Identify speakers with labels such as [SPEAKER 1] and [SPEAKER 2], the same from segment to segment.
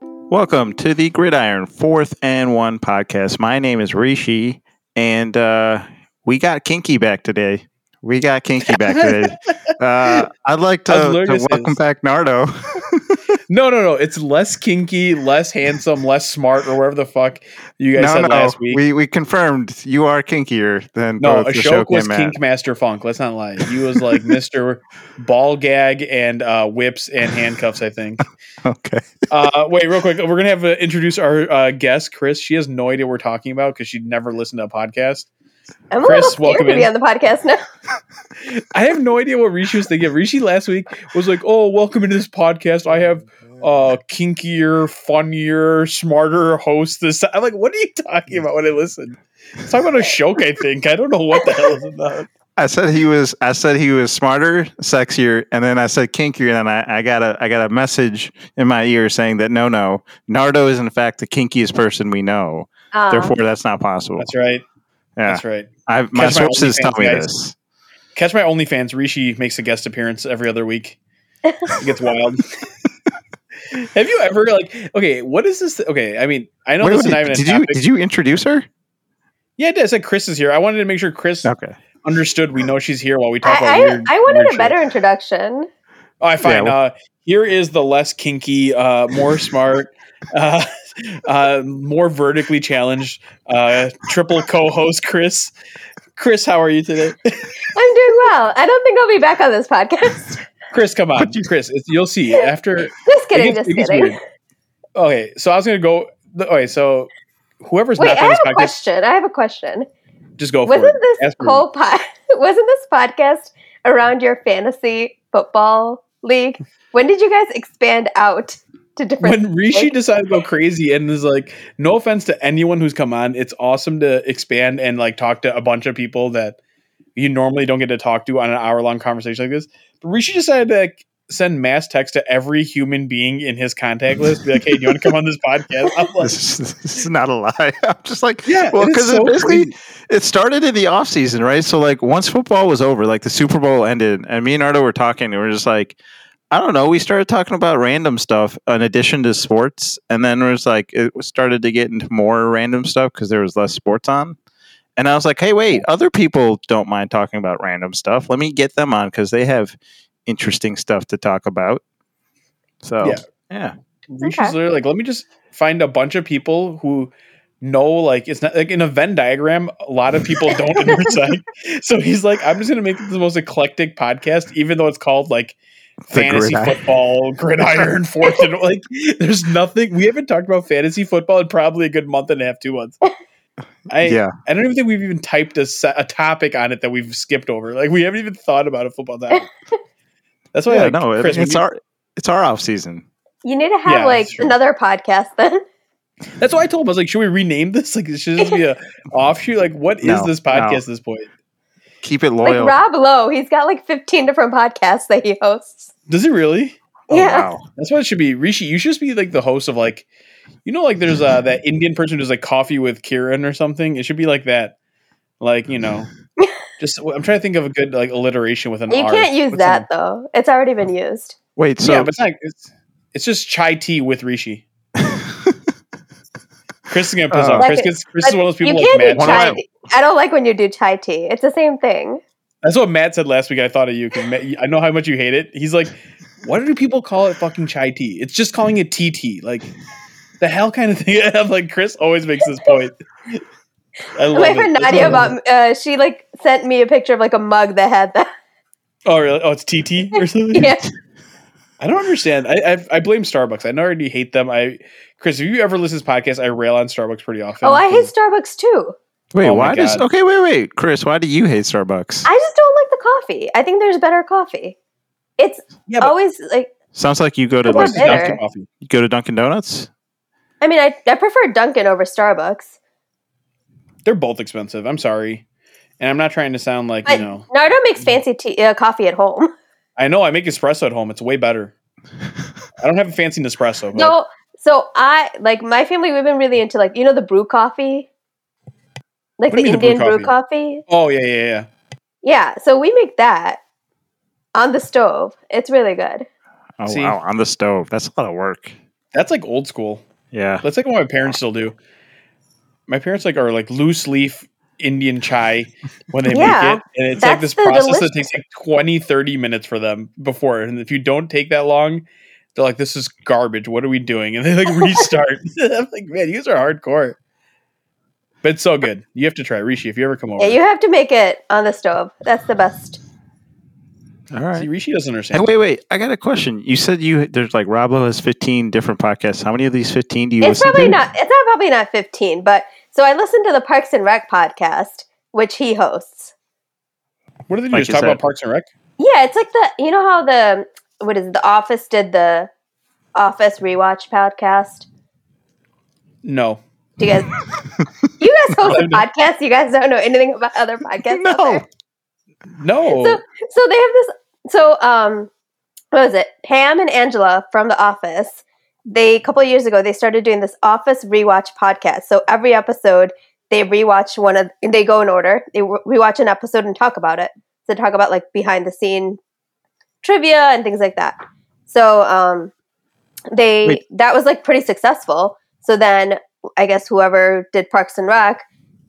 [SPEAKER 1] Welcome to the Gridiron Fourth and One podcast. My name is Rishi, and uh, we got Kinky back today. We got Kinky back today. Uh, I'd like to,
[SPEAKER 2] How's
[SPEAKER 1] to
[SPEAKER 2] Lurgus
[SPEAKER 1] welcome
[SPEAKER 2] is?
[SPEAKER 1] back Nardo.
[SPEAKER 2] No, no, no. It's less kinky, less handsome, less smart, or whatever the fuck you guys said last week.
[SPEAKER 1] we we confirmed you are kinkier than
[SPEAKER 2] no,
[SPEAKER 1] both Ashok,
[SPEAKER 2] Ashok was
[SPEAKER 1] and Matt.
[SPEAKER 2] Kink Master Funk. Let's not lie. He was like Mister Ball Gag and uh, whips and handcuffs. I think.
[SPEAKER 1] Okay,
[SPEAKER 2] Uh, wait, real quick. We're gonna have to introduce our uh, guest, Chris. She has no idea what we're talking about because she'd never listened to a podcast.
[SPEAKER 3] I'm
[SPEAKER 2] Chris,
[SPEAKER 3] a little scared
[SPEAKER 2] welcome
[SPEAKER 3] to be
[SPEAKER 2] in.
[SPEAKER 3] on the podcast now.
[SPEAKER 2] I have no idea what Rishi was thinking. Rishi last week was like, "Oh, welcome into this podcast. I have." Uh, kinkier, funnier, smarter host. This I'm like, what are you talking about when I listen? It's talking about a joke. I think I don't know what the hell is about.
[SPEAKER 1] I said he was. I said he was smarter, sexier, and then I said kinkier. And I, I got a I got a message in my ear saying that no, no, Nardo is in fact the kinkiest person we know.
[SPEAKER 3] Uh,
[SPEAKER 1] Therefore, that's not possible.
[SPEAKER 2] That's right.
[SPEAKER 1] yeah,
[SPEAKER 2] That's right.
[SPEAKER 1] I, my
[SPEAKER 2] Catch my
[SPEAKER 1] sources tell
[SPEAKER 2] OnlyFans,
[SPEAKER 1] me
[SPEAKER 2] guys.
[SPEAKER 1] this.
[SPEAKER 2] Catch my OnlyFans. Rishi makes a guest appearance every other week. It gets wild. Have you ever like okay? What is this? Okay, I mean, I know
[SPEAKER 1] Wait,
[SPEAKER 2] this is
[SPEAKER 1] wait,
[SPEAKER 2] not even a
[SPEAKER 1] did you
[SPEAKER 2] topic.
[SPEAKER 1] did you introduce her?
[SPEAKER 2] yeah, it does. Like Chris is here. I wanted to make sure Chris
[SPEAKER 1] Okay,
[SPEAKER 2] understood. We know she's here while we talk about.
[SPEAKER 3] I,
[SPEAKER 2] weird,
[SPEAKER 3] I, I wanted
[SPEAKER 2] weird
[SPEAKER 3] a
[SPEAKER 2] shit.
[SPEAKER 3] better introduction.
[SPEAKER 2] All right, fine.
[SPEAKER 1] Yeah, well-
[SPEAKER 2] uh, here is the less kinky, uh, more smart, uh, uh, more vertically challenged uh, triple co-host Chris. Chris, how are you today?
[SPEAKER 3] I'm doing well. I don't think I'll be back on this podcast.
[SPEAKER 2] Chris, come on, Chris. It's, you'll see after.
[SPEAKER 3] just kidding,
[SPEAKER 2] it gets-
[SPEAKER 3] just
[SPEAKER 2] it gets
[SPEAKER 3] kidding.
[SPEAKER 2] weird. Okay, so I was gonna go. the- Okay, so whoever's
[SPEAKER 3] Wait,
[SPEAKER 2] not
[SPEAKER 3] I
[SPEAKER 2] on
[SPEAKER 3] have
[SPEAKER 2] this
[SPEAKER 3] a
[SPEAKER 2] podcast,
[SPEAKER 3] question. I have a question.
[SPEAKER 2] just go for
[SPEAKER 3] Wasn't
[SPEAKER 2] it.
[SPEAKER 3] this
[SPEAKER 2] Ask for it.
[SPEAKER 3] whole pod? Wasn't this podcast around your fantasy football league? When did you guys expand out to different?
[SPEAKER 2] When Rishi decided to go crazy and is like, no offense to anyone who's come on, it's awesome to expand and like talk to a bunch of people that you normally don't get to talk to on an hour long conversation like this. But Rishi decided to like, send mass text to every human being in his contact list, be like, hey, do you want to come on this podcast? I'm like,
[SPEAKER 1] this is, this is not a lie. I'm just like
[SPEAKER 2] yeah,
[SPEAKER 1] well,
[SPEAKER 2] it is
[SPEAKER 1] because
[SPEAKER 2] so
[SPEAKER 1] it basically
[SPEAKER 2] crazy.
[SPEAKER 1] it started in the off season, right? So like once football was over, like the Super Bowl ended, and me and Ardo were talking, and we are just like, I don't know. We started talking about random stuff in addition to sports, and then it was like it started to get into more random stuff because there was less sports on. And I was like, hey, wait, other people don't mind talking about random stuff. Let me get them on because they have interesting stuff to talk about. So
[SPEAKER 2] Yeah.
[SPEAKER 1] yeah.
[SPEAKER 2] Rishi's
[SPEAKER 3] Okay.
[SPEAKER 2] literally like, let me just find a bunch of people who know like it's not like in a Venn diagram, a lot of people don't intersect. So he's like, I'm just gonna make this the most eclectic podcast, even though it's called like
[SPEAKER 1] The
[SPEAKER 2] fantasy
[SPEAKER 1] gridiron.
[SPEAKER 2] football, gridiron, fourth and like there's nothing we haven't talked about fantasy football in probably a good month and a half, two months. I
[SPEAKER 1] yeah.
[SPEAKER 2] I don't even think we've even typed a, se- a topic on it that we've skipped over. Like we haven't even thought about a football topic. That's why
[SPEAKER 1] yeah,
[SPEAKER 2] like,
[SPEAKER 1] no, it-
[SPEAKER 2] Chris, when
[SPEAKER 1] it's
[SPEAKER 2] you-
[SPEAKER 1] our it's our off season.
[SPEAKER 3] You need to have
[SPEAKER 2] Yeah,
[SPEAKER 3] like
[SPEAKER 2] that's true.
[SPEAKER 3] another podcast then.
[SPEAKER 2] That's why I told him. I was like, should we rename this? Like, should this be a offshoot? Like, what is
[SPEAKER 1] No,
[SPEAKER 2] this podcast at this point?
[SPEAKER 1] Keep it
[SPEAKER 3] Like
[SPEAKER 1] loyal.
[SPEAKER 3] Rob Lowe, he's got like 15 different podcasts that he hosts.
[SPEAKER 2] Does it really?
[SPEAKER 1] Oh,
[SPEAKER 3] yeah.
[SPEAKER 1] wow.
[SPEAKER 2] That's what it should be. Rishi, you should just be like the host of like, you know, like there's uh, that Indian person who's like coffee with Kiran or something. It should be like that. Like, you know, just I'm trying to think of a good like alliteration with an
[SPEAKER 3] You
[SPEAKER 2] R.
[SPEAKER 3] can't use
[SPEAKER 2] What's
[SPEAKER 3] that though. It's already been used.
[SPEAKER 1] Wait,
[SPEAKER 2] the-
[SPEAKER 1] so
[SPEAKER 2] yeah, but it's not. It's, it's just chai tea with Rishi. Chris is gonna piss
[SPEAKER 1] Uh,
[SPEAKER 2] off. Chris,
[SPEAKER 3] Like,
[SPEAKER 2] gets, Chris is
[SPEAKER 3] but
[SPEAKER 2] one of those people
[SPEAKER 3] you
[SPEAKER 2] like
[SPEAKER 3] can't
[SPEAKER 2] Matt.
[SPEAKER 3] do
[SPEAKER 1] Why
[SPEAKER 3] chai
[SPEAKER 1] do I-
[SPEAKER 3] tea. I don't like when you do chai tea. It's the same thing.
[SPEAKER 2] That's what Matt said last week. I thought of you because I know how much you hate it. He's like, why do people call it fucking chai tea? It's just calling it tea tea. Like the hell kind of thing. I'm like, Chris always makes this point. I love
[SPEAKER 3] My
[SPEAKER 2] it.
[SPEAKER 3] friend
[SPEAKER 2] That's
[SPEAKER 3] Nadia
[SPEAKER 2] what I love.
[SPEAKER 3] about uh, she like sent me a picture of like a mug that had that.
[SPEAKER 2] Oh really? Oh, it's tea tea or something.
[SPEAKER 3] yeah.
[SPEAKER 2] I don't understand. I, I I blame Starbucks. I already hate them. I Chris, if you ever listen to this podcast, I rail on Starbucks pretty often.
[SPEAKER 3] Oh, I hate Starbucks too.
[SPEAKER 1] Wait,
[SPEAKER 2] Oh my
[SPEAKER 1] why does
[SPEAKER 2] God.
[SPEAKER 1] okay? Wait, wait, Chris, why do you hate Starbucks?
[SPEAKER 3] I just don't like the coffee. I think there's better coffee. It's
[SPEAKER 2] Yeah, but-
[SPEAKER 3] always like
[SPEAKER 1] Sounds like you go to
[SPEAKER 3] Come on,
[SPEAKER 1] like
[SPEAKER 2] Starbucks is not
[SPEAKER 3] bitter.
[SPEAKER 2] coffee.
[SPEAKER 1] you go to Dunkin' Donuts.
[SPEAKER 3] I mean I, I prefer Dunkin' over Starbucks.
[SPEAKER 2] They're both expensive. I'm sorry. And I'm not trying to sound like, you
[SPEAKER 3] But-
[SPEAKER 2] know.
[SPEAKER 3] Nardo makes fancy tea uh, coffee at home.
[SPEAKER 2] I know I make espresso at home. It's way better. I don't have a fancy Nespresso. But
[SPEAKER 3] So so I like my family we've been really into like you know the brew coffee? Like
[SPEAKER 2] What do
[SPEAKER 3] the
[SPEAKER 2] you mean the brew
[SPEAKER 3] Indian brew coffee?
[SPEAKER 2] Oh yeah, yeah, yeah.
[SPEAKER 3] Yeah, so we make that on the stove. It's really good.
[SPEAKER 1] Oh
[SPEAKER 2] See?
[SPEAKER 1] wow, on the stove. That's a lot of work.
[SPEAKER 2] That's like old school.
[SPEAKER 1] Yeah.
[SPEAKER 2] That's like what my parents still do. My parents like are like loose leaf Indian chai when they
[SPEAKER 3] Yeah,
[SPEAKER 2] make it. And it's like this
[SPEAKER 3] that's the
[SPEAKER 2] process
[SPEAKER 3] delicious-
[SPEAKER 2] that takes like 20, 30 minutes for them before. And if you don't take that long, they're like, this is garbage. What are we doing? And they like restart. I'm like, man, you guys are hardcore. But it's so good. You have to try it. Rishi if you ever come over.
[SPEAKER 3] Yeah, you have to make it on the stove. That's the best.
[SPEAKER 1] All
[SPEAKER 2] See,
[SPEAKER 1] right.
[SPEAKER 2] Rishi doesn't
[SPEAKER 1] Hey,
[SPEAKER 2] understand.
[SPEAKER 1] wait, wait. I got a question. You said you there's like Roblo has 15 different podcasts. How many of these 15 do you
[SPEAKER 3] It's
[SPEAKER 1] listen
[SPEAKER 3] probably
[SPEAKER 1] to?
[SPEAKER 3] not. It's not probably not fifteen, but so I listened to the Parks and Rec podcast, which he hosts.
[SPEAKER 2] What do they do?
[SPEAKER 1] Like
[SPEAKER 2] Just
[SPEAKER 1] you
[SPEAKER 2] talk
[SPEAKER 1] said.
[SPEAKER 2] about Parks and Rec?
[SPEAKER 3] Yeah, it's like the you know how the what is it, the Office did the Office rewatch podcast.
[SPEAKER 2] No.
[SPEAKER 3] Do you guys? you guys host a
[SPEAKER 2] I don't-
[SPEAKER 3] podcast. You guys don't know anything about other podcasts. out
[SPEAKER 1] No.
[SPEAKER 3] there?
[SPEAKER 2] No.
[SPEAKER 3] So- so they have this so um what was it pam and angela from the office they a couple of years ago they started doing this office rewatch podcast so every episode they rewatch one of they go in order they re- rewatch an episode and talk about it so talk about like behind the scene trivia and things like that so um they
[SPEAKER 1] Wait.
[SPEAKER 3] that was like pretty successful so then i guess whoever did parks and rec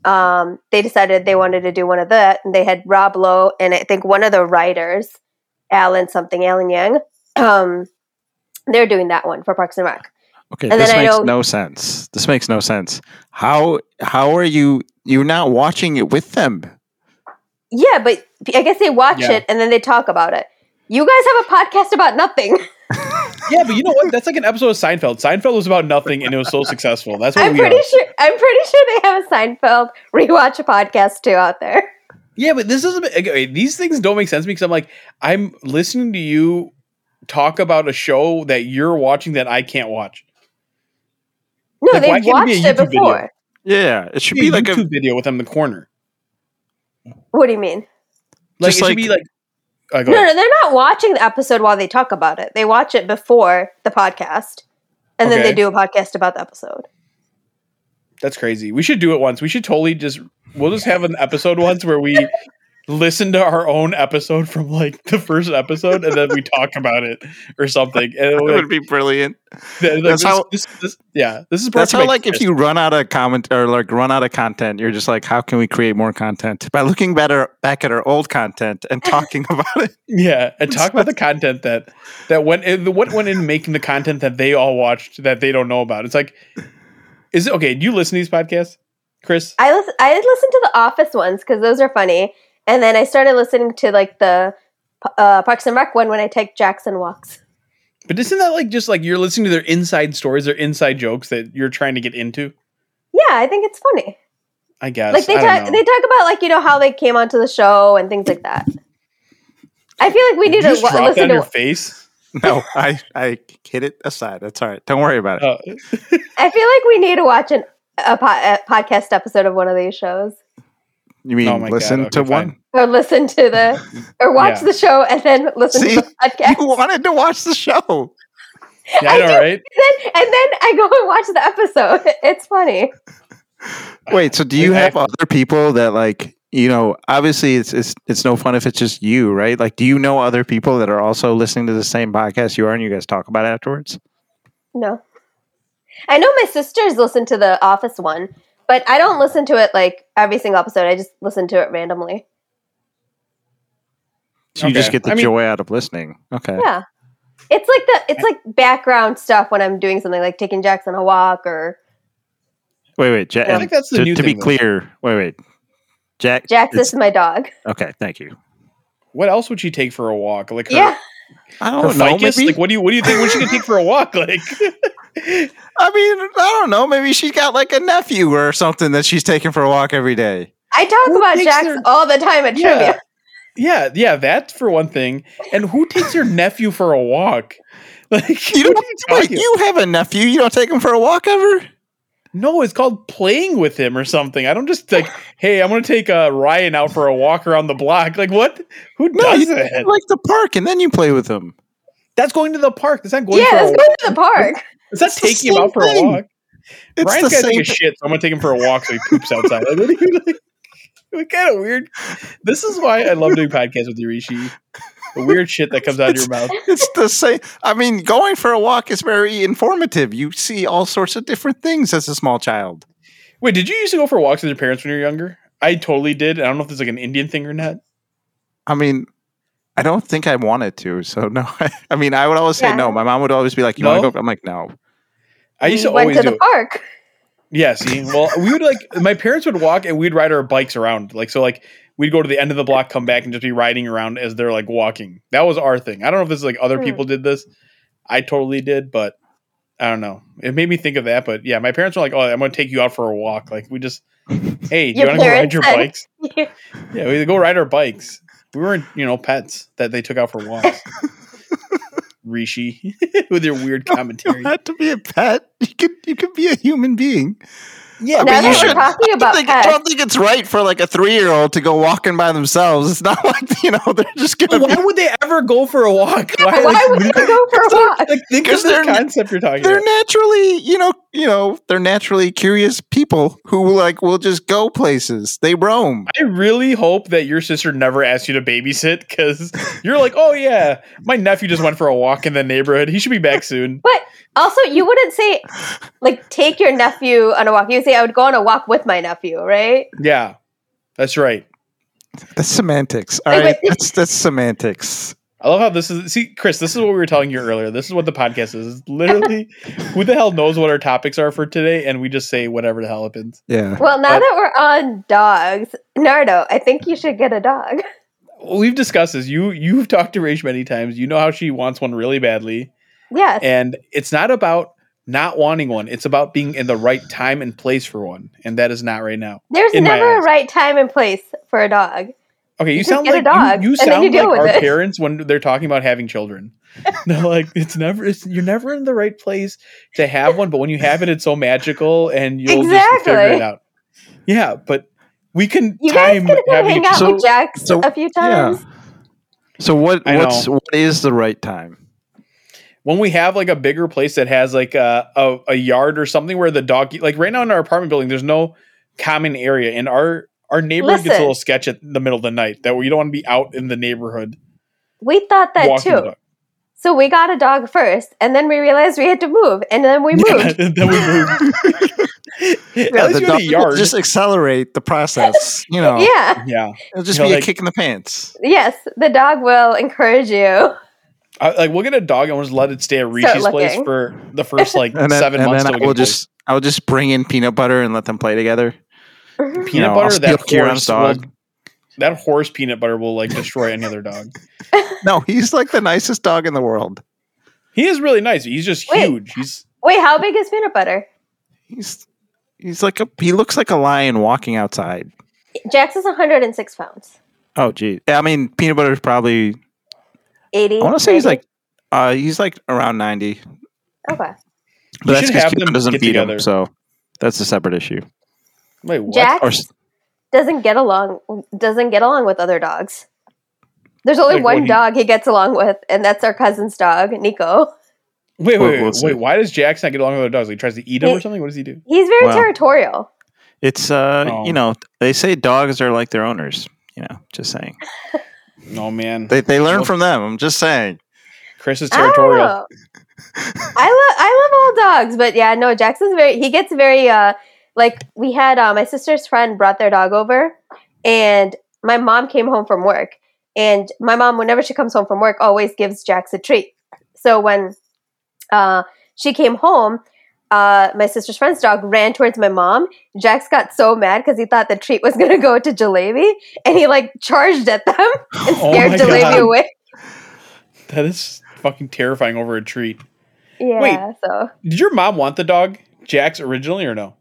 [SPEAKER 3] um, they decided they wanted to do one of that, and they had Rob Lowe and I think one of the writers, Alan something, Alan Yang. Um, they're doing that one for Parks and Rec.
[SPEAKER 1] Okay,
[SPEAKER 3] And
[SPEAKER 1] this
[SPEAKER 3] then I
[SPEAKER 1] makes
[SPEAKER 3] know-
[SPEAKER 1] no sense. This makes no sense. How how are you you're not watching it with them?
[SPEAKER 3] Yeah, but I guess they watch
[SPEAKER 2] Yeah.
[SPEAKER 3] it and then they talk about it. You guys have a podcast about nothing.
[SPEAKER 2] yeah, but you know what? That's like an episode of Seinfeld. Seinfeld was about nothing and it was so successful. That's what
[SPEAKER 3] I'm
[SPEAKER 2] we
[SPEAKER 3] pretty
[SPEAKER 2] are.
[SPEAKER 3] sure. I'm pretty sure they have a Seinfeld rewatch podcast too out there.
[SPEAKER 2] Yeah, but this doesn't. Make, okay, these things don't make sense because I'm like, I'm listening to you talk about a show that you're watching that I can't watch.
[SPEAKER 3] No,
[SPEAKER 2] Like, why
[SPEAKER 3] they've
[SPEAKER 2] can't it be a
[SPEAKER 3] watched it
[SPEAKER 2] YouTube video?
[SPEAKER 3] before.
[SPEAKER 1] Yeah, it should
[SPEAKER 2] Should be
[SPEAKER 1] be like
[SPEAKER 2] YouTube
[SPEAKER 1] a
[SPEAKER 2] video with them in the corner.
[SPEAKER 3] What do you mean?
[SPEAKER 2] Like
[SPEAKER 1] Just
[SPEAKER 2] it
[SPEAKER 1] like-
[SPEAKER 2] should be like. I go,
[SPEAKER 3] No, no, they're not watching the episode while they talk about it. They watch it before the podcast, and then they
[SPEAKER 2] Okay.
[SPEAKER 3] do a podcast about the episode.
[SPEAKER 2] That's crazy. We should do it once. We should totally just. We'll just have an episode once where we listen to our own episode from like the first episode and then we talk about it or something. And
[SPEAKER 1] that
[SPEAKER 2] we're like,
[SPEAKER 1] would be brilliant.
[SPEAKER 2] th- like,
[SPEAKER 1] that's
[SPEAKER 2] this-
[SPEAKER 1] how-
[SPEAKER 2] this- this- yeah, this is
[SPEAKER 1] That's
[SPEAKER 2] Parks and
[SPEAKER 1] how
[SPEAKER 2] Rec
[SPEAKER 1] like if
[SPEAKER 2] first.
[SPEAKER 1] you run out of comment or like run out of content, you're just like, how can we create more content by looking better back at our old content and talking about it?
[SPEAKER 2] Yeah, and talk about the content that that went in, the- what went in making the content that they all watched that they don't know about. It's like, is it okay? Do you listen to these podcasts, Chris?
[SPEAKER 3] I listen. I listened to the Office ones because those are funny, and then I started listening to like the uh, Parks and Rec one when I take Jackson walks.
[SPEAKER 2] But isn't that like just like you're listening to their inside stories, their inside jokes that you're trying to get into?
[SPEAKER 3] Yeah, I think it's funny.
[SPEAKER 2] I guess.
[SPEAKER 3] like they
[SPEAKER 2] I don't
[SPEAKER 3] talk,
[SPEAKER 2] know.
[SPEAKER 3] they talk about like you know how they came onto the show and things like that. I feel like we
[SPEAKER 2] Did
[SPEAKER 3] need
[SPEAKER 2] you
[SPEAKER 3] to
[SPEAKER 2] just
[SPEAKER 3] wa-
[SPEAKER 2] drop that
[SPEAKER 3] listen
[SPEAKER 2] on
[SPEAKER 3] to.
[SPEAKER 2] your face.
[SPEAKER 1] No, I I hit it aside. That's all right. Don't worry about it.
[SPEAKER 2] Oh,
[SPEAKER 3] I feel like we need to watch an, a, po- a podcast episode of one of these shows,
[SPEAKER 1] You mean
[SPEAKER 2] Oh my God,
[SPEAKER 1] listen
[SPEAKER 2] okay,
[SPEAKER 1] to
[SPEAKER 2] fine.
[SPEAKER 1] one?
[SPEAKER 3] or listen to the, or watch
[SPEAKER 2] Yeah.
[SPEAKER 3] the show and then listen
[SPEAKER 1] See?
[SPEAKER 3] to the podcast.
[SPEAKER 1] You wanted to watch the show.
[SPEAKER 2] yeah, I
[SPEAKER 3] I
[SPEAKER 2] know,
[SPEAKER 3] do.
[SPEAKER 2] right?
[SPEAKER 3] And then, and then I go and watch the episode. It's funny.
[SPEAKER 1] Wait, so do you
[SPEAKER 2] I-
[SPEAKER 1] have other people that like you know? Obviously, it's it's it's no fun if it's just you, right? Like, do you know other people that are also listening to the same podcast you are, and you guys talk about it afterwards?
[SPEAKER 3] No. I know my sisters listen to the Office one, but I don't listen to it like every single episode. I just listen to it randomly.
[SPEAKER 1] So you just
[SPEAKER 2] Okay.
[SPEAKER 1] get the
[SPEAKER 2] I mean-
[SPEAKER 1] joy out of listening. Okay,
[SPEAKER 3] Yeah. It's like the it's like background stuff when I'm doing something like taking Jackson a walk or
[SPEAKER 1] wait, wait. Ja-
[SPEAKER 3] I
[SPEAKER 2] think that's the
[SPEAKER 1] to,
[SPEAKER 2] new
[SPEAKER 1] to be
[SPEAKER 2] thing, though.
[SPEAKER 1] clear, wait, wait. Jack.
[SPEAKER 3] Jack's
[SPEAKER 1] it's-
[SPEAKER 3] this is my dog.
[SPEAKER 1] okay, thank you.
[SPEAKER 2] What else would she take for a walk? Like her,
[SPEAKER 3] Yeah.
[SPEAKER 1] I
[SPEAKER 2] her
[SPEAKER 1] don't know.
[SPEAKER 2] ficus?
[SPEAKER 1] Maybe,
[SPEAKER 2] Like what do you what do you think? What she could take for a walk? Like
[SPEAKER 1] I mean, I don't know. Maybe she's got like a nephew or something that she's taking for a walk every day.
[SPEAKER 3] I talk
[SPEAKER 2] Who
[SPEAKER 3] about
[SPEAKER 2] takes
[SPEAKER 3] Jax
[SPEAKER 2] their-
[SPEAKER 3] all the time at
[SPEAKER 2] Yeah.
[SPEAKER 3] trivia.
[SPEAKER 2] Yeah, yeah, that's for one thing. And who takes your nephew for a walk? Like
[SPEAKER 1] You
[SPEAKER 2] what
[SPEAKER 1] don't.
[SPEAKER 2] are
[SPEAKER 1] Wait,
[SPEAKER 2] talking-
[SPEAKER 1] you have a nephew. You don't take him for a walk ever.
[SPEAKER 2] No, it's called playing with him or something. I don't just like, hey, I'm gonna take uh, Ryan out for a walk around the block. Like what? Who
[SPEAKER 1] No,
[SPEAKER 2] does
[SPEAKER 1] you
[SPEAKER 2] that?
[SPEAKER 1] like the park, and then you play with him.
[SPEAKER 2] That's going to the park. That's not going
[SPEAKER 3] Yeah,
[SPEAKER 2] for a
[SPEAKER 3] let's
[SPEAKER 2] walk.
[SPEAKER 3] go to the park.
[SPEAKER 2] Is that
[SPEAKER 1] It's the
[SPEAKER 2] taking him
[SPEAKER 1] same
[SPEAKER 2] out for a
[SPEAKER 1] thing.
[SPEAKER 2] walk?
[SPEAKER 1] It's
[SPEAKER 2] Ryan's
[SPEAKER 1] the
[SPEAKER 2] gotta
[SPEAKER 1] same.
[SPEAKER 2] take a shit, so I'm gonna take him for a walk so he poops outside. Like, what are you like? What kind of weird? This is why I love doing podcasts with you, Rishi. The weird shit that comes out of your mouth.
[SPEAKER 1] It's the same. I mean, going for a walk is very informative. You see all sorts of different things as a small child.
[SPEAKER 2] Wait, did you used to go for walks with your parents when you were younger? I totally did. I don't know if it's like an Indian thing or not.
[SPEAKER 1] I mean, I don't think I wanted to. So no. I mean, I would always say
[SPEAKER 3] Yeah.
[SPEAKER 1] no. My mom would always be like, "You
[SPEAKER 2] No?
[SPEAKER 1] want to go?" I'm like, "No."
[SPEAKER 2] I used
[SPEAKER 3] We
[SPEAKER 2] to
[SPEAKER 3] went
[SPEAKER 2] always
[SPEAKER 3] to
[SPEAKER 2] do
[SPEAKER 3] the
[SPEAKER 2] it.
[SPEAKER 3] park.
[SPEAKER 2] Yeah, see, well, we would like my parents would walk and we'd ride our bikes around. Like so, like we'd go to the end of the block, come back, and just be riding around as they're like walking. That was our thing. I don't know if this is like other
[SPEAKER 3] Hmm.
[SPEAKER 2] people did this. I totally did, but I don't know. It made me think of that. But yeah, my parents were like, "Oh, I'm going to take you out for a walk." Like we just, hey, do you
[SPEAKER 3] Your
[SPEAKER 2] want to go ride
[SPEAKER 3] parents
[SPEAKER 2] your
[SPEAKER 3] said-
[SPEAKER 2] bikes? Yeah, we go ride our bikes. We weren't, you know, pets that they took out for walks. Rishi, with your weird
[SPEAKER 1] You
[SPEAKER 2] commentary.
[SPEAKER 1] don't have to be a pet. You could you could be a human being.
[SPEAKER 2] Yeah,
[SPEAKER 1] I
[SPEAKER 3] now
[SPEAKER 1] mean, you
[SPEAKER 3] that we're
[SPEAKER 1] should-
[SPEAKER 3] talking
[SPEAKER 1] I
[SPEAKER 3] about
[SPEAKER 1] think- I
[SPEAKER 3] pets,
[SPEAKER 1] don't think it's right for like a three year old to go walking by themselves. It's not like you know they're just gonna
[SPEAKER 2] why
[SPEAKER 1] be,
[SPEAKER 2] would they ever go for a walk?
[SPEAKER 3] why would you go for a walk?
[SPEAKER 2] like think of
[SPEAKER 1] Because
[SPEAKER 2] this
[SPEAKER 1] they're-
[SPEAKER 2] concept you're talking
[SPEAKER 1] they're
[SPEAKER 2] about.
[SPEAKER 1] naturally you know you know they're naturally curious people who like will just go places. They roam.
[SPEAKER 2] I really hope that your sister never asked you to babysit because you're like, oh yeah, my nephew just went for a walk in the neighborhood. He should be back soon.
[SPEAKER 3] Also, you wouldn't say like take your nephew on a walk. You would say I would go on a walk with my nephew, right?
[SPEAKER 2] Yeah, that's right.
[SPEAKER 1] That's semantics. All
[SPEAKER 3] Wait,
[SPEAKER 1] right,
[SPEAKER 3] wait.
[SPEAKER 1] that's that's semantics.
[SPEAKER 2] I love how this is. See, Chris, this is what we were telling you earlier. This is what the podcast is. It's Literally, who the hell knows what our topics are for today? And we just say whatever the hell happens.
[SPEAKER 1] Yeah.
[SPEAKER 3] Well, now
[SPEAKER 2] Uh,
[SPEAKER 3] that we're on dogs, Nardo, I think you should get a dog.
[SPEAKER 2] We've discussed this. You you've talked to Rach many times. You know how she wants one really badly.
[SPEAKER 3] Yes.
[SPEAKER 2] And it's not about not wanting one. It's about being in the right time and place for one. And that is not right now.
[SPEAKER 3] There's
[SPEAKER 2] in my
[SPEAKER 3] never a
[SPEAKER 2] eyes.
[SPEAKER 3] right time and place for a dog.
[SPEAKER 2] Okay, you,
[SPEAKER 3] You just
[SPEAKER 2] sound
[SPEAKER 3] get a
[SPEAKER 2] like
[SPEAKER 3] dog,
[SPEAKER 2] you, you
[SPEAKER 3] and then
[SPEAKER 2] sound
[SPEAKER 3] you deal
[SPEAKER 2] like
[SPEAKER 3] with
[SPEAKER 2] our
[SPEAKER 3] it.
[SPEAKER 2] parents when they're talking about having children. they're like, it's never it's, you're never in the right place to have one, but when you have it, it's so magical and you'll just figure
[SPEAKER 3] Exactly.
[SPEAKER 2] it out. Yeah, but we can
[SPEAKER 3] You
[SPEAKER 2] time
[SPEAKER 3] guys could
[SPEAKER 2] having
[SPEAKER 3] hang out
[SPEAKER 1] So-
[SPEAKER 3] with Jax
[SPEAKER 1] so-
[SPEAKER 3] a few
[SPEAKER 1] yeah.
[SPEAKER 3] times.
[SPEAKER 1] So what
[SPEAKER 2] I
[SPEAKER 1] what's
[SPEAKER 2] know.
[SPEAKER 1] what is the right time?
[SPEAKER 2] when we have like a bigger place that has like a, a, a yard or something where the dog like right now in our apartment building there's no common area and our our neighborhood gets a
[SPEAKER 3] Listen.
[SPEAKER 2] little sketch at the middle of the night that we don't want to be out in the neighborhood
[SPEAKER 3] We thought that
[SPEAKER 2] walking the
[SPEAKER 3] too.
[SPEAKER 2] dog.
[SPEAKER 3] So we got a dog first, and then we realized we had to move, and then we
[SPEAKER 2] Yeah,
[SPEAKER 3] moved.
[SPEAKER 2] then we moved.
[SPEAKER 1] Yeah,
[SPEAKER 2] at least
[SPEAKER 1] the
[SPEAKER 2] you have a
[SPEAKER 1] dog will
[SPEAKER 2] yard.
[SPEAKER 1] Just accelerate the process. You know,
[SPEAKER 3] Yeah.
[SPEAKER 2] yeah,
[SPEAKER 1] it'll just
[SPEAKER 2] You know,
[SPEAKER 1] be
[SPEAKER 2] like-
[SPEAKER 1] a kick in the pants.
[SPEAKER 3] Yes, the dog will encourage you.
[SPEAKER 2] I, like we'll get a dog and we'll just let it stay at Rishi's place
[SPEAKER 3] looking.
[SPEAKER 2] for the first like
[SPEAKER 1] And then,
[SPEAKER 2] seven
[SPEAKER 1] and
[SPEAKER 2] months.
[SPEAKER 1] then
[SPEAKER 2] till
[SPEAKER 1] I
[SPEAKER 2] we get
[SPEAKER 1] will
[SPEAKER 2] a place.
[SPEAKER 1] just I'll just bring in peanut butter and let them play together.
[SPEAKER 3] Mhm.
[SPEAKER 1] you
[SPEAKER 2] peanut
[SPEAKER 1] know, I'll
[SPEAKER 2] butter. That
[SPEAKER 1] steal Kieran's
[SPEAKER 2] horse
[SPEAKER 1] dog.
[SPEAKER 2] will, that horse peanut butter will like destroy any other dog.
[SPEAKER 1] No, he's like the nicest dog in the world.
[SPEAKER 2] He is really nice. He's just
[SPEAKER 3] Wait.
[SPEAKER 2] huge. He's
[SPEAKER 3] Wait, how big is peanut butter?
[SPEAKER 1] He's he's like a he looks like a lion walking outside.
[SPEAKER 3] Jax is 106 pounds.
[SPEAKER 1] Oh gee. I mean peanut butter is probably
[SPEAKER 3] 80.
[SPEAKER 1] I wanna say he's
[SPEAKER 3] 90?
[SPEAKER 1] like uh he's like around ninety.
[SPEAKER 3] Okay.
[SPEAKER 1] But
[SPEAKER 2] You
[SPEAKER 1] that's
[SPEAKER 2] should
[SPEAKER 1] because
[SPEAKER 2] have them
[SPEAKER 1] Kieran doesn't
[SPEAKER 2] get
[SPEAKER 1] feed
[SPEAKER 2] together.
[SPEAKER 1] him, so that's a separate issue.
[SPEAKER 2] wait what?
[SPEAKER 3] Jax
[SPEAKER 1] Or s-
[SPEAKER 3] doesn't get along doesn't get along with other dogs. There's only
[SPEAKER 2] Like, what
[SPEAKER 3] one
[SPEAKER 2] he-
[SPEAKER 3] dog he gets along with, and that's our cousin's dog, Nico.
[SPEAKER 2] Wait,
[SPEAKER 1] We'll-
[SPEAKER 2] wait, wait,
[SPEAKER 1] we'll
[SPEAKER 2] wait.
[SPEAKER 1] see.
[SPEAKER 2] Why does Jax not get along with other dogs? Like, he tries to eat him
[SPEAKER 3] He-
[SPEAKER 2] or something? What does he do?
[SPEAKER 3] He's very
[SPEAKER 1] Wow.
[SPEAKER 3] territorial.
[SPEAKER 1] It's uh,
[SPEAKER 2] Oh.
[SPEAKER 1] you know, they say dogs are like their owners. You know, just saying.
[SPEAKER 2] Oh man,
[SPEAKER 1] They they learn
[SPEAKER 2] Well-
[SPEAKER 1] from them. I'm just saying.
[SPEAKER 2] Chris is
[SPEAKER 3] I don't
[SPEAKER 1] Oh.
[SPEAKER 2] territorial.
[SPEAKER 3] know. Oh. I love I love all dogs, but yeah, no, Jackson's very he gets very uh like we had uh, my sister's friend brought their dog over and my mom came home from work and my mom whenever she comes home from work always gives Jax a treat. So when uh she came home, uh my sister's friend's dog ran towards my mom. Jax got so mad cuz he thought the treat was going to go to Jalebi and he like charged at them and
[SPEAKER 2] Oh
[SPEAKER 3] scared
[SPEAKER 2] my
[SPEAKER 3] Jalebi
[SPEAKER 2] God.
[SPEAKER 3] away.
[SPEAKER 2] That is fucking terrifying over a treat.
[SPEAKER 3] Yeah, so
[SPEAKER 2] Did your mom want the dog, Jax, originally or no?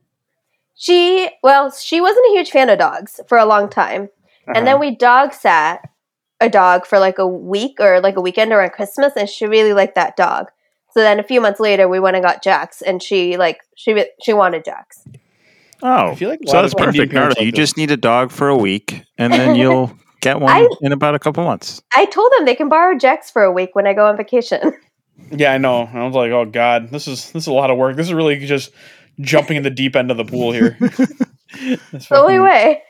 [SPEAKER 3] She well, she wasn't a huge fan of dogs for a long time, and then we dog sat a dog for like a week or like a weekend around Christmas, and she really liked that dog. So then a few months later, we went and got Jax, and she like she re- she wanted Jax.
[SPEAKER 1] Oh,
[SPEAKER 2] I feel like a
[SPEAKER 1] so
[SPEAKER 2] lot
[SPEAKER 1] that's
[SPEAKER 2] of Indian
[SPEAKER 1] perfect.
[SPEAKER 2] parents
[SPEAKER 1] Nardo.
[SPEAKER 2] like
[SPEAKER 1] you
[SPEAKER 2] this.
[SPEAKER 1] just need a dog for a week, and then you'll get one
[SPEAKER 3] I-
[SPEAKER 1] in about a couple months.
[SPEAKER 3] I told them they can borrow Jax for a week when I go on vacation.
[SPEAKER 2] yeah, I know. I was like, oh god, this is this is a lot of work. This is really just jumping in the deep end of the pool here. That's
[SPEAKER 3] the only
[SPEAKER 2] fucking-
[SPEAKER 3] way.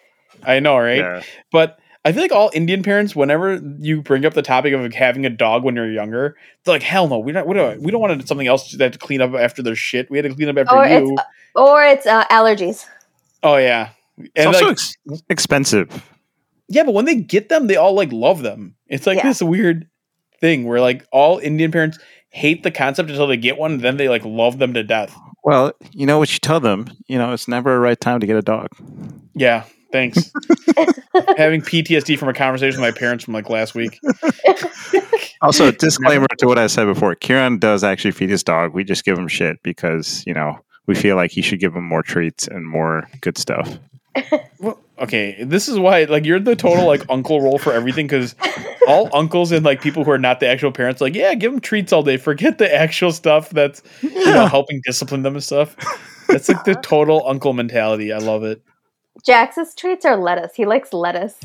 [SPEAKER 2] I know, right? But I feel like all Indian parents, whenever you bring up the topic of having a dog when you're younger, they're like, "Hell no, we don't. We don't, we don't want to, something else that to clean up after their shit. We had to clean up after
[SPEAKER 3] Or Oh, it's-
[SPEAKER 2] you."
[SPEAKER 3] Or it's uh, allergies.
[SPEAKER 2] oh yeah,
[SPEAKER 1] It's
[SPEAKER 2] and
[SPEAKER 1] also
[SPEAKER 2] like,
[SPEAKER 1] ex- expensive.
[SPEAKER 2] yeah, but when they get them, they all like love them. It's like
[SPEAKER 3] Yeah.
[SPEAKER 2] this weird thing where like all Indian parents hate the concept until they get one, and then they like love them to death.
[SPEAKER 1] Well, you know what you tell them. You know, it's never a right time to get a dog.
[SPEAKER 2] Yeah, thanks. Having PTSD from a conversation with my parents from like last week.
[SPEAKER 1] Also, disclaimer to what I said before: Kieran does actually feed his dog. We just give him shit because you know we feel like he should give him more treats and more good stuff.
[SPEAKER 2] Well, okay, this is why like you're the total like uncle role for everything because all uncles and like people who are not the actual parents like yeah give them treats all day forget the actual stuff that's you know helping discipline them and stuff. That's like the total uncle mentality. I love it.
[SPEAKER 3] Jax's treats are lettuce. He likes lettuce.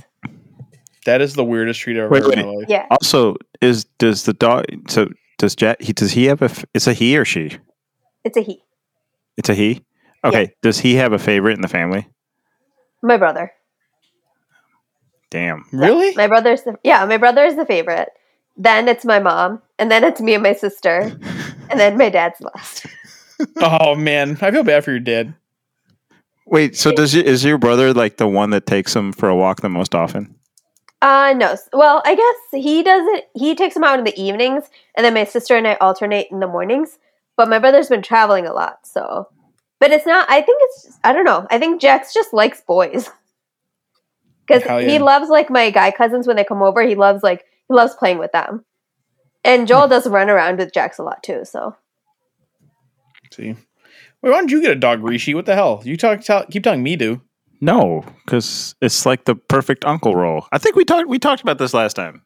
[SPEAKER 2] That is the weirdest treat I've ever
[SPEAKER 1] Wait,
[SPEAKER 2] heard
[SPEAKER 1] wait.
[SPEAKER 2] in my life.
[SPEAKER 3] Yeah.
[SPEAKER 1] Also, is does the dog? So does Jack? He does he have a? f- It's a he or she?
[SPEAKER 3] It's a he.
[SPEAKER 1] It's a he. Okay. Does he have a favorite in the family?
[SPEAKER 3] My brother.
[SPEAKER 1] Damn.
[SPEAKER 2] Really?
[SPEAKER 3] My brother's the yeah, my brother is the favorite. Then it's my mom, and then it's me and my sister, and then my dad's last.
[SPEAKER 2] Oh man, I feel bad for your dad.
[SPEAKER 1] Wait. So does your, is your brother like the one that takes him for a walk the most often?
[SPEAKER 3] Uh no. s- Well, I guess he doesn't he takes him out in the evenings and then my sister and I alternate in the mornings. But my brother's been traveling a lot, so but it's not I think it's just, I don't know. I think Jax just likes boys. Cuz
[SPEAKER 2] Hell
[SPEAKER 3] he
[SPEAKER 2] yeah.
[SPEAKER 3] loves like my guy cousins when they come over. He loves like he loves playing with them. And Joel does run around with Jax a lot too, so
[SPEAKER 2] See, wait, why don't you get a dog, Rishi? What the hell? You talk, tell, keep telling me to.
[SPEAKER 1] No, because it's like the perfect uncle role. I think we talked we talked about this last time.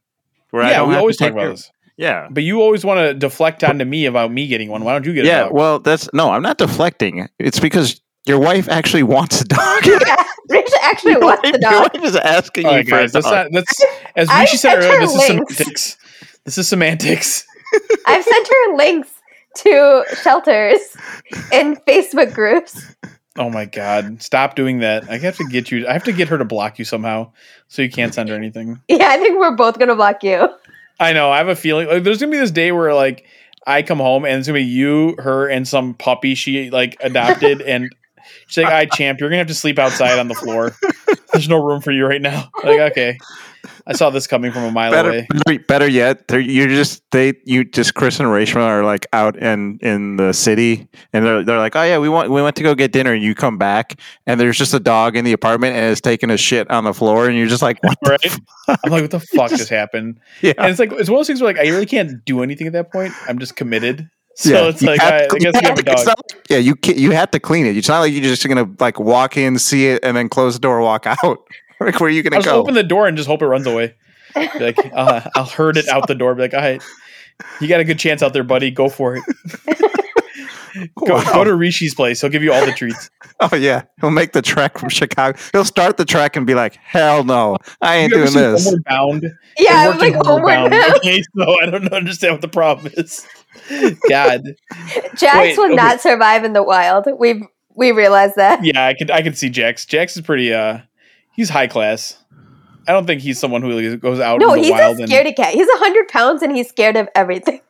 [SPEAKER 1] Where
[SPEAKER 2] yeah, we
[SPEAKER 1] have to
[SPEAKER 2] always talk
[SPEAKER 1] take
[SPEAKER 2] about
[SPEAKER 1] care-
[SPEAKER 2] this.
[SPEAKER 1] Yeah.
[SPEAKER 2] But you always want to deflect onto me about me getting one. Why don't you get a
[SPEAKER 1] Yeah,
[SPEAKER 2] dog?
[SPEAKER 1] well, that's no, I'm not deflecting. It's because your wife actually wants a dog.
[SPEAKER 3] yeah, Rich actually
[SPEAKER 1] your,
[SPEAKER 3] wants
[SPEAKER 1] wife,
[SPEAKER 3] the
[SPEAKER 1] your
[SPEAKER 3] dog.
[SPEAKER 1] wife is asking
[SPEAKER 2] All
[SPEAKER 1] you
[SPEAKER 2] right,
[SPEAKER 1] for
[SPEAKER 2] guys,
[SPEAKER 1] a
[SPEAKER 2] that's
[SPEAKER 1] dog.
[SPEAKER 2] not that's as
[SPEAKER 3] I
[SPEAKER 2] Rishi said
[SPEAKER 3] sent
[SPEAKER 2] earlier.
[SPEAKER 3] her
[SPEAKER 2] This
[SPEAKER 3] links.
[SPEAKER 2] is semantics. This is semantics.
[SPEAKER 3] I've sent her links to shelters and Facebook groups.
[SPEAKER 2] Oh my god! Stop doing that. I have to get you. I have to get her to block you somehow, so you can't send her anything.
[SPEAKER 3] Yeah, I think we're both gonna block you.
[SPEAKER 2] I know. I have a feeling. Like, there's gonna be this day where like I come home and it's gonna be you, her, and some puppy she like adopted, and she's like, "I champ, you're gonna have to sleep outside on the floor. There's no room for you right now." Like, okay, I saw this coming from a mile
[SPEAKER 1] better,
[SPEAKER 2] away.
[SPEAKER 1] better, better yet, they're- you're just they you just Chris and Rachel are like out and in the city, and they're, they're like, oh yeah, we want we went to go get dinner, and you come back, and there's just a dog in the apartment, and it's taking a shit on the floor, and you're just like, what? the
[SPEAKER 2] Right?
[SPEAKER 1] f-
[SPEAKER 2] I'm like, what the fuck just happened?
[SPEAKER 1] Yeah.
[SPEAKER 2] and it's like it's one of those things where like I really can't do anything at that point. I'm just committed. So
[SPEAKER 1] Yeah,
[SPEAKER 2] it's
[SPEAKER 1] you
[SPEAKER 2] like
[SPEAKER 1] have
[SPEAKER 2] I, I
[SPEAKER 1] to- you
[SPEAKER 2] guess you
[SPEAKER 1] have
[SPEAKER 2] have a
[SPEAKER 1] to- it's
[SPEAKER 2] dog.
[SPEAKER 1] not like- yeah, you ca- you have to clean it. It's not like you're just gonna like walk in, see it, and then close the door, walk out. like, where are you
[SPEAKER 2] I'll
[SPEAKER 1] gonna
[SPEAKER 2] just
[SPEAKER 1] go?
[SPEAKER 2] open the door and just hope it runs away. Be like uh, I'll herd it out the door. Be like, all right, you got a good chance out there, buddy. Go for it. Go,
[SPEAKER 1] Wow.
[SPEAKER 2] go to Rishi's place. He'll give you all the treats.
[SPEAKER 1] oh yeah, he'll make the trek from Chicago. He'll start the trek and be like, "Hell no, I ain't
[SPEAKER 2] You ever
[SPEAKER 1] doing
[SPEAKER 2] seen
[SPEAKER 1] this."
[SPEAKER 2] Homeward Bound? It
[SPEAKER 3] Yeah, I was
[SPEAKER 2] worked in
[SPEAKER 3] like, oh homeward bound.
[SPEAKER 2] Okay, so I don't understand what the problem is. God,
[SPEAKER 3] Jax
[SPEAKER 2] Wait,
[SPEAKER 3] will
[SPEAKER 2] okay.
[SPEAKER 3] not survive in the wild. We've we realize that.
[SPEAKER 2] yeah, I could I could see Jax. Jax is pretty. uh He's high class. I don't think he's someone who goes out.
[SPEAKER 3] no,
[SPEAKER 2] in the
[SPEAKER 3] he's
[SPEAKER 2] wild
[SPEAKER 3] a
[SPEAKER 2] and-
[SPEAKER 3] scaredy cat. He's hundred pounds and he's scared of everything.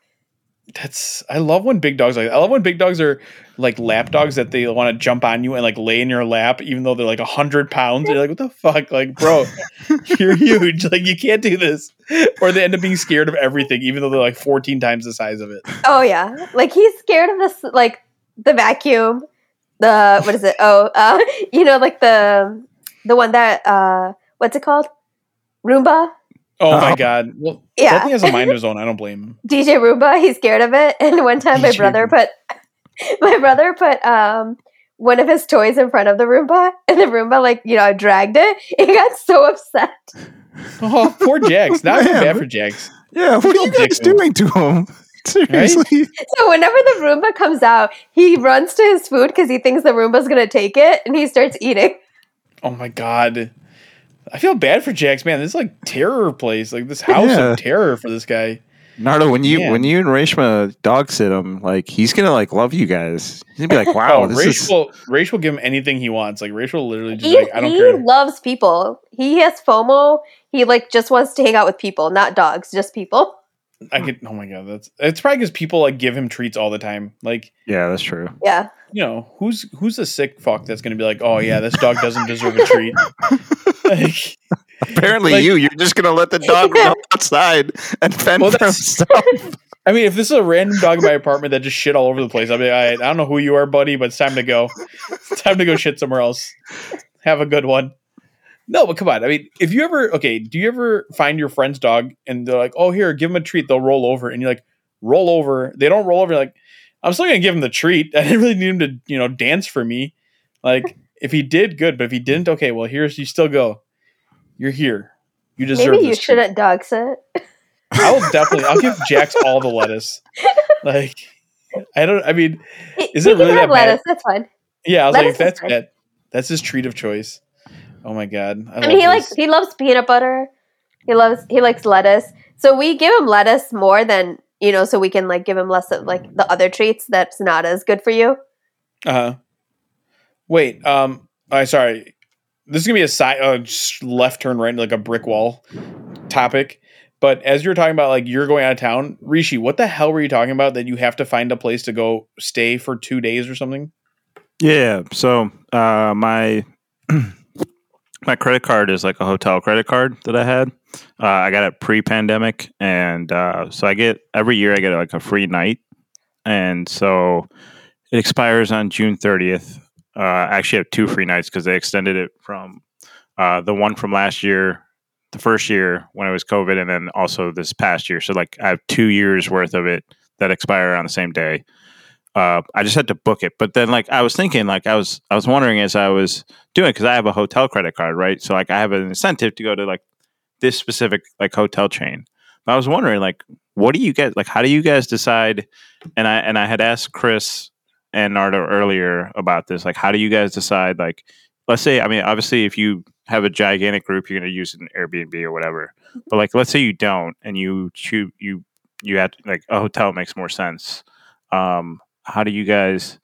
[SPEAKER 2] That's I love when big dogs like I love when big dogs are like lap dogs that they want to jump on you and like lay in your lap even though they're like a hundred pounds. You're like, what the fuck? Like, bro, you're huge. Like you can't do this. Or they end up being scared of everything, even though they're like 14 times the size of it.
[SPEAKER 3] Oh yeah, like he's scared of this, like the vacuum, the what is it? Oh, uh, you know, like the the one that uh, what's it called? Roomba,
[SPEAKER 2] Oh my
[SPEAKER 1] Oh.
[SPEAKER 2] god. Well
[SPEAKER 3] Yeah.
[SPEAKER 2] that thing has a mind of his own. I don't blame him.
[SPEAKER 3] DJ Roomba. He's scared of it. And one time, my
[SPEAKER 2] DJ
[SPEAKER 3] brother put my brother put um one of his toys in front of the Roomba, and the Roomba like you know dragged it. It got so upset.
[SPEAKER 2] Oh, poor Jax. Not
[SPEAKER 1] Man.
[SPEAKER 2] bad for Jax.
[SPEAKER 1] yeah, what are you
[SPEAKER 2] Don't
[SPEAKER 1] guys
[SPEAKER 2] do it.
[SPEAKER 1] doing to him? Seriously,
[SPEAKER 3] So whenever the Roomba comes out, he runs to his food because he thinks the Roomba's gonna take it, and he starts eating.
[SPEAKER 2] Oh my god. I feel bad for Jax, man. This is like terror place. Like this house
[SPEAKER 1] Yeah.
[SPEAKER 2] of terror for this guy.
[SPEAKER 1] Nardo, when you
[SPEAKER 2] Man.
[SPEAKER 1] when you and Reshma dog sit him, like he's gonna like love you guys. He's gonna be like, wow,
[SPEAKER 2] Oh,
[SPEAKER 1] this
[SPEAKER 2] Rach
[SPEAKER 1] is
[SPEAKER 2] will Rach will give him anything he wants. Like Rach will literally just
[SPEAKER 3] He,
[SPEAKER 2] be like, I don't
[SPEAKER 3] he
[SPEAKER 2] care.
[SPEAKER 3] loves people. He has FOMO. He like just wants to hang out with people, not dogs, just people.
[SPEAKER 2] I could. Oh my god, that's it's probably because people like give him treats all the time. Like
[SPEAKER 1] yeah, that's true.
[SPEAKER 3] Yeah.
[SPEAKER 2] you know, who's who's a sick fuck that's gonna be like, oh yeah, this dog doesn't deserve a treat. Like,
[SPEAKER 1] Apparently,
[SPEAKER 2] Like-
[SPEAKER 1] you you're just gonna let the dog go outside and fend
[SPEAKER 2] Well,
[SPEAKER 1] for
[SPEAKER 2] that's-
[SPEAKER 1] himself.
[SPEAKER 2] I mean, if this is a random dog in my apartment that just shit all over the place, I'll be, I, I don't know who you are, buddy, but it's time to go. It's time to go shit somewhere else. Have a good one. No, but come on. I mean, if you ever, okay, do you ever find your friend's dog and they're like, oh, here, give him a treat. They'll roll over. And you're like, roll over. They don't roll over. You're like, I'm still going to give him the treat. I didn't really need him to, you know, dance for me. Like, if he did, good. But if he didn't, okay, well, here's, you still go. You're here. You deserve
[SPEAKER 3] Maybe you
[SPEAKER 2] this treat.
[SPEAKER 3] shouldn't dog sit.
[SPEAKER 2] I will definitely. I'll give Jax all the lettuce. Like, I don't. I mean,
[SPEAKER 3] He-
[SPEAKER 2] Is
[SPEAKER 3] he
[SPEAKER 2] it really
[SPEAKER 3] can have
[SPEAKER 2] that bad?
[SPEAKER 3] lettuce. That's fine.
[SPEAKER 2] yeah. I was
[SPEAKER 3] Lettuce
[SPEAKER 2] like,
[SPEAKER 3] is
[SPEAKER 2] that's
[SPEAKER 3] fine.
[SPEAKER 2] bad. That's his treat of choice. Oh my god.
[SPEAKER 3] I mean, he
[SPEAKER 2] love
[SPEAKER 3] likes
[SPEAKER 2] this.
[SPEAKER 3] he loves peanut butter. He loves he likes lettuce. So we give him lettuce more than you know, so we can like give him less of like the other treats that's not as good for you.
[SPEAKER 2] Uh-huh. Wait, um I sorry. This is going to be a side uh, just left turn right into like a brick wall topic. But as you're talking about like you're going out of town, Rishi, what the hell were you talking about that you have to find a place to go stay for 2 days or something?
[SPEAKER 1] Yeah. So uh, my my credit card is like a hotel credit card that I had. Uh, I got it pre-pandemic, and uh, so I get every year I get like a free night, and so it expires on June thirtieth. Uh, I actually have two free nights because they extended it from uh, the one from last year, the first year when it was COVID, and then also this past year. So like I have two years worth of it that expire on the same day uh, I just had to book it. But then, like, I was thinking, like, I was, I was wondering as I was doing because I have a hotel credit card, right? So, like, I have an incentive to go to like this specific like hotel chain. But I was wondering, like, what do you guys like? How do you guys decide? And I and I had asked Chris and Nardo earlier about this. Like, how do you guys decide? Like, let's say, I mean, obviously, if you have a gigantic group, you're going to use an Airbnb or whatever. But like, let's say you don't, and you choose you you have like a hotel makes more sense. Um, how do you guys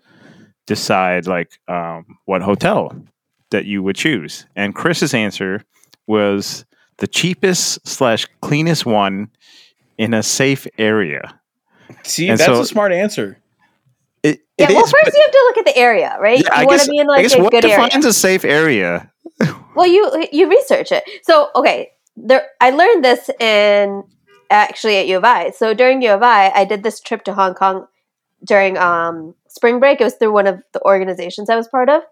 [SPEAKER 1] decide like um, what hotel that you would choose? And Chris's answer was the cheapest slash cleanest one in a safe area.
[SPEAKER 2] See,
[SPEAKER 1] And
[SPEAKER 2] that's
[SPEAKER 1] so-
[SPEAKER 2] a smart answer.
[SPEAKER 1] It,
[SPEAKER 3] Yeah,
[SPEAKER 1] it
[SPEAKER 3] well,
[SPEAKER 1] is,
[SPEAKER 3] first
[SPEAKER 1] but-
[SPEAKER 3] you have to look at the area, right?
[SPEAKER 1] yeah, I
[SPEAKER 3] you want
[SPEAKER 1] guess,
[SPEAKER 3] to be in
[SPEAKER 1] I
[SPEAKER 3] like
[SPEAKER 1] guess
[SPEAKER 3] a
[SPEAKER 1] what
[SPEAKER 3] good area.
[SPEAKER 1] defines a safe area?
[SPEAKER 3] Well, you you research it. So okay, there I learned this in actually at U of I. So during U of I, I did this trip to Hong Kong during um, spring break. It was through one of the organizations I was part of.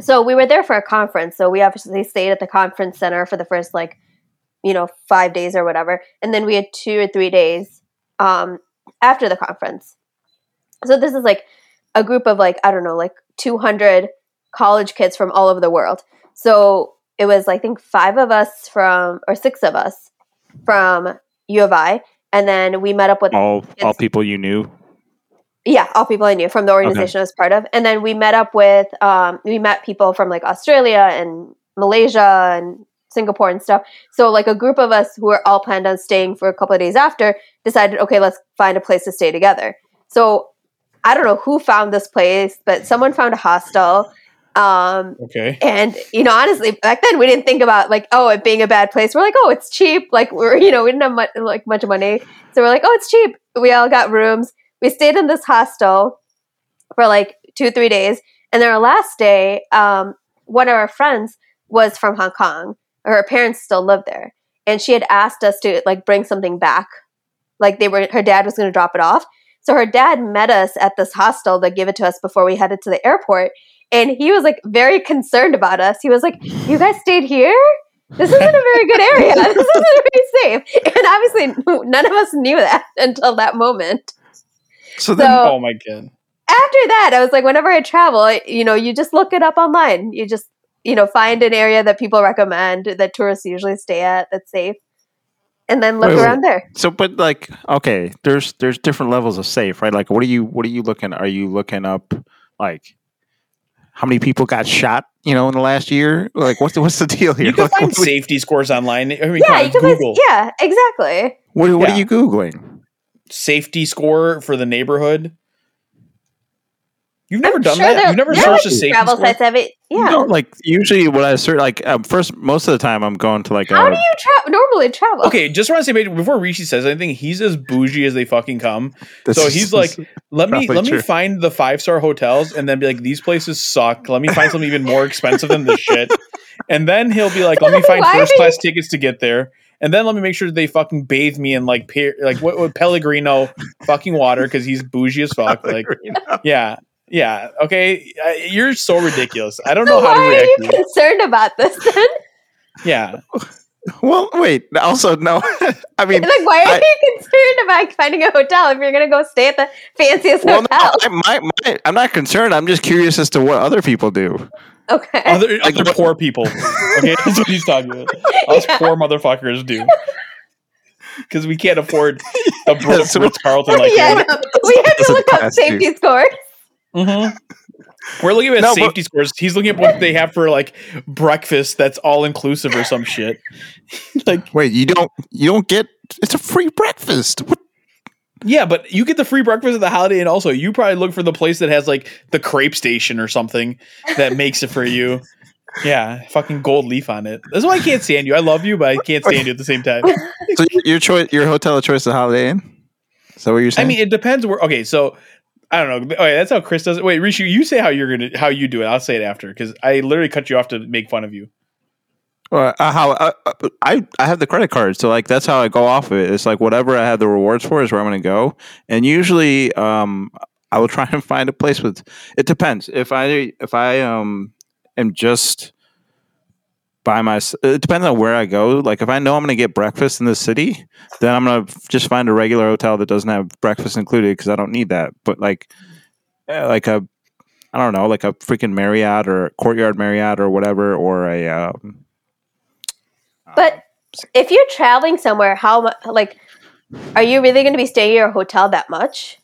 [SPEAKER 3] So we were there for a conference. So we obviously stayed at the conference center for the first like you know five days or whatever, and then we had two or three days um, after the conference. So this is like a group of like I don't know like two hundred college kids from all over the world. So it was, I think, five of us from, or six of us from U of I. And then we met up with,
[SPEAKER 1] All all
[SPEAKER 3] It's-
[SPEAKER 1] people you knew.
[SPEAKER 3] yeah, all people I knew from the organization I was part of. And then we met up with, um, we met people from like Australia and Malaysia and Singapore and stuff. So, like, a group of us who were all planned on staying for a couple of days after decided, okay, let's find a place to stay together. So, I don't know who found this place, but someone found a hostel. Um,
[SPEAKER 2] Okay.
[SPEAKER 3] and you know, honestly, back then we didn't think about like, oh, it being a bad place. We're like, oh, it's cheap. Like we're you know, we didn't have much like much money, so we're like, oh, it's cheap. We all got rooms. We stayed in this hostel for like two three days, and then our last day, um, one of our friends was from Hong Kong. Her parents still lived there, and she had asked us to like bring something back. Like they were, her dad was going to drop it off. So her dad met us at this hostel that gave it to us before we headed to the airport and he was like very concerned about us. He was like, "You guys stayed here? This isn't a very good area. This isn't very safe." And obviously, none of us knew that until that moment.
[SPEAKER 1] So
[SPEAKER 3] then- So-
[SPEAKER 2] oh my god.
[SPEAKER 3] After that, I was like, whenever I travel, I- you know, you just look it up online. You just, you know, find an area that people recommend that tourists usually stay at that's safe, and then look
[SPEAKER 1] Wait, wait.
[SPEAKER 3] around there.
[SPEAKER 1] So, but like, okay, there's there's different levels of safe, right? Like, what are you what are you looking? Are you looking up like how many people got shot, you know, in the last year? Like, what's the, what's the deal here?
[SPEAKER 2] You can
[SPEAKER 1] What-
[SPEAKER 2] find
[SPEAKER 1] what, what,
[SPEAKER 2] safety scores online. I mean,
[SPEAKER 3] yeah, you can
[SPEAKER 2] Google
[SPEAKER 3] Always, yeah, exactly.
[SPEAKER 1] what,
[SPEAKER 2] yeah.
[SPEAKER 1] are you googling?
[SPEAKER 2] safety score for the neighborhood. You've never
[SPEAKER 3] I'm
[SPEAKER 2] done
[SPEAKER 3] sure
[SPEAKER 2] that.
[SPEAKER 3] there-
[SPEAKER 2] You've never
[SPEAKER 3] there
[SPEAKER 2] searched
[SPEAKER 3] are
[SPEAKER 2] a safety
[SPEAKER 3] travel
[SPEAKER 2] score.
[SPEAKER 3] sites have it. Yeah.
[SPEAKER 1] No, like usually when I search, like um, first most of the time I'm going to like
[SPEAKER 3] How
[SPEAKER 1] a,
[SPEAKER 3] do you tra- normally travel?
[SPEAKER 2] Okay, just want to say before Rishi says anything, he's as bougie as they fucking come.
[SPEAKER 1] this
[SPEAKER 2] so
[SPEAKER 1] is-
[SPEAKER 2] he's like, Let me
[SPEAKER 1] Probably
[SPEAKER 2] let me
[SPEAKER 1] true.
[SPEAKER 2] find the five star hotels and then be like, these places suck. Let me find something even more expensive than this shit. And then he'll be like, let me find
[SPEAKER 3] Why are
[SPEAKER 2] first class tickets to get there. And then let me make sure they fucking bathe me in like pe- like what, what Pellegrino fucking water because he's bougie as fuck. Like yeah yeah okay, uh, you're so ridiculous. I don't
[SPEAKER 3] So
[SPEAKER 2] know how
[SPEAKER 3] why
[SPEAKER 2] to
[SPEAKER 3] are
[SPEAKER 2] react.
[SPEAKER 3] you
[SPEAKER 2] to you.
[SPEAKER 3] concerned about this then?
[SPEAKER 2] Yeah,
[SPEAKER 1] well, wait. Also, no. I mean,
[SPEAKER 3] like, why are
[SPEAKER 1] I-
[SPEAKER 3] you concerned about finding a hotel if you're going to go stay at the fanciest
[SPEAKER 1] well, no,
[SPEAKER 3] hotel?
[SPEAKER 1] I, my, my, I'm not concerned. I'm just curious as to what other people do.
[SPEAKER 3] okay.
[SPEAKER 2] other
[SPEAKER 1] Like
[SPEAKER 2] other
[SPEAKER 1] what-
[SPEAKER 2] poor people. Okay, that's what he's talking about. Us
[SPEAKER 3] Yeah.
[SPEAKER 2] poor motherfuckers do. Because we can't afford a
[SPEAKER 1] Yes,
[SPEAKER 2] Ritz Carlton like
[SPEAKER 3] yeah,
[SPEAKER 2] that.
[SPEAKER 3] no, we have to
[SPEAKER 1] doesn't
[SPEAKER 3] look up
[SPEAKER 1] pass,
[SPEAKER 3] safety scores.
[SPEAKER 2] Mhm. We're looking at
[SPEAKER 1] No, but-
[SPEAKER 2] safety scores. He's looking at what they have for like breakfast that's all inclusive or some shit. like,
[SPEAKER 1] Wait, you don't you don't get it's a free breakfast. What?
[SPEAKER 2] yeah, but you get the free breakfast at the Holiday Inn. Also, you probably look for the place that has like the crepe station or something that makes it for you. Yeah, fucking gold leaf on it. That's why I can't stand you. I love you, but I can't stand you at the same time.
[SPEAKER 1] So your- your choice, your hotel of choice, is Holiday Inn. Is that what you're
[SPEAKER 2] I
[SPEAKER 1] saying?
[SPEAKER 2] mean, it depends where. Okay, so I don't know. Okay, that's how Chris does it. Wait, Rishu, you say how you're gonna how you do it. I'll say it after because I literally cut you off to make fun of you.
[SPEAKER 1] Or, uh, how uh, uh, I I have the credit card, so like that's how I go off of it. It's like whatever I have the rewards for is where I'm going to go, and usually um I will try and find a place with. It depends if I if I um am just by my. It depends on where I go. Like if I know I'm going to get breakfast in the city, then I'm going to just find a regular hotel that doesn't have breakfast included because I don't need that. But like uh, like a I don't know like a freaking Marriott or Courtyard Marriott or whatever or a. Um,
[SPEAKER 3] But if you're traveling somewhere, how much, like, are you really going to be staying at your hotel that much?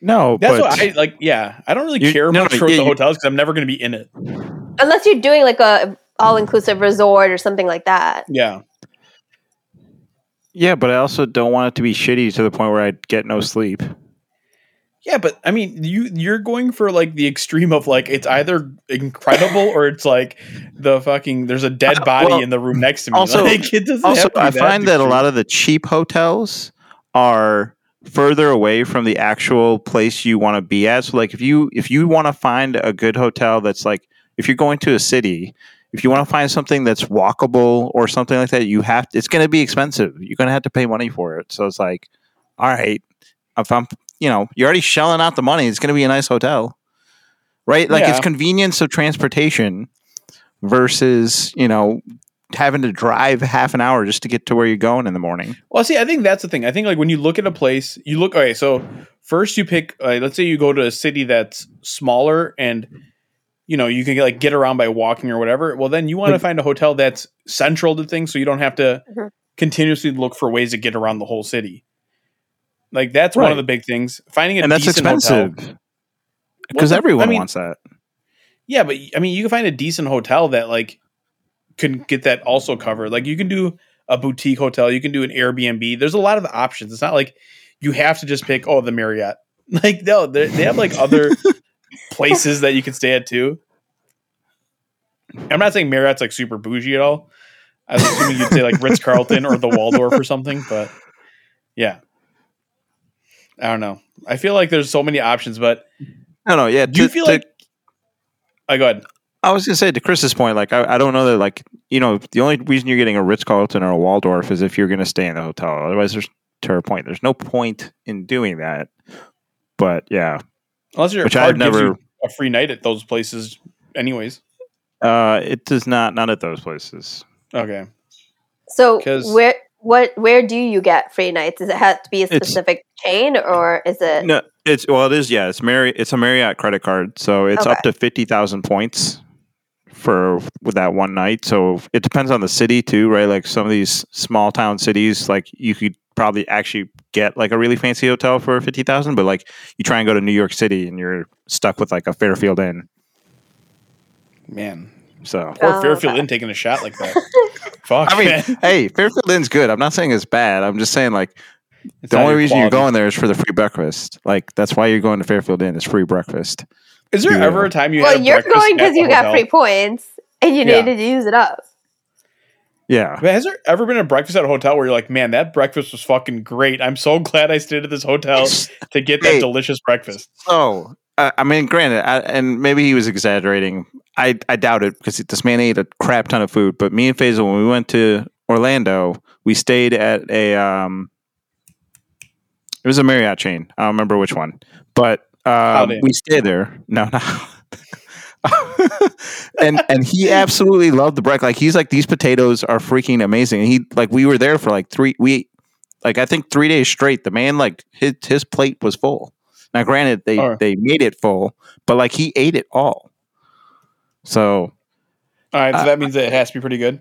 [SPEAKER 1] No,
[SPEAKER 2] That's
[SPEAKER 1] but
[SPEAKER 2] what I like. Yeah, I don't really
[SPEAKER 1] You-
[SPEAKER 2] care
[SPEAKER 1] no,
[SPEAKER 2] much
[SPEAKER 1] no,
[SPEAKER 2] for
[SPEAKER 1] yeah,
[SPEAKER 2] the
[SPEAKER 1] you-
[SPEAKER 2] hotels because I'm never gonna be in it.
[SPEAKER 3] Unless you're doing like a all inclusive resort or something like that.
[SPEAKER 2] Yeah,
[SPEAKER 1] yeah, but I also don't want it to be shitty to the point where I get no sleep.
[SPEAKER 2] yeah, but I mean, you you're going for like the extreme of like it's either incredible or it's like the fucking there's a dead body
[SPEAKER 1] Uh, well,
[SPEAKER 2] in the room next to me.
[SPEAKER 1] also-
[SPEAKER 2] Like, it doesn't
[SPEAKER 1] Also,
[SPEAKER 2] have to be
[SPEAKER 1] I find that a
[SPEAKER 2] extreme.
[SPEAKER 1] lot of the cheap hotels are further away from the actual place you want to be at. So like if you if you want to find a good hotel that's like if you're going to a city, if you want to find something that's walkable or something like that, you have it's going to be expensive. You're going to have to pay money for it. So it's like all right, if I'm you know, you're already shelling out the money, it's going to be a nice hotel. Right? Like
[SPEAKER 2] Yeah.
[SPEAKER 1] it's convenience of transportation versus, you know, having to drive half an hour just to get to where you're going in the morning.
[SPEAKER 2] Well, see, I think that's the thing. I think like when you look at a place, you look. Okay, so first you pick. Uh, let's say you go to a city that's smaller, and you know you can like get around by walking or whatever. Well, then you want to
[SPEAKER 1] Like-
[SPEAKER 2] find a hotel that's central to things, so you don't have to
[SPEAKER 3] Mhm.
[SPEAKER 2] continuously look for ways to get around the whole city. Like that's one
[SPEAKER 1] Right.
[SPEAKER 2] of the big things. Finding a
[SPEAKER 1] and that's
[SPEAKER 2] decent
[SPEAKER 1] expensive.
[SPEAKER 2] hotel
[SPEAKER 1] Because
[SPEAKER 2] Well,
[SPEAKER 1] everyone
[SPEAKER 2] I mean,
[SPEAKER 1] wants that.
[SPEAKER 2] Yeah, but I mean, you can find a decent hotel that like can get that also covered. Like you can do a boutique hotel, you can do an Airbnb. There's a lot of options. It's not like you have to just pick oh the Marriott. Like no, they they have like other places that you can stay at too. I'm not saying Marriott's like super bougie at all. I was assuming you'd say like Ritz Carlton or the Waldorf or something, but yeah. I don't know. I feel like there's so many options, but
[SPEAKER 1] No, no, yeah.
[SPEAKER 2] do you
[SPEAKER 1] to-
[SPEAKER 2] feel
[SPEAKER 1] to-
[SPEAKER 2] like I go ahead.
[SPEAKER 1] I was gonna say to Chris's point, like I, I don't know that like you know the only reason you're getting a Ritz Carlton or a Waldorf is if you're gonna stay in the hotel. Otherwise, there's to her point, there's no point in doing that. But yeah,
[SPEAKER 2] Unless your
[SPEAKER 1] Which
[SPEAKER 2] card
[SPEAKER 1] I've
[SPEAKER 2] gives
[SPEAKER 1] never-
[SPEAKER 2] you a free night at those places, anyways.
[SPEAKER 1] uh, it does not not at those places.
[SPEAKER 2] Okay.
[SPEAKER 3] So
[SPEAKER 2] 'Cause-
[SPEAKER 3] where what where do you get free nights? Does it have to be a
[SPEAKER 1] It's-
[SPEAKER 3] specific chain or is it
[SPEAKER 1] No, it's well, it is. Yeah, it's Mary. It's a Marriott credit card, so it's up to fifty thousand points for with that one night. So it depends on the city too, right? Like some of these small town cities, like you could probably actually get like a really fancy hotel for fifty thousand, but like you try and go to New York City and you're stuck with like a Fairfield Inn.
[SPEAKER 2] man.
[SPEAKER 1] So
[SPEAKER 2] Or
[SPEAKER 3] Oh,
[SPEAKER 2] Fairfield
[SPEAKER 3] okay.
[SPEAKER 2] Lynn taking a shot like that. Fuck.
[SPEAKER 1] I mean,
[SPEAKER 2] man.
[SPEAKER 1] hey, Fairfield Inn's good. I'm not saying it's bad. I'm just saying like
[SPEAKER 2] It's
[SPEAKER 1] the
[SPEAKER 2] not
[SPEAKER 1] only
[SPEAKER 2] your
[SPEAKER 1] reason
[SPEAKER 2] quality.
[SPEAKER 1] you're going there is for the free breakfast. Like that's why you're going to Fairfield Inn. It's free breakfast.
[SPEAKER 2] Is there
[SPEAKER 1] Yeah.
[SPEAKER 2] ever a time you?
[SPEAKER 3] well,
[SPEAKER 2] had a
[SPEAKER 3] you're
[SPEAKER 2] breakfast
[SPEAKER 3] going
[SPEAKER 2] at
[SPEAKER 3] because
[SPEAKER 2] the
[SPEAKER 3] you got
[SPEAKER 2] hotel?
[SPEAKER 3] free points and you
[SPEAKER 2] Yeah.
[SPEAKER 3] needed to use it up.
[SPEAKER 1] Yeah.
[SPEAKER 2] But has there ever been a breakfast at a hotel where you're like, man, that breakfast was fucking great. I'm so glad I stayed at this hotel to get that
[SPEAKER 1] Hey.
[SPEAKER 2] delicious breakfast.
[SPEAKER 1] So I I mean, granted, I, and maybe he was exaggerating. I I doubt it because this man ate a crap ton of food. But me and Faisal, when we went to Orlando, we stayed at a um, it was a Marriott chain. I don't remember which one, but um,
[SPEAKER 2] Holiday.
[SPEAKER 1] we stayed there. No, no. and and he absolutely loved the breakfast. Like he's like these potatoes are freaking amazing. And he like we were there for like three we like I think three days straight. The man like his his plate was full. Now, granted, they
[SPEAKER 2] Alright.
[SPEAKER 1] they made it full, but like he ate it all. So
[SPEAKER 2] All right, so
[SPEAKER 1] Uh,
[SPEAKER 2] that means that it has to be pretty good.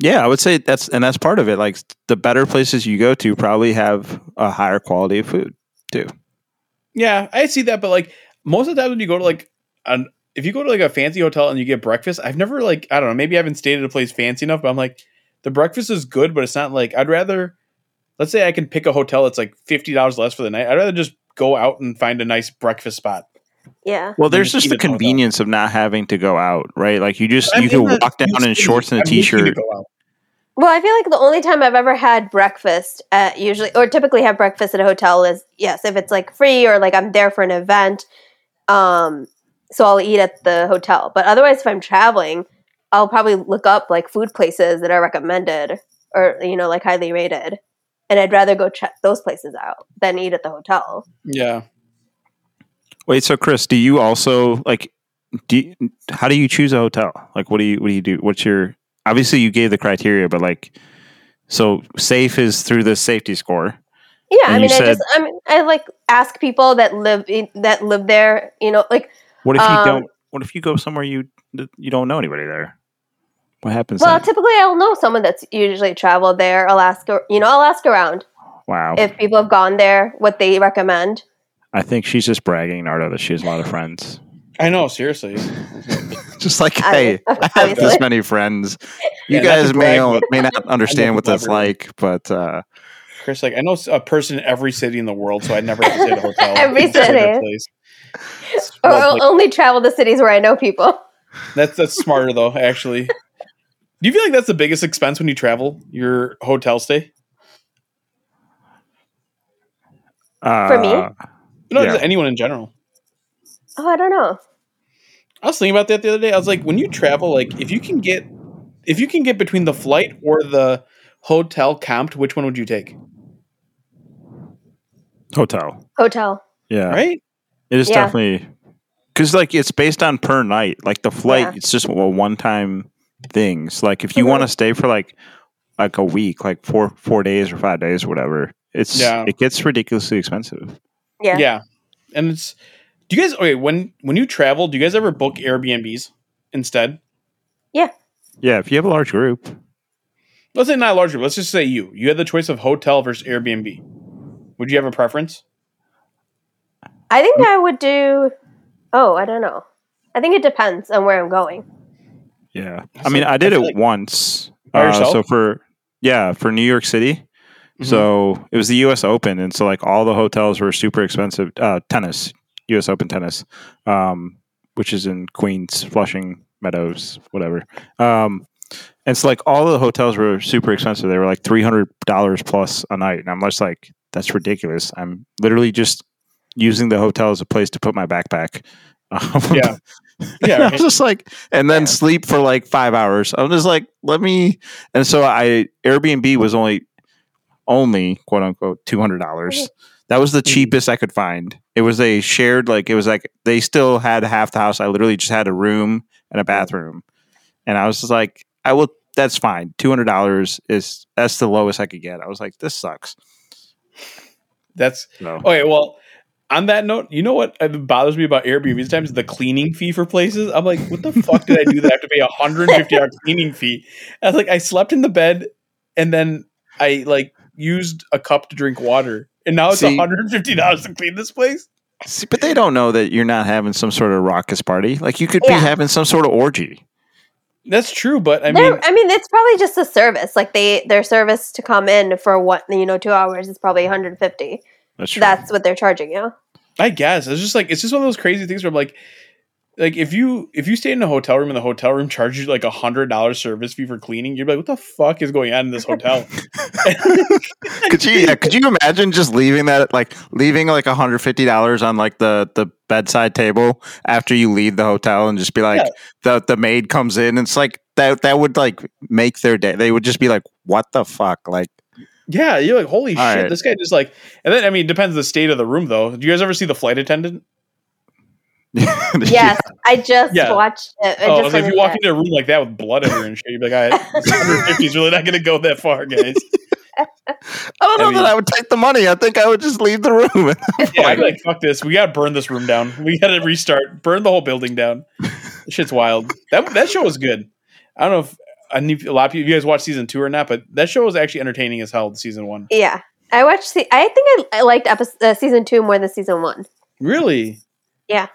[SPEAKER 1] yeah, I would say that's and that's part of it. Like the better places you go to probably have a higher quality of food.
[SPEAKER 2] Yeah, I see that, but like most of the time when you go to like an if you go to like a fancy hotel and you get breakfast, I've never like I don't know, maybe I haven't stayed at a place fancy enough, but I'm like the breakfast is good, but it's not like I'd rather let's say I can pick a hotel that's like fifty dollars less for the night. I'd rather just go out and find a nice breakfast spot.
[SPEAKER 3] Yeah.
[SPEAKER 1] Well,
[SPEAKER 2] They
[SPEAKER 1] there's
[SPEAKER 2] just
[SPEAKER 1] just
[SPEAKER 2] eat
[SPEAKER 1] the
[SPEAKER 2] it all, though.
[SPEAKER 1] convenience of not having to go out, right? Like you just
[SPEAKER 2] I'm
[SPEAKER 1] you can
[SPEAKER 2] not
[SPEAKER 1] walk down in
[SPEAKER 2] used to-
[SPEAKER 1] shorts and a
[SPEAKER 2] I'm used to
[SPEAKER 1] t-shirt.
[SPEAKER 2] go out.
[SPEAKER 3] Well, I feel like the only time I've ever had breakfast at usually or typically have breakfast at a hotel is yes, if it's like free or like I'm there for an event. Um so I'll eat at the hotel. But otherwise if I'm traveling, I'll probably look up like food places that are recommended or you know like highly rated. And I'd rather go check those places out than eat at the hotel.
[SPEAKER 2] Yeah.
[SPEAKER 1] Wait, so Chris, do you also like? Do you, how do you choose a hotel? Like, what do you what do you do? What's your obviously you gave the criteria, but like, so safe is through the safety score.
[SPEAKER 3] Yeah,
[SPEAKER 1] And
[SPEAKER 3] I
[SPEAKER 1] you
[SPEAKER 3] mean I
[SPEAKER 1] said-
[SPEAKER 3] just I mean I like ask people that live in, that live there, you know, like
[SPEAKER 1] What if you
[SPEAKER 2] Uh,
[SPEAKER 3] Um,
[SPEAKER 1] don't? What if you go somewhere you you don't know anybody there? What happens?
[SPEAKER 3] well,
[SPEAKER 1] then?
[SPEAKER 3] typically I'll know someone that's usually traveled there, I'll ask ar- you know, I'll ask around.
[SPEAKER 1] wow,
[SPEAKER 3] if people have gone there, what they recommend.
[SPEAKER 1] I think she's just bragging, Nardo, that she has a lot of friends.
[SPEAKER 2] I know, seriously.
[SPEAKER 1] Just like,
[SPEAKER 3] I-
[SPEAKER 1] hey, I have this
[SPEAKER 3] obviously.
[SPEAKER 1] many friends.
[SPEAKER 2] Yeah,
[SPEAKER 1] You
[SPEAKER 2] not to
[SPEAKER 1] guys may
[SPEAKER 2] brag,
[SPEAKER 1] o-
[SPEAKER 2] but
[SPEAKER 1] may not understand what that's
[SPEAKER 2] celebrity.
[SPEAKER 1] like, but uh,
[SPEAKER 2] Chris, like I know a person in every city in the world, so I never have to stay at a hotel.
[SPEAKER 3] Every
[SPEAKER 2] I'd stay at a
[SPEAKER 3] city.
[SPEAKER 2] place.
[SPEAKER 3] Or
[SPEAKER 2] Well,
[SPEAKER 3] I'll
[SPEAKER 2] like,
[SPEAKER 3] only travel to cities where I know people.
[SPEAKER 2] that's that's smarter though, actually. Do you feel like that's the biggest expense when you travel? Your hotel stay?
[SPEAKER 3] For me?
[SPEAKER 1] uh,
[SPEAKER 2] No,
[SPEAKER 1] Yeah.
[SPEAKER 2] just anyone in general.
[SPEAKER 3] Oh, I don't know.
[SPEAKER 2] I was thinking about that the other day. I was like, when you travel, like if you can get if you can get between the flight or the hotel comped, which one would you take?
[SPEAKER 1] hotel.
[SPEAKER 3] Hotel.
[SPEAKER 1] Yeah,
[SPEAKER 2] Right?
[SPEAKER 1] It is
[SPEAKER 3] Yeah.
[SPEAKER 1] definitely because like it's based on per night. Like the flight,
[SPEAKER 3] Yeah.
[SPEAKER 1] it's just a one time things. Like if you
[SPEAKER 3] Mhm.
[SPEAKER 1] want to stay for like like a week, like four four days or five days or whatever, it's
[SPEAKER 2] Yeah.
[SPEAKER 1] it gets ridiculously expensive.
[SPEAKER 3] Yeah.
[SPEAKER 2] yeah. And it's do you guys okay, when when you travel, do you guys ever book Airbnbs instead?
[SPEAKER 1] Yeah, if you have a large group,
[SPEAKER 2] Let's say not larger. Let's just say you. You had the choice of hotel versus Airbnb. Would you have a preference?
[SPEAKER 3] I think
[SPEAKER 2] Hmm.
[SPEAKER 3] I would do. Oh, I don't know. I think it depends on where I'm going.
[SPEAKER 1] yeah. I
[SPEAKER 2] So,
[SPEAKER 1] mean, I did
[SPEAKER 2] I
[SPEAKER 1] it
[SPEAKER 2] feel like-
[SPEAKER 1] once. uh,
[SPEAKER 2] By yourself?
[SPEAKER 1] so for yeah, for New York City.
[SPEAKER 2] Mm-hmm.
[SPEAKER 1] So it was the U.S. Open, and so like all the hotels were super expensive. Uh, tennis, U.S. Open tennis, um, which is in Queens, Flushing Meadows, whatever. Um, and so like all the hotels were super expensive. They were like three hundred dollars plus a night, and I'm just like, that's ridiculous. I'm literally just using the hotel as a place to put my backpack. Um,
[SPEAKER 2] Yeah. yeah,
[SPEAKER 1] and I
[SPEAKER 2] right.
[SPEAKER 1] was just like, and then
[SPEAKER 3] Yeah.
[SPEAKER 1] sleep for like five hours. I'm just like, let me. And so I Airbnb was only, only quote unquote two hundred dollars. That was the
[SPEAKER 2] Mhm.
[SPEAKER 1] cheapest I could find. It was a shared like it was like they still had half the house. I literally just had a room and a bathroom, and I was just like, I will. That's fine. Two hundred dollars is that's the lowest I could get. I was like, this sucks.
[SPEAKER 2] That's
[SPEAKER 1] So
[SPEAKER 2] okay. Well, on that note, you know what uh, bothers me about Airbnb sometimes the cleaning fee for places. I'm like, what the fuck did I do that I have to pay a hundred and fifty dollar cleaning fee? I was like, I slept in the bed and then I like used a cup to drink water, and now it's
[SPEAKER 1] See-
[SPEAKER 2] hundred and fifty dollars to clean this place.
[SPEAKER 1] See, but they don't know that you're not having some sort of raucous party. Like you could be
[SPEAKER 3] Yeah.
[SPEAKER 1] having some sort of orgy.
[SPEAKER 2] That's true, but I
[SPEAKER 3] They're-
[SPEAKER 2] mean,
[SPEAKER 3] I mean, it's probably just a service. Like they, their service to come in for what you know, two hours is probably 150.
[SPEAKER 1] That's true.
[SPEAKER 3] That's what they're charging you.
[SPEAKER 2] I guess it's just like it's just one of those crazy things where I'm like, like if you if you stay in a hotel room and the hotel room charges you like a hundred dollar service fee for cleaning, you're like, what the fuck is going on in this hotel?
[SPEAKER 1] could you yeah, could you imagine just leaving that like leaving like $150 on like the the bedside table after you leave the hotel and just be like the the maid comes in and it's like that that would like make their day. They would just be like what the fuck like
[SPEAKER 2] yeah, you're like, holy
[SPEAKER 1] All
[SPEAKER 2] shit,
[SPEAKER 1] right.
[SPEAKER 2] this guy just like, and then I mean, it depends on the state of the room though. Do you guys ever see the flight attendant?
[SPEAKER 3] Yes, I just
[SPEAKER 2] Yeah.
[SPEAKER 3] watched it. I
[SPEAKER 2] oh, I was like, if
[SPEAKER 3] just
[SPEAKER 2] you
[SPEAKER 3] finished
[SPEAKER 2] walk
[SPEAKER 3] it.
[SPEAKER 2] into a room like that with blood everywhere and shit, you'd be like, all right, this 150 is really not going to go that far, guys.
[SPEAKER 1] I don't know
[SPEAKER 2] I mean-
[SPEAKER 1] that I would take the money. I think I would just leave the room.
[SPEAKER 2] Yeah, I'd be like, fuck this. We got to burn this room down. We got to restart. Burn the whole building down. This Shit's wild. That that show was good. I don't know if I need a lot of people, you guys watch season two or not, but that show was actually entertaining as hell. Season one,
[SPEAKER 3] Yeah, I watched. The, I think I, I liked episode, uh, season two more than season one.
[SPEAKER 2] really.
[SPEAKER 3] Yeah.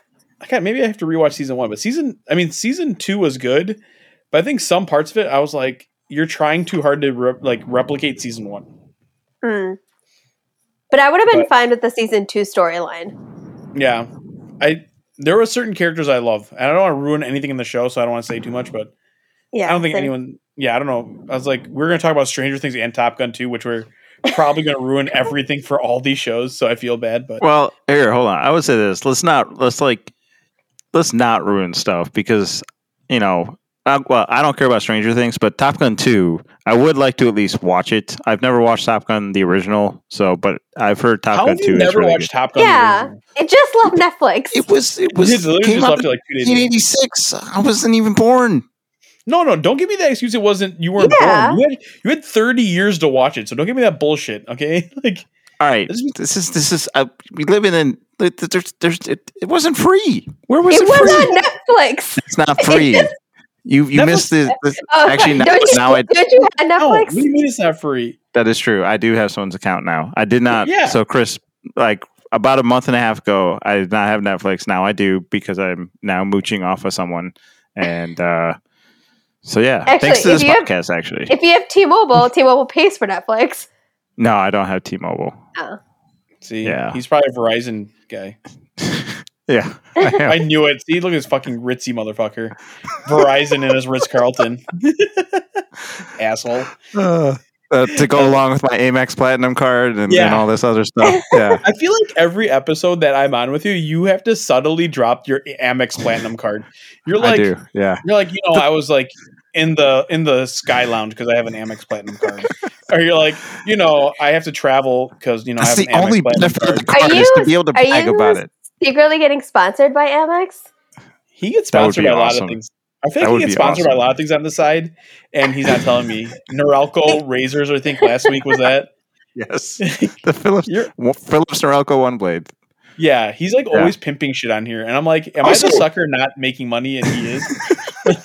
[SPEAKER 2] I got maybe I have to rewatch season one, but season I mean season two was good, but I think some parts of it I was like, you're trying too hard to re- like replicate season one.
[SPEAKER 3] Hmm. But I would have been
[SPEAKER 2] But-
[SPEAKER 3] fine with the season two storyline.
[SPEAKER 2] Yeah, I there were certain characters I love, and I don't want to ruin anything in the show, so I don't want to say too much, but.
[SPEAKER 3] Yeah,
[SPEAKER 2] I don't think
[SPEAKER 3] same.
[SPEAKER 2] anyone. Yeah, I don't know. I was like, we're gonna talk about Stranger Things and Top Gun too, which we're probably gonna ruin everything for all these shows. So I feel bad, but
[SPEAKER 1] Well, here, hold on. I would say this. Let's not let's like let's not ruin stuff because you know. I, well, I don't care about Stranger Things, but Top Gun Two, I would like to at least watch it. I've never watched Top Gun the original, so but I've heard Top
[SPEAKER 2] how
[SPEAKER 1] Gun
[SPEAKER 2] have
[SPEAKER 1] Two
[SPEAKER 2] you
[SPEAKER 1] is
[SPEAKER 2] never
[SPEAKER 1] really
[SPEAKER 2] watched Top Gun?
[SPEAKER 3] Yeah.
[SPEAKER 2] original?
[SPEAKER 3] It just left Netflix.
[SPEAKER 1] good. It was it
[SPEAKER 2] We
[SPEAKER 1] was
[SPEAKER 2] just literally
[SPEAKER 1] came
[SPEAKER 2] just
[SPEAKER 1] out
[SPEAKER 2] left
[SPEAKER 1] in
[SPEAKER 2] it like two days. ago.
[SPEAKER 1] 1986. I wasn't even born.
[SPEAKER 2] No, no, don't give me that excuse. It wasn't you weren't
[SPEAKER 3] Yeah.
[SPEAKER 2] born. You had you had thirty years to watch it, so don't give me that bullshit. Okay, like
[SPEAKER 1] All right,
[SPEAKER 2] This-
[SPEAKER 1] this is this is uh, we live in an there's, there's, it, it wasn't free. Where was
[SPEAKER 3] It
[SPEAKER 1] it,
[SPEAKER 3] was
[SPEAKER 1] free?
[SPEAKER 3] on Netflix.
[SPEAKER 1] it's not free. You you
[SPEAKER 2] Netflix-
[SPEAKER 1] missed the, the
[SPEAKER 3] Oh,
[SPEAKER 1] Actually, now-
[SPEAKER 3] don't you,
[SPEAKER 1] now I-
[SPEAKER 3] don't you have
[SPEAKER 2] no, what
[SPEAKER 3] Netflix?
[SPEAKER 2] do you mean it's not free?
[SPEAKER 1] That is true. I do have someone's account now. I did not.
[SPEAKER 2] Yeah.
[SPEAKER 1] So Chris, like about a month and a half ago, I did not have Netflix. Now I do because I'm now mooching off of someone, and uh, so yeah. Thanks
[SPEAKER 3] Actually,
[SPEAKER 1] to this
[SPEAKER 3] if you have-
[SPEAKER 1] podcast, actually.
[SPEAKER 3] If you have T-Mobile, T-Mobile pays for Netflix.
[SPEAKER 1] no, I don't have T-Mobile.
[SPEAKER 2] See,
[SPEAKER 1] Yeah.
[SPEAKER 2] he's probably a Verizon guy.
[SPEAKER 1] Yeah. I am.
[SPEAKER 2] I knew it. See, look at this fucking ritzy motherfucker, Verizon and his Ritz Carlton asshole.
[SPEAKER 1] Uh, uh, to go along with my Amex Platinum card and, and
[SPEAKER 2] Yeah.
[SPEAKER 1] all this other stuff. Yeah.
[SPEAKER 2] I feel like every episode that I'm on with you, you have to subtly drop your Amex Platinum card. You're
[SPEAKER 1] I
[SPEAKER 2] like,
[SPEAKER 1] do. Yeah.
[SPEAKER 2] you're like, you know, I was like in the in the Sky Lounge because I have an Amex Platinum card, or you're like, you know, I have to travel because you know
[SPEAKER 1] That's
[SPEAKER 2] I have
[SPEAKER 1] the
[SPEAKER 2] an Amex
[SPEAKER 1] only
[SPEAKER 2] Platinum
[SPEAKER 1] benefit of the
[SPEAKER 2] card.
[SPEAKER 3] Are
[SPEAKER 1] card is to
[SPEAKER 3] you-
[SPEAKER 1] be able to
[SPEAKER 3] are
[SPEAKER 1] brag
[SPEAKER 3] you-
[SPEAKER 1] about it.
[SPEAKER 3] Secretly getting sponsored by Amex.
[SPEAKER 2] He gets
[SPEAKER 1] That would
[SPEAKER 2] sponsored
[SPEAKER 1] be
[SPEAKER 2] by a lot
[SPEAKER 1] awesome.
[SPEAKER 2] of things. I
[SPEAKER 1] That
[SPEAKER 2] think
[SPEAKER 1] would
[SPEAKER 2] he gets
[SPEAKER 1] be
[SPEAKER 2] sponsored by a
[SPEAKER 1] awesome.
[SPEAKER 2] lot of things on the side, and he's not telling me. Norelco razors, I think last week was that.
[SPEAKER 1] Yes. The Phillips
[SPEAKER 2] You're,
[SPEAKER 1] Phillips Norelco one blade.
[SPEAKER 2] yeah, he's like
[SPEAKER 1] Yeah.
[SPEAKER 2] always pimping shit on here, and I'm like, am I
[SPEAKER 1] Also-
[SPEAKER 2] the sucker not making money? And he is.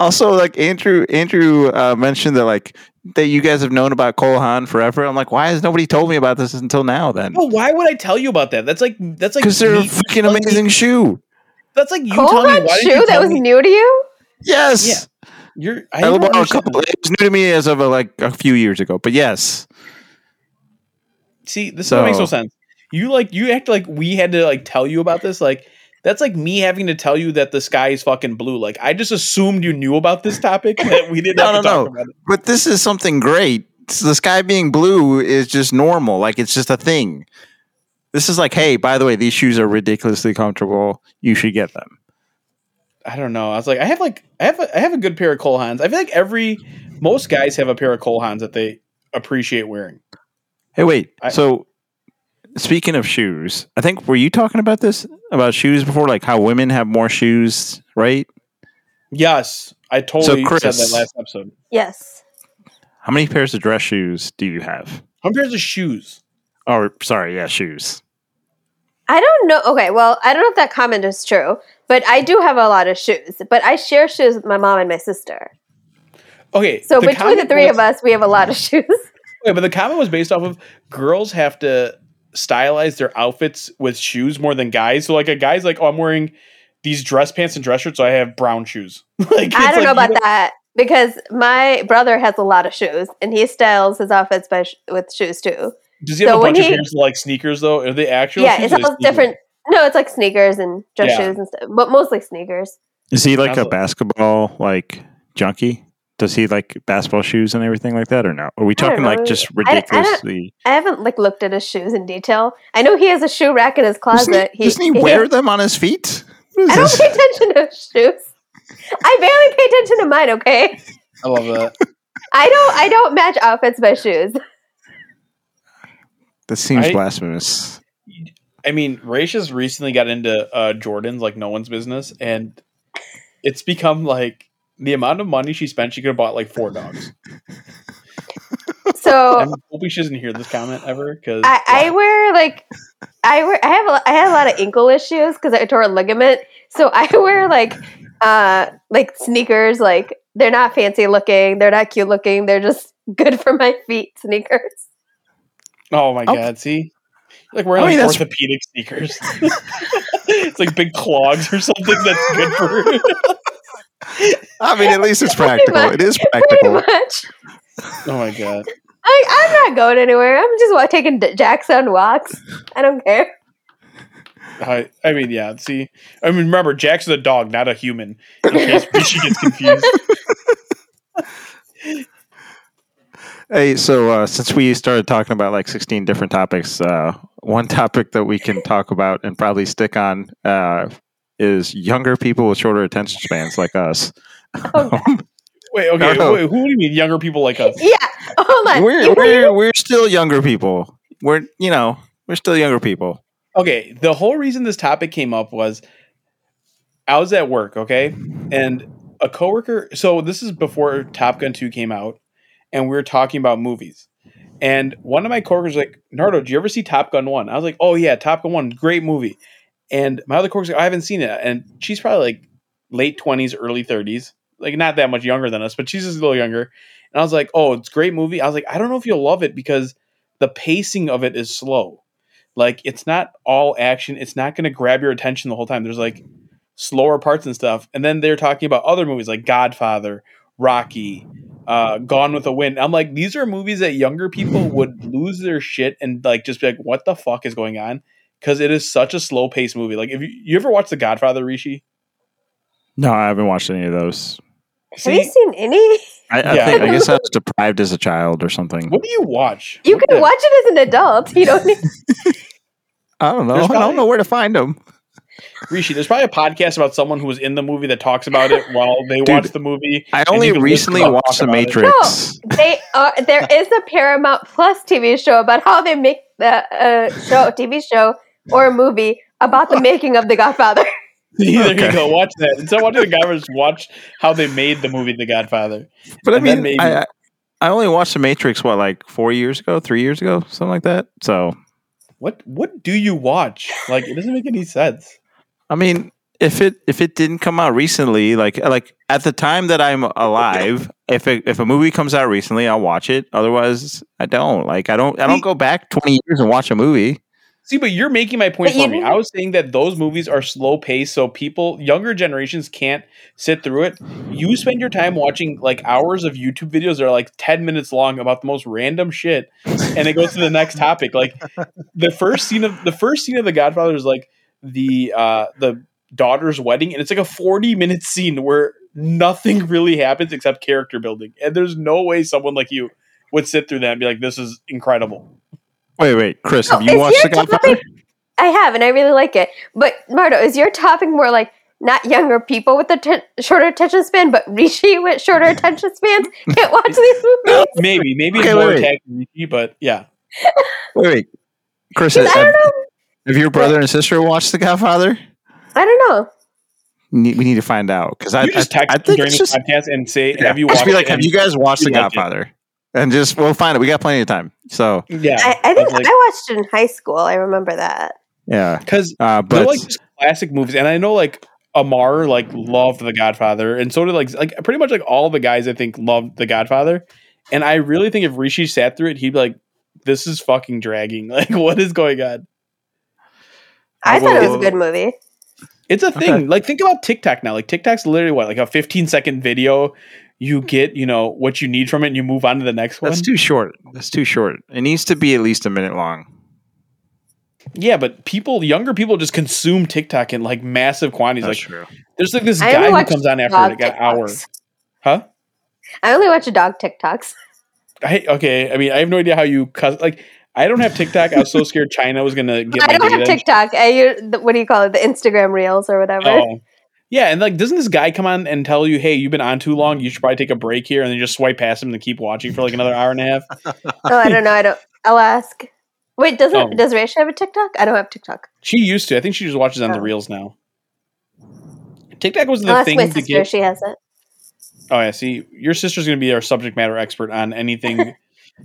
[SPEAKER 1] Also, like Andrew, Andrew uh, mentioned that like that you guys have known about Cole Haan forever. I'm like, why has nobody told me about this until now? Then
[SPEAKER 2] No, why would I tell you about that? That's like that's like
[SPEAKER 1] because they're a
[SPEAKER 2] me-
[SPEAKER 1] freaking amazing shoe.
[SPEAKER 2] That's like you
[SPEAKER 3] Cold
[SPEAKER 2] telling
[SPEAKER 3] Red
[SPEAKER 2] me why did
[SPEAKER 3] Shoe
[SPEAKER 2] you
[SPEAKER 3] that
[SPEAKER 2] tell
[SPEAKER 3] was
[SPEAKER 2] me
[SPEAKER 3] new to you?
[SPEAKER 1] Yes,
[SPEAKER 2] Yeah, you're I
[SPEAKER 1] I
[SPEAKER 2] don't
[SPEAKER 1] love our
[SPEAKER 2] understand.
[SPEAKER 1] couple. It was new to me as of uh, like a few years ago, but yes,
[SPEAKER 2] See, this is what makes no
[SPEAKER 1] So-
[SPEAKER 2] sense. You like you act like we had to like tell you about this. Like that's like me having to tell you that the sky is fucking blue. Like I just assumed you knew about this topic that we didn't
[SPEAKER 1] No,
[SPEAKER 2] have to
[SPEAKER 1] no,
[SPEAKER 2] talk
[SPEAKER 1] no.
[SPEAKER 2] about it.
[SPEAKER 1] but this is something great. It's- The sky being blue is just normal. Like it's just a thing. This is like, hey, by the way, these shoes are ridiculously comfortable. You should get them.
[SPEAKER 2] I don't know. I was like, I have like I have a, I have a good pair of Cole Hans. I feel like every most guys have a pair of Cole Hans that they appreciate wearing.
[SPEAKER 1] Hey, wait.
[SPEAKER 2] I-
[SPEAKER 1] so, speaking of shoes, I think were you talking about this about shoes before, like how women have more shoes, right?
[SPEAKER 2] Yes, I totally said
[SPEAKER 1] Chris-
[SPEAKER 2] that last episode.
[SPEAKER 3] Yes.
[SPEAKER 1] How many pairs of dress shoes do you have?
[SPEAKER 2] How many pairs of shoes?
[SPEAKER 1] Or sorry, yeah, shoes.
[SPEAKER 3] I don't know. Okay, well, I don't know if that comment is true, but I do have a lot of shoes. But I share shoes with my mom and my sister.
[SPEAKER 2] Okay,
[SPEAKER 3] So between the
[SPEAKER 2] comment
[SPEAKER 3] three
[SPEAKER 2] was-
[SPEAKER 3] of us, we have a lot of shoes.
[SPEAKER 2] Wait, but the comment was based off of girls have to stylize their outfits with shoes more than guys. So like a guy's like, oh, I'm wearing these dress pants and dress shirts, so I have brown shoes. like
[SPEAKER 3] I
[SPEAKER 2] it's like,
[SPEAKER 3] don't know about
[SPEAKER 2] you
[SPEAKER 3] that because my brother has a lot of shoes and he styles his outfits by sh- with shoes too.
[SPEAKER 2] Does he
[SPEAKER 3] So
[SPEAKER 2] have a
[SPEAKER 3] when
[SPEAKER 2] bunch of
[SPEAKER 3] he-
[SPEAKER 2] pairs of like sneakers though? Are they actual?
[SPEAKER 3] yeah,
[SPEAKER 2] shoes
[SPEAKER 3] it's
[SPEAKER 2] or they
[SPEAKER 3] all
[SPEAKER 2] sneakers?
[SPEAKER 3] different. No, it's like sneakers and dress
[SPEAKER 2] Yeah.
[SPEAKER 3] shoes and stuff, but mostly sneakers.
[SPEAKER 1] Is he like a
[SPEAKER 2] Absolutely.
[SPEAKER 1] basketball like junkie? Does he like basketball shoes and everything like that, or no? Are we
[SPEAKER 3] don't
[SPEAKER 1] talking like
[SPEAKER 3] know.
[SPEAKER 1] just
[SPEAKER 3] I- I don't-
[SPEAKER 1] ridiculously?
[SPEAKER 3] I haven't like looked at his shoes in detail. I know he has a shoe rack in his
[SPEAKER 1] Doesn't
[SPEAKER 3] closet.
[SPEAKER 1] he, doesn't he wear them on his feet? What is
[SPEAKER 3] I don't
[SPEAKER 1] this?
[SPEAKER 3] pay attention to his shoes. I barely pay attention to mine. Okay,
[SPEAKER 2] I love that.
[SPEAKER 3] I don't. I don't match outfits by shoes.
[SPEAKER 1] That seems
[SPEAKER 2] I-
[SPEAKER 1] blasphemous.
[SPEAKER 2] I mean, Raisha's recently got into uh, Jordans like no one's business, and it's become like the amount of money she spent, she could have bought like four dogs. I'm
[SPEAKER 3] So
[SPEAKER 2] hoping she doesn't hear this comment ever because
[SPEAKER 3] Oh. I, I wear like I wear I have a, I have a lot of ankle issues because I tore a ligament. So I wear like uh like sneakers. Like they're not fancy looking. They're not cute looking. They're just good for my feet sneakers.
[SPEAKER 2] oh my
[SPEAKER 1] I'll-
[SPEAKER 2] god, see, like wearing
[SPEAKER 1] I mean,
[SPEAKER 2] like,
[SPEAKER 1] that's-
[SPEAKER 2] orthopedic sneakers. it's like big clogs or something that's good for.
[SPEAKER 1] I mean, at least it's
[SPEAKER 3] Pretty
[SPEAKER 1] practical.
[SPEAKER 3] much.
[SPEAKER 1] It is
[SPEAKER 3] Pretty
[SPEAKER 1] practical.
[SPEAKER 3] much.
[SPEAKER 2] oh my god,
[SPEAKER 3] I, I'm not going anywhere. I'm just wa- taking D- Jack's on walks. I don't care.
[SPEAKER 2] I, I mean, yeah. See, I mean, remember, Jack's a dog, not a human. In case she gets confused.
[SPEAKER 1] Hey, so uh, since we started talking about like 16 different topics, uh, one topic that we can talk about and probably stick on uh, is younger people with shorter attention spans like us.
[SPEAKER 2] Wait, okay.
[SPEAKER 1] No.
[SPEAKER 2] Wait, who do you mean younger people like us?
[SPEAKER 3] Yeah. Hold on.
[SPEAKER 1] we're,
[SPEAKER 3] You-
[SPEAKER 1] we're, we're still younger people. We're, you know, we're still younger people.
[SPEAKER 2] Okay, the whole reason this topic came up was I was at work, okay? And a coworker, so this is before Top Gun 2 came out, and we were talking about movies. And one of my coworkers was like, Nardo, did you ever see Top Gun 1? I was like, oh yeah, Top Gun 1, great movie. And my other coworker's like, I haven't seen it. And she's probably like late 20s, early 30s, like not that much younger than us, but she's just a little younger. And I was like, oh, it's a great movie. I was like, I don't know if you'll love it because the pacing of it is slow like it's not all action it's not going to grab your attention the whole time there's like slower parts and stuff and then they're talking about other movies like godfather rocky uh gone with the wind i'm like these are movies that younger people would lose their shit and like just be like what the fuck is going on because it is such a slow paced movie like if you, you ever watched the godfather rishi
[SPEAKER 1] No, I haven't watched any of those.
[SPEAKER 3] have you seen any?
[SPEAKER 1] I, I,
[SPEAKER 2] Yeah.
[SPEAKER 1] think, I guess I was deprived as a child or something.
[SPEAKER 2] what do you watch
[SPEAKER 3] You
[SPEAKER 2] What
[SPEAKER 3] can
[SPEAKER 2] the-
[SPEAKER 3] watch it as an adult. You don't need.
[SPEAKER 1] I don't know.
[SPEAKER 2] There's
[SPEAKER 1] I don't
[SPEAKER 2] probably-
[SPEAKER 1] know where to find them.
[SPEAKER 2] rishi there's probably a podcast about someone who was in the movie that talks about it while they
[SPEAKER 1] Dude,
[SPEAKER 2] watch the movie
[SPEAKER 1] I
[SPEAKER 2] you
[SPEAKER 1] only
[SPEAKER 2] can listen
[SPEAKER 1] recently
[SPEAKER 2] to us
[SPEAKER 1] watched The
[SPEAKER 2] talk about it.
[SPEAKER 1] Matrix.
[SPEAKER 3] They are. There is a Paramount Plus TV show about how they make the uh, show, TV show, or a movie about the making of The Godfather.
[SPEAKER 2] there
[SPEAKER 1] Okay.
[SPEAKER 2] you go. Watch that. Instead of watching The Godfather, just watch how they made the movie The Godfather.
[SPEAKER 1] But I
[SPEAKER 2] and then
[SPEAKER 1] mean,
[SPEAKER 2] maybe-
[SPEAKER 1] I, I- I only watched The Matrix, what, like four years ago, three years ago, something like that. So,
[SPEAKER 2] What What do you watch? Like, it doesn't make any sense.
[SPEAKER 1] I mean, if it if it didn't come out recently, like like at the time that I'm alive, if it, if a movie comes out recently, I'll watch it. Otherwise, I don't. Like I don't I don't go back 20 years and watch a movie.
[SPEAKER 2] See, but you're making my point
[SPEAKER 3] But you
[SPEAKER 2] for me.
[SPEAKER 3] didn't-
[SPEAKER 2] I was saying that those movies are slow paced, so people, younger generations, can't sit through it. You spend your time watching like hours of YouTube videos that are like 10 minutes long about the most random shit, and it goes to the next topic. Like, the first scene of the first scene of The Godfather is like the uh the daughter's wedding, and it's like a 40 minute scene where nothing really happens except character building. And there's no way someone like you would sit through that and be like, this is incredible.
[SPEAKER 1] Wait, wait, Chris, have
[SPEAKER 3] Oh,
[SPEAKER 1] you
[SPEAKER 3] is
[SPEAKER 1] watched
[SPEAKER 3] your
[SPEAKER 1] The Godfather?
[SPEAKER 3] topic- I have, and I really like it. But Mardo, is your topic more like not younger people with a t- shorter attention span, but Rishi with shorter attention spans can't watch these movies?
[SPEAKER 2] Maybe, maybe
[SPEAKER 1] Okay,
[SPEAKER 2] it's more
[SPEAKER 1] wait, wait.
[SPEAKER 2] attacking Rishi, but yeah.
[SPEAKER 1] Wait, wait. Chris,
[SPEAKER 3] 'Cause
[SPEAKER 1] have,
[SPEAKER 3] I don't know.
[SPEAKER 1] have your brother and sister watched The Godfather?
[SPEAKER 3] I don't know.
[SPEAKER 1] Ne- We need to find out because I,
[SPEAKER 2] you just
[SPEAKER 1] I,
[SPEAKER 2] text
[SPEAKER 1] I
[SPEAKER 2] them
[SPEAKER 1] think
[SPEAKER 2] during
[SPEAKER 1] it's
[SPEAKER 2] this
[SPEAKER 1] just
[SPEAKER 2] podcast and say,
[SPEAKER 1] Yeah.
[SPEAKER 2] "Have you watched?"
[SPEAKER 1] just be like,
[SPEAKER 2] it?"
[SPEAKER 1] have you guys watched
[SPEAKER 2] you
[SPEAKER 1] The
[SPEAKER 2] like it.
[SPEAKER 1] Godfather? And just we'll find it. We got plenty of time. So
[SPEAKER 2] yeah,
[SPEAKER 3] I, I think
[SPEAKER 2] I'd like-
[SPEAKER 3] I watched it in high school. I remember that.
[SPEAKER 1] yeah,
[SPEAKER 2] because
[SPEAKER 1] uh,
[SPEAKER 2] they're
[SPEAKER 1] but
[SPEAKER 2] like just classic movies, and I know like Amar like loved The Godfather, and so did like like pretty much like all the guys I think loved The Godfather, and I really think if Rishi sat through it, he'd be like, this is fucking dragging. Like, what is going on?
[SPEAKER 3] I thought it was
[SPEAKER 1] Well-
[SPEAKER 3] a good movie.
[SPEAKER 2] It's a thing.
[SPEAKER 1] Okay.
[SPEAKER 2] Like, think about TikTok now. Like, TikTok's literally what, like a 15 second video. You get, you know, what you need from it, and you move on to the next one.
[SPEAKER 1] That's too short. That's too short. It needs to be at least a minute long.
[SPEAKER 2] yeah, but people, younger people, just consume TikTok in like massive quantities.
[SPEAKER 1] That's
[SPEAKER 2] like,
[SPEAKER 1] true.
[SPEAKER 2] there's like this
[SPEAKER 3] I
[SPEAKER 2] guy
[SPEAKER 3] only
[SPEAKER 2] who
[SPEAKER 3] watched
[SPEAKER 2] comes on after
[SPEAKER 3] dog
[SPEAKER 2] like an
[SPEAKER 3] TikToks.
[SPEAKER 2] hour, huh?
[SPEAKER 3] I only watch dog TikToks.
[SPEAKER 2] I okay. I mean, I have no idea how you cuss. Like, I don't have TikTok. I was so scared China was gonna get my
[SPEAKER 3] I don't have
[SPEAKER 2] data.
[SPEAKER 3] TikTok. I, u- the- what do you call it? The Instagram Reels or whatever.
[SPEAKER 2] Oh. Yeah, and like, doesn't this guy come on and tell you, "Hey, you've been on too long. You should probably take a break here," and then you just swipe past him to keep watching for like another hour and a half?
[SPEAKER 3] Oh, I don't know. I don't. I'll ask. Wait, doesn't
[SPEAKER 2] Oh.
[SPEAKER 3] does Rachel have a TikTok? I don't have TikTok.
[SPEAKER 2] She used to. I think she just watches on the
[SPEAKER 3] Oh.
[SPEAKER 2] reels now. TikTok was the
[SPEAKER 3] I'll ask
[SPEAKER 2] thing
[SPEAKER 3] my
[SPEAKER 2] to
[SPEAKER 3] sister.
[SPEAKER 2] get.
[SPEAKER 3] if She has it.
[SPEAKER 2] Oh, yeah. See, your sister's gonna be our subject matter expert on anything. you know-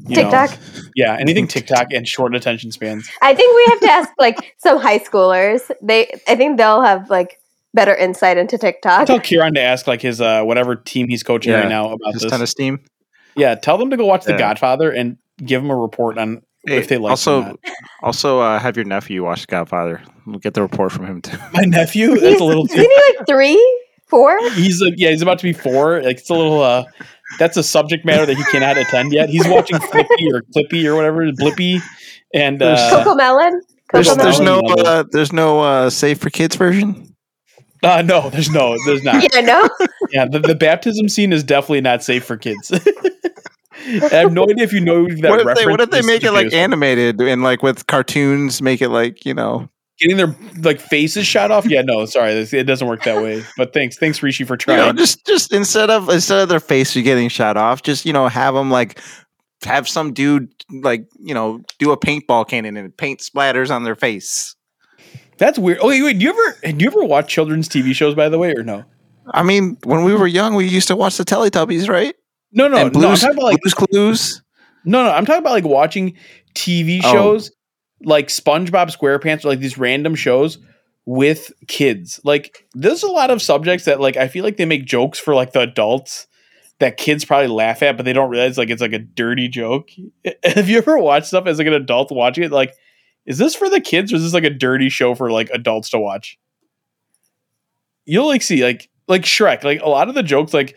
[SPEAKER 3] TikTok.
[SPEAKER 2] yeah, anything TikTok and short attention spans.
[SPEAKER 3] I think we have to ask like some high schoolers. They, I think they'll have like better insight into
[SPEAKER 2] I'll
[SPEAKER 3] TikTok.
[SPEAKER 2] tell Kieran to ask like his uh whatever team he's coaching
[SPEAKER 1] Yeah.
[SPEAKER 2] right now about
[SPEAKER 1] Just
[SPEAKER 2] this.
[SPEAKER 1] ton of steam.
[SPEAKER 2] Yeah, tell them to go watch The
[SPEAKER 1] Yeah.
[SPEAKER 2] Godfather and give them a report on
[SPEAKER 1] Hey,
[SPEAKER 2] if they like. Also,
[SPEAKER 1] also, also uh, have your nephew watch Godfather. We'll get the report from him too.
[SPEAKER 2] my nephew,
[SPEAKER 3] He's-
[SPEAKER 2] that's a little.
[SPEAKER 3] Isn't
[SPEAKER 2] Too,
[SPEAKER 3] he like three, four?
[SPEAKER 2] he's a, yeah, he's about to be four. Like it's a little. uh That's a subject matter that he cannot attend yet. He's watching Flippy or Clippy or whatever Blippy, and uh,
[SPEAKER 3] Coco Melon. Coco
[SPEAKER 1] There's,
[SPEAKER 2] Couple
[SPEAKER 1] there's
[SPEAKER 3] Melon.
[SPEAKER 1] no,
[SPEAKER 2] thousand level.
[SPEAKER 1] uh, there's no uh, safe for kids version.
[SPEAKER 2] uh, no, there's no, there's not.
[SPEAKER 3] Yeah, no.
[SPEAKER 2] Yeah, the, the baptism scene is definitely not safe for kids. I have no idea if you know that
[SPEAKER 1] what if they,
[SPEAKER 2] reference
[SPEAKER 1] what if they
[SPEAKER 2] is
[SPEAKER 1] make it like
[SPEAKER 2] Japanese.
[SPEAKER 1] animated and like with cartoons? Make it like you know.
[SPEAKER 2] getting their like faces shot off? Yeah, no, sorry, this- it doesn't work that way. But thanks, thanks Rishi for
[SPEAKER 1] you
[SPEAKER 2] trying.
[SPEAKER 1] know, just just instead of instead of their face getting shot off, just you know, have them like have some dude like you know do a paintball cannon and paint splatters on their face.
[SPEAKER 2] That's weird. Oh, wait, wait. Do you ever do you ever watch children's TV shows? By the way, or no?
[SPEAKER 1] I mean, when we were young, we used to watch the Teletubbies, right?
[SPEAKER 2] No, no,
[SPEAKER 1] and
[SPEAKER 2] no. I'm
[SPEAKER 1] Blue's,
[SPEAKER 2] talking about like
[SPEAKER 1] Blue's Clues.
[SPEAKER 2] no, no. I'm talking about like watching TV
[SPEAKER 1] Oh.
[SPEAKER 2] shows like SpongeBob SquarePants or like these random shows with kids. Like there's a lot of subjects that like I feel like they make jokes for like the adults that kids probably laugh at, but they don't realize like it's like a dirty joke. Have you ever watched stuff as like an adult watching it? Like, is this for the kids or is this like a dirty show for like adults to watch? You'll like see like like Shrek. Like a lot of the jokes like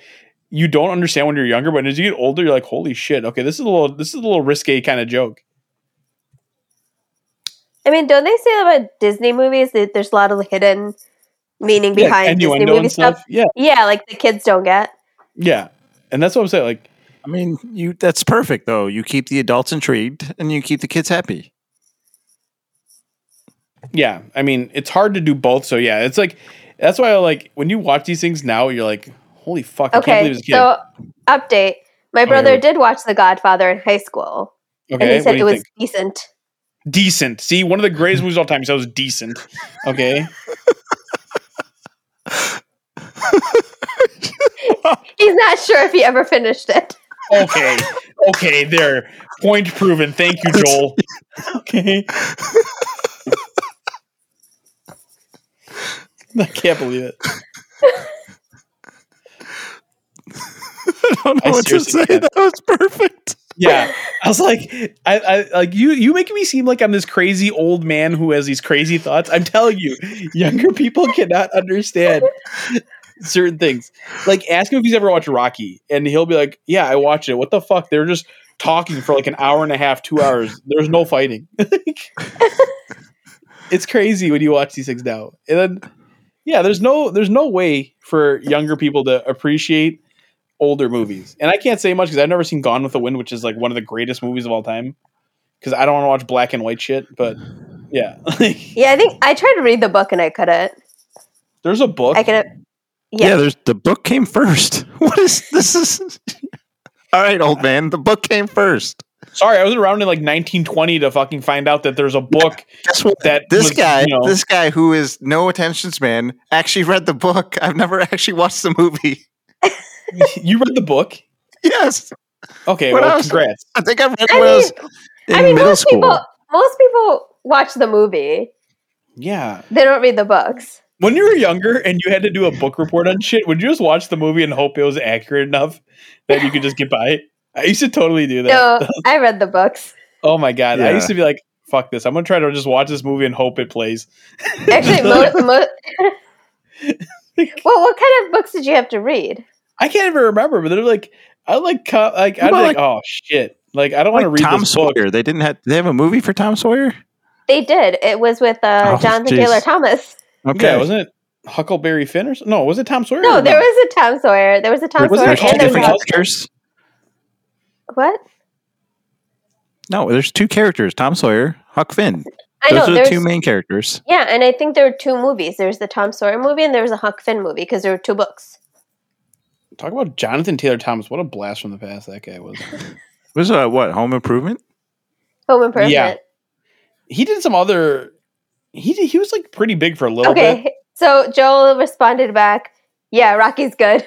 [SPEAKER 2] you don't understand when you're younger, but as you get older, you're like, holy shit, okay, this is a little this is a little risque kind of joke.
[SPEAKER 3] I mean, don't they say about Disney movies that there's a lot of hidden meaning behind Disney movie stuff?
[SPEAKER 2] Yeah.
[SPEAKER 3] Yeah, like the kids don't get.
[SPEAKER 2] Yeah. And that's what I'm saying. Like
[SPEAKER 1] I mean, you that's perfect though. You keep the adults intrigued and you keep the kids happy.
[SPEAKER 2] yeah i mean it's hard to do both so yeah it's like that's why like when you watch these things now you're like holy fuck i can't
[SPEAKER 3] Okay,
[SPEAKER 2] believe this kid
[SPEAKER 3] so update. My
[SPEAKER 2] Okay,
[SPEAKER 3] brother
[SPEAKER 2] wait.
[SPEAKER 3] did watch The Godfather in high school, and
[SPEAKER 2] okay
[SPEAKER 3] he
[SPEAKER 2] what do
[SPEAKER 3] said
[SPEAKER 2] you
[SPEAKER 3] it was
[SPEAKER 2] think?
[SPEAKER 3] decent.
[SPEAKER 2] decent see one of the greatest movies of all time so it was decent okay
[SPEAKER 3] He's not sure if he ever finished it.
[SPEAKER 2] okay okay there point proven thank you joel okay i can't believe it
[SPEAKER 1] I don't
[SPEAKER 2] I seriously can't.
[SPEAKER 1] That was perfect.
[SPEAKER 2] yeah i was like I, I like you you make me seem like i'm this crazy old man who has these crazy thoughts i'm telling you younger people cannot understand certain things like ask him if he's ever watched rocky and he'll be like yeah i watched it what the fuck they're just talking for like an hour and a half two hours there's no fighting it's crazy when you watch these things now and then yeah there's no there's no way for younger people to appreciate older movies. And I can't say much because I've never seen Gone with the Wind, which is like one of the greatest movies of all time. Because I don't want to watch black and white shit, but yeah,
[SPEAKER 3] Yeah, I think I tried to read the book and I couldn't.
[SPEAKER 2] there's a book.
[SPEAKER 3] I can.
[SPEAKER 1] Yeah,
[SPEAKER 3] Yeah,
[SPEAKER 1] there's the book came first. What is this is All right, old man, the book came first.
[SPEAKER 2] Sorry, I was around in like 1920 to fucking find out that there's a book.
[SPEAKER 1] Guess what?
[SPEAKER 2] That
[SPEAKER 1] this
[SPEAKER 2] was,
[SPEAKER 1] guy,
[SPEAKER 2] you know-
[SPEAKER 1] this guy who is no attention span, actually read the book. I've never actually watched the movie.
[SPEAKER 2] you read the book?
[SPEAKER 1] Yes,
[SPEAKER 2] Okay,
[SPEAKER 1] What
[SPEAKER 2] well,
[SPEAKER 1] else?
[SPEAKER 2] congrats.
[SPEAKER 1] I think I read it
[SPEAKER 3] I
[SPEAKER 1] when I
[SPEAKER 3] mean-
[SPEAKER 1] was in
[SPEAKER 3] I mean,
[SPEAKER 1] middle
[SPEAKER 3] most
[SPEAKER 1] school.
[SPEAKER 3] people most people watch the movie.
[SPEAKER 2] Yeah.
[SPEAKER 3] They don't read the books.
[SPEAKER 2] When you were younger and you had to do a book report on shit, would you just watch the movie and hope it was accurate enough that you could just get by? I used to totally do that.
[SPEAKER 3] No, I read the books.
[SPEAKER 2] Oh my god, I
[SPEAKER 1] Yeah.
[SPEAKER 2] used to be like, fuck this. I'm gonna try to just watch this movie and hope it plays.
[SPEAKER 3] Actually, mo- mo- well, what kind of books did you have to read?
[SPEAKER 2] I can't even remember, but they're like, I like, co- like,
[SPEAKER 1] What
[SPEAKER 2] I'm
[SPEAKER 1] about,
[SPEAKER 2] like, oh shit, like I don't want to
[SPEAKER 1] Like
[SPEAKER 2] read
[SPEAKER 1] Tom
[SPEAKER 2] this book.
[SPEAKER 1] Sawyer. They didn't have. They have a movie for Tom Sawyer.
[SPEAKER 3] They did. It was with uh,
[SPEAKER 1] Oh,
[SPEAKER 3] Jonathan
[SPEAKER 1] jeez.
[SPEAKER 3] Taylor Thomas.
[SPEAKER 1] Okay,
[SPEAKER 2] Yeah, wasn't it Huckleberry Finn or something? No, was it Tom Sawyer?
[SPEAKER 3] No,
[SPEAKER 2] or
[SPEAKER 3] there was a Tom Sawyer. There was a Tom
[SPEAKER 2] Wasn't
[SPEAKER 3] Sawyer.
[SPEAKER 1] there's
[SPEAKER 2] it
[SPEAKER 1] two
[SPEAKER 3] And there was
[SPEAKER 1] different
[SPEAKER 2] Tom Sawyer?
[SPEAKER 3] a,
[SPEAKER 1] characters.
[SPEAKER 3] what?
[SPEAKER 1] No, there's two characters: Tom Sawyer, Huck Finn.
[SPEAKER 3] I
[SPEAKER 1] Those
[SPEAKER 3] know.
[SPEAKER 1] are the
[SPEAKER 3] There's,
[SPEAKER 1] two main characters.
[SPEAKER 3] yeah, and I think there were two movies. There's the Tom Sawyer movie and there was a Huck Finn movie because there were two books.
[SPEAKER 2] Talk about Jonathan Taylor Thomas. What a blast from the past that guy was.
[SPEAKER 1] Was uh, what Home Improvement?
[SPEAKER 3] Home Improvement.
[SPEAKER 2] Yeah. he did some other. He did, he was like pretty big for a little
[SPEAKER 3] Okay,
[SPEAKER 2] bit.
[SPEAKER 3] so Joel responded back, "Yeah, Rocky's good."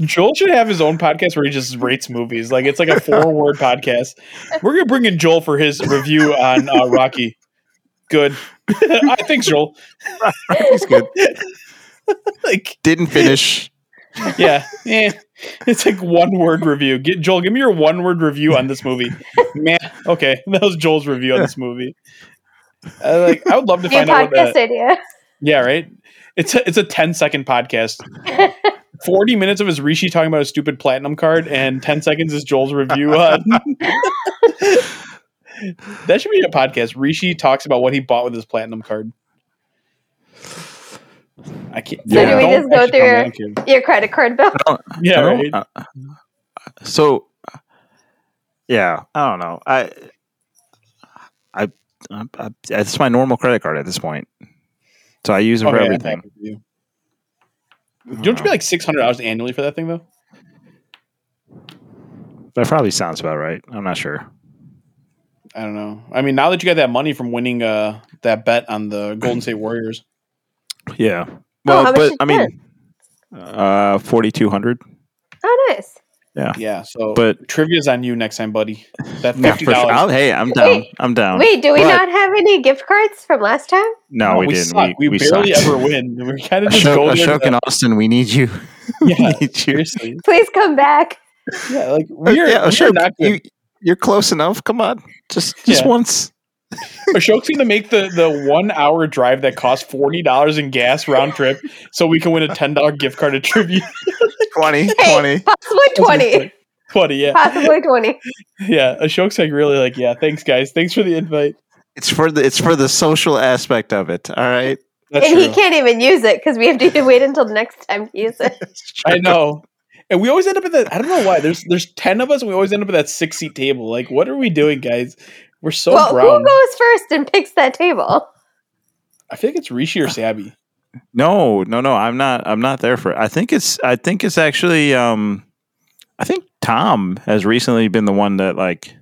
[SPEAKER 2] Joel should have his own podcast where he just rates movies. Like it's like a four word podcast. We're gonna bring in Joel for his review on uh, Rocky. Good. I think Joel.
[SPEAKER 1] He's good.
[SPEAKER 2] Like
[SPEAKER 1] Didn't finish.
[SPEAKER 2] yeah, eh. It's like one word review. Get Joel, give me your one word review on this movie. Man, okay, that was Joel's review on this movie. I like, I would love to
[SPEAKER 3] New
[SPEAKER 2] find out what.
[SPEAKER 3] podcast
[SPEAKER 2] That,
[SPEAKER 3] idea.
[SPEAKER 2] yeah, right. It's a it's a 10 second podcast. Forty minutes of his Rishi talking about a stupid platinum card, and ten seconds is Joel's review on. that should be a podcast. Rishi talks about what he bought with his platinum card. I can't.
[SPEAKER 1] So do we
[SPEAKER 2] don't
[SPEAKER 3] just go
[SPEAKER 2] actually tell me, I
[SPEAKER 3] through-
[SPEAKER 2] don't care.
[SPEAKER 3] Your credit card bill.
[SPEAKER 2] Yeah,
[SPEAKER 1] No?
[SPEAKER 2] right.
[SPEAKER 1] Uh, so, uh, yeah, I don't know. I, I, I, I, it's my normal credit card at this point. So I use it for
[SPEAKER 2] Okay, I
[SPEAKER 1] everything.
[SPEAKER 2] think we do. Oh, Don't you pay like six hundred dollars annually for that thing though?
[SPEAKER 1] That probably sounds about right. I'm not sure.
[SPEAKER 2] I don't know. I mean, now that you got that money from winning uh, that bet on the Golden State Warriors,
[SPEAKER 1] Yeah. Well,
[SPEAKER 3] how much
[SPEAKER 1] but
[SPEAKER 3] did
[SPEAKER 1] I
[SPEAKER 3] you
[SPEAKER 1] mean, uh, forty two hundred.
[SPEAKER 3] Oh, nice.
[SPEAKER 2] yeah. So
[SPEAKER 1] But
[SPEAKER 2] trivia's on you next time, buddy. That
[SPEAKER 1] yeah, for
[SPEAKER 2] fifty
[SPEAKER 1] sure.
[SPEAKER 2] dollars.
[SPEAKER 1] I'll- hey, I'm down.
[SPEAKER 3] Wait,
[SPEAKER 1] I'm
[SPEAKER 2] Um,
[SPEAKER 1] down.
[SPEAKER 3] Wait, do we
[SPEAKER 1] But-
[SPEAKER 3] not have any gift cards from last time?
[SPEAKER 1] no, we, didn't.
[SPEAKER 2] suck.
[SPEAKER 1] We, we,
[SPEAKER 2] barely
[SPEAKER 1] sucked.
[SPEAKER 2] ever win. We kind of just
[SPEAKER 1] Ashok,
[SPEAKER 2] go there.
[SPEAKER 1] Ashok and
[SPEAKER 2] to-
[SPEAKER 1] Austin, we need you.
[SPEAKER 2] Yeah,
[SPEAKER 1] we need you.
[SPEAKER 2] seriously.
[SPEAKER 3] Please come back.
[SPEAKER 2] Yeah, like we're,
[SPEAKER 1] yeah,
[SPEAKER 2] we're
[SPEAKER 1] Ashok,
[SPEAKER 2] not good.
[SPEAKER 1] you, you're close enough. Come on, just just
[SPEAKER 2] Yeah.
[SPEAKER 1] once.
[SPEAKER 2] Ashok's going to make the the one hour drive that costs forty dollars in gas round trip, so we can win a ten dollar gift card at trivia
[SPEAKER 1] 20,
[SPEAKER 3] Hey,
[SPEAKER 1] 20.
[SPEAKER 3] Possibly twenty.
[SPEAKER 2] twenty. Yeah,
[SPEAKER 3] Possibly twenty.
[SPEAKER 2] yeah. Ashok's like really like yeah. Thanks guys. Thanks for the invite.
[SPEAKER 1] It's for the it's for the social aspect of it. All right.
[SPEAKER 2] That's
[SPEAKER 3] and
[SPEAKER 2] true.
[SPEAKER 3] he can't even use it because we have to wait until next time to use it.
[SPEAKER 2] I know. And we always end up at that. I don't know why. There's there's ten of us, and we always end up at that six seat table. Like, what are we doing, guys? We're so
[SPEAKER 3] well,
[SPEAKER 2] brown.
[SPEAKER 3] who goes first and picks that table?
[SPEAKER 2] I feel like it's Rishi or Sabby.
[SPEAKER 1] No, no, no. I'm not. I'm not there for it. I think it's. I think it's actually. Um, I think Tom has recently been the one that like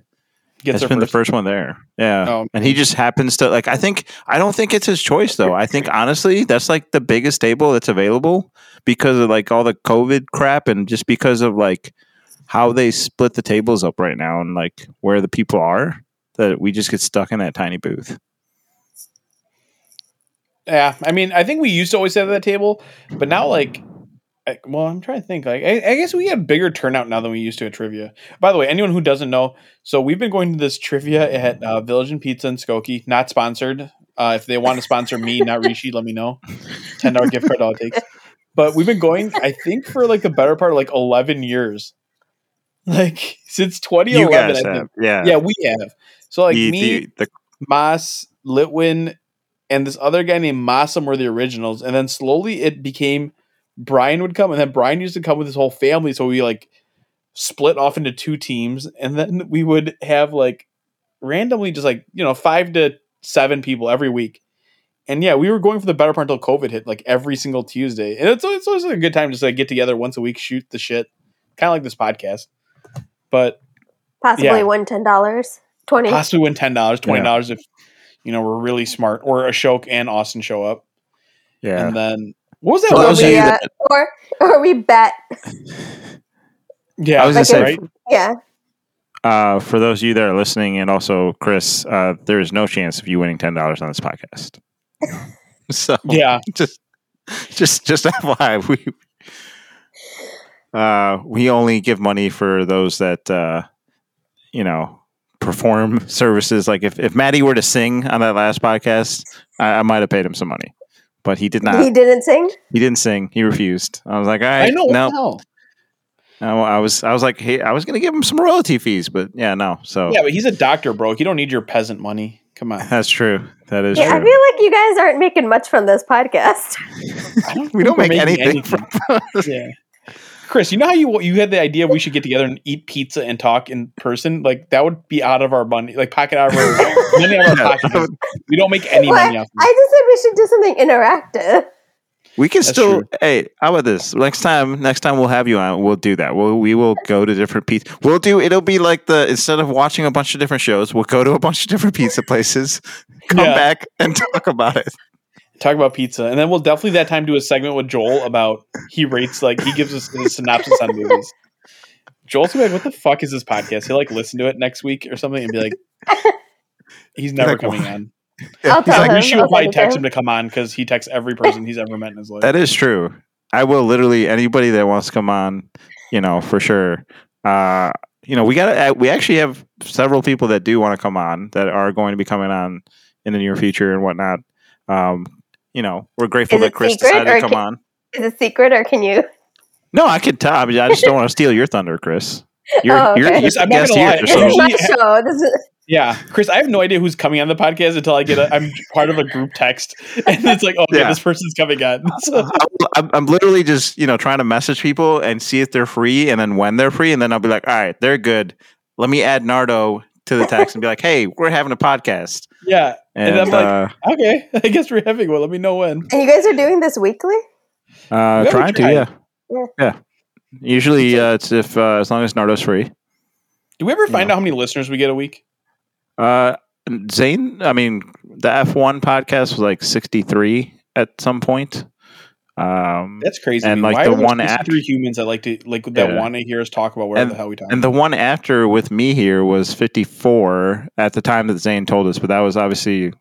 [SPEAKER 2] Gets
[SPEAKER 1] has
[SPEAKER 2] there
[SPEAKER 1] been
[SPEAKER 2] first.
[SPEAKER 1] the first one there. Yeah,
[SPEAKER 2] Oh.
[SPEAKER 1] and he just happens to like. I think. I don't think it's his choice though. I think honestly, that's like the biggest table that's available because of like all the COVID crap and just because of like how they split the tables up right now and like where the people are that we just get stuck in that tiny booth.
[SPEAKER 2] Yeah, I mean, I think we used to always sit at that table, but now like, I, well, I'm trying to think. Like, I, I guess we had bigger turnout now than we used to at trivia. By the way, anyone who doesn't know, so we've been going to this trivia at uh, Village and Pizza in Skokie, not sponsored. Uh, if they want to sponsor me, not Rishi, let me know. Ten dollar gift card, all it takes. But we've been going, I think, for like the better part of like eleven years, like since
[SPEAKER 1] You
[SPEAKER 2] 2011.
[SPEAKER 1] guys
[SPEAKER 2] I think.
[SPEAKER 1] have, yeah,
[SPEAKER 2] Yeah, we have. So like
[SPEAKER 1] The-
[SPEAKER 2] me,
[SPEAKER 1] the- the
[SPEAKER 2] Moss, Litwin, and this other guy named Massam were the originals. And then slowly it became Brian would come, and then Brian used to come with his whole family. So we like split off into two teams, and then we would have like randomly just like you know five to seven people every week. And yeah, we were going for the better part until COVID hit, like every single Tuesday. And it's, it's always a good time to just like get together once a week, shoot the shit, kind of like this podcast. But
[SPEAKER 3] Possibly
[SPEAKER 2] Yeah.
[SPEAKER 3] one ten dollars. Twenty.
[SPEAKER 2] possibly win ten dollars, twenty dollars if you know we're really smart, or Ashok and Austin show up,
[SPEAKER 1] Yeah.
[SPEAKER 2] and then what was that?
[SPEAKER 1] For
[SPEAKER 2] one
[SPEAKER 3] or
[SPEAKER 1] those of
[SPEAKER 3] we,
[SPEAKER 1] you
[SPEAKER 3] uh, or or we bet.
[SPEAKER 2] yeah,
[SPEAKER 1] I was gonna
[SPEAKER 3] Like
[SPEAKER 1] say,
[SPEAKER 3] it's- Yeah.
[SPEAKER 1] uh, for those of you that are listening, and also Chris, uh, there is no chance of you winning ten dollars on this podcast. so
[SPEAKER 2] yeah,
[SPEAKER 1] just, just, just FYI, we uh, we only give money for those that uh, you know, perform services. Like if, if Maddie were to sing on that last podcast, I, I might have paid him some money. But he did not.
[SPEAKER 3] He didn't sing.
[SPEAKER 1] He didn't sing. He refused. I was like, all right,
[SPEAKER 2] I know. what
[SPEAKER 1] no.
[SPEAKER 2] the hell?
[SPEAKER 1] I I was I was like, hey, I was gonna give him some royalty fees, but yeah, no. So
[SPEAKER 2] Yeah, but he's a doctor, bro. You don't need your peasant money. Come on.
[SPEAKER 1] that's true. That is
[SPEAKER 3] Yeah, I
[SPEAKER 1] true.
[SPEAKER 3] feel like you guys aren't making much from this podcast.
[SPEAKER 2] I don't
[SPEAKER 1] We don't
[SPEAKER 2] think
[SPEAKER 1] make
[SPEAKER 2] we're making
[SPEAKER 1] anything from
[SPEAKER 2] yeah. Chris, you know how you you had the idea we should get together and eat pizza and talk in person? Like that would be out of our money, like pocket out of our money out of
[SPEAKER 1] Yeah,
[SPEAKER 2] our pocket. We don't make any
[SPEAKER 3] Well,
[SPEAKER 2] money off. Of
[SPEAKER 3] I
[SPEAKER 2] it.
[SPEAKER 3] just said we should do something interactive.
[SPEAKER 1] we can
[SPEAKER 2] That's
[SPEAKER 1] still.
[SPEAKER 2] true.
[SPEAKER 1] Hey, how about this? Next time, next time we'll have you on. We'll do that. We'll we will go to different pizza. We'll do. It'll be like the instead of watching a bunch of different shows, we'll go to a bunch of different pizza places, come
[SPEAKER 2] Yeah.
[SPEAKER 1] back and talk about it.
[SPEAKER 2] Talk about pizza, and then we'll definitely that time do a segment with Joel about he rates like he gives us a synopsis on movies. Joel's gonna be like, "What the fuck is this podcast?" He'll like listen to it next week or something and be like, "He's never
[SPEAKER 1] Like,
[SPEAKER 2] coming
[SPEAKER 1] what?
[SPEAKER 2] on."
[SPEAKER 3] I'll
[SPEAKER 2] He's
[SPEAKER 3] tell
[SPEAKER 2] like,
[SPEAKER 3] him.
[SPEAKER 2] "We should
[SPEAKER 3] I'll
[SPEAKER 2] probably
[SPEAKER 3] send it
[SPEAKER 2] text
[SPEAKER 3] to
[SPEAKER 2] him to come on because he texts every person he's ever met in his life."
[SPEAKER 1] That is true. I will literally anybody that wants to come on, you know, for sure. Uh, you know, we got uh, we actually have several people that do want to come on that are going to be coming on in the near future and whatnot. Um, you know, we're grateful
[SPEAKER 3] Is
[SPEAKER 1] that
[SPEAKER 3] it
[SPEAKER 1] Chris
[SPEAKER 3] secret
[SPEAKER 1] decided
[SPEAKER 3] or
[SPEAKER 1] to come
[SPEAKER 3] can-
[SPEAKER 1] on.
[SPEAKER 3] Is it secret or can you?
[SPEAKER 1] No, I could tell. I, mean, I just don't want to steal your thunder, Chris. You're,
[SPEAKER 3] Oh,
[SPEAKER 1] you're,
[SPEAKER 3] okay.
[SPEAKER 1] you're
[SPEAKER 2] Chris, I'm
[SPEAKER 1] the
[SPEAKER 2] not
[SPEAKER 1] guest here,
[SPEAKER 2] gonna lie.
[SPEAKER 3] This
[SPEAKER 2] So- Yeah.
[SPEAKER 3] is my show. This is
[SPEAKER 2] Yeah, Chris, I have no idea who's coming on the podcast until I get a I'm part of a group text and it's like, oh, okay,
[SPEAKER 1] Yeah.
[SPEAKER 2] this person's coming on. So,
[SPEAKER 1] I'm- I'm, I'm literally just you know trying to message people and see if they're free, and then when they're free, and then I'll be like, all right, they're good. Let me add Nardo to the text and be like, hey, we're having a podcast.
[SPEAKER 2] yeah,
[SPEAKER 1] And,
[SPEAKER 2] And I'm like,
[SPEAKER 1] uh,
[SPEAKER 2] okay, I guess we're having one. Let me know when.
[SPEAKER 3] and you guys are doing this weekly.
[SPEAKER 1] uh,
[SPEAKER 2] we
[SPEAKER 1] trying to,
[SPEAKER 2] tried.
[SPEAKER 1] yeah.
[SPEAKER 3] Yeah.
[SPEAKER 1] yeah, Usually, uh, it's if uh, as long as Nardo's free.
[SPEAKER 2] Do we ever find
[SPEAKER 1] Yeah.
[SPEAKER 2] out how many listeners we get a week?
[SPEAKER 1] Uh, Zane, I mean, the F1 podcast was like 63 at some point. Um,
[SPEAKER 2] That's crazy.
[SPEAKER 1] And,
[SPEAKER 2] dude.
[SPEAKER 1] like,
[SPEAKER 2] Why
[SPEAKER 1] the
[SPEAKER 2] are there
[SPEAKER 1] one
[SPEAKER 2] 63 humans that like to like that
[SPEAKER 1] Yeah.
[SPEAKER 2] want to hear us talk about whatever the hell we talk.
[SPEAKER 1] and the one after with me here was 54 at the time that Zane told us, but that was obviously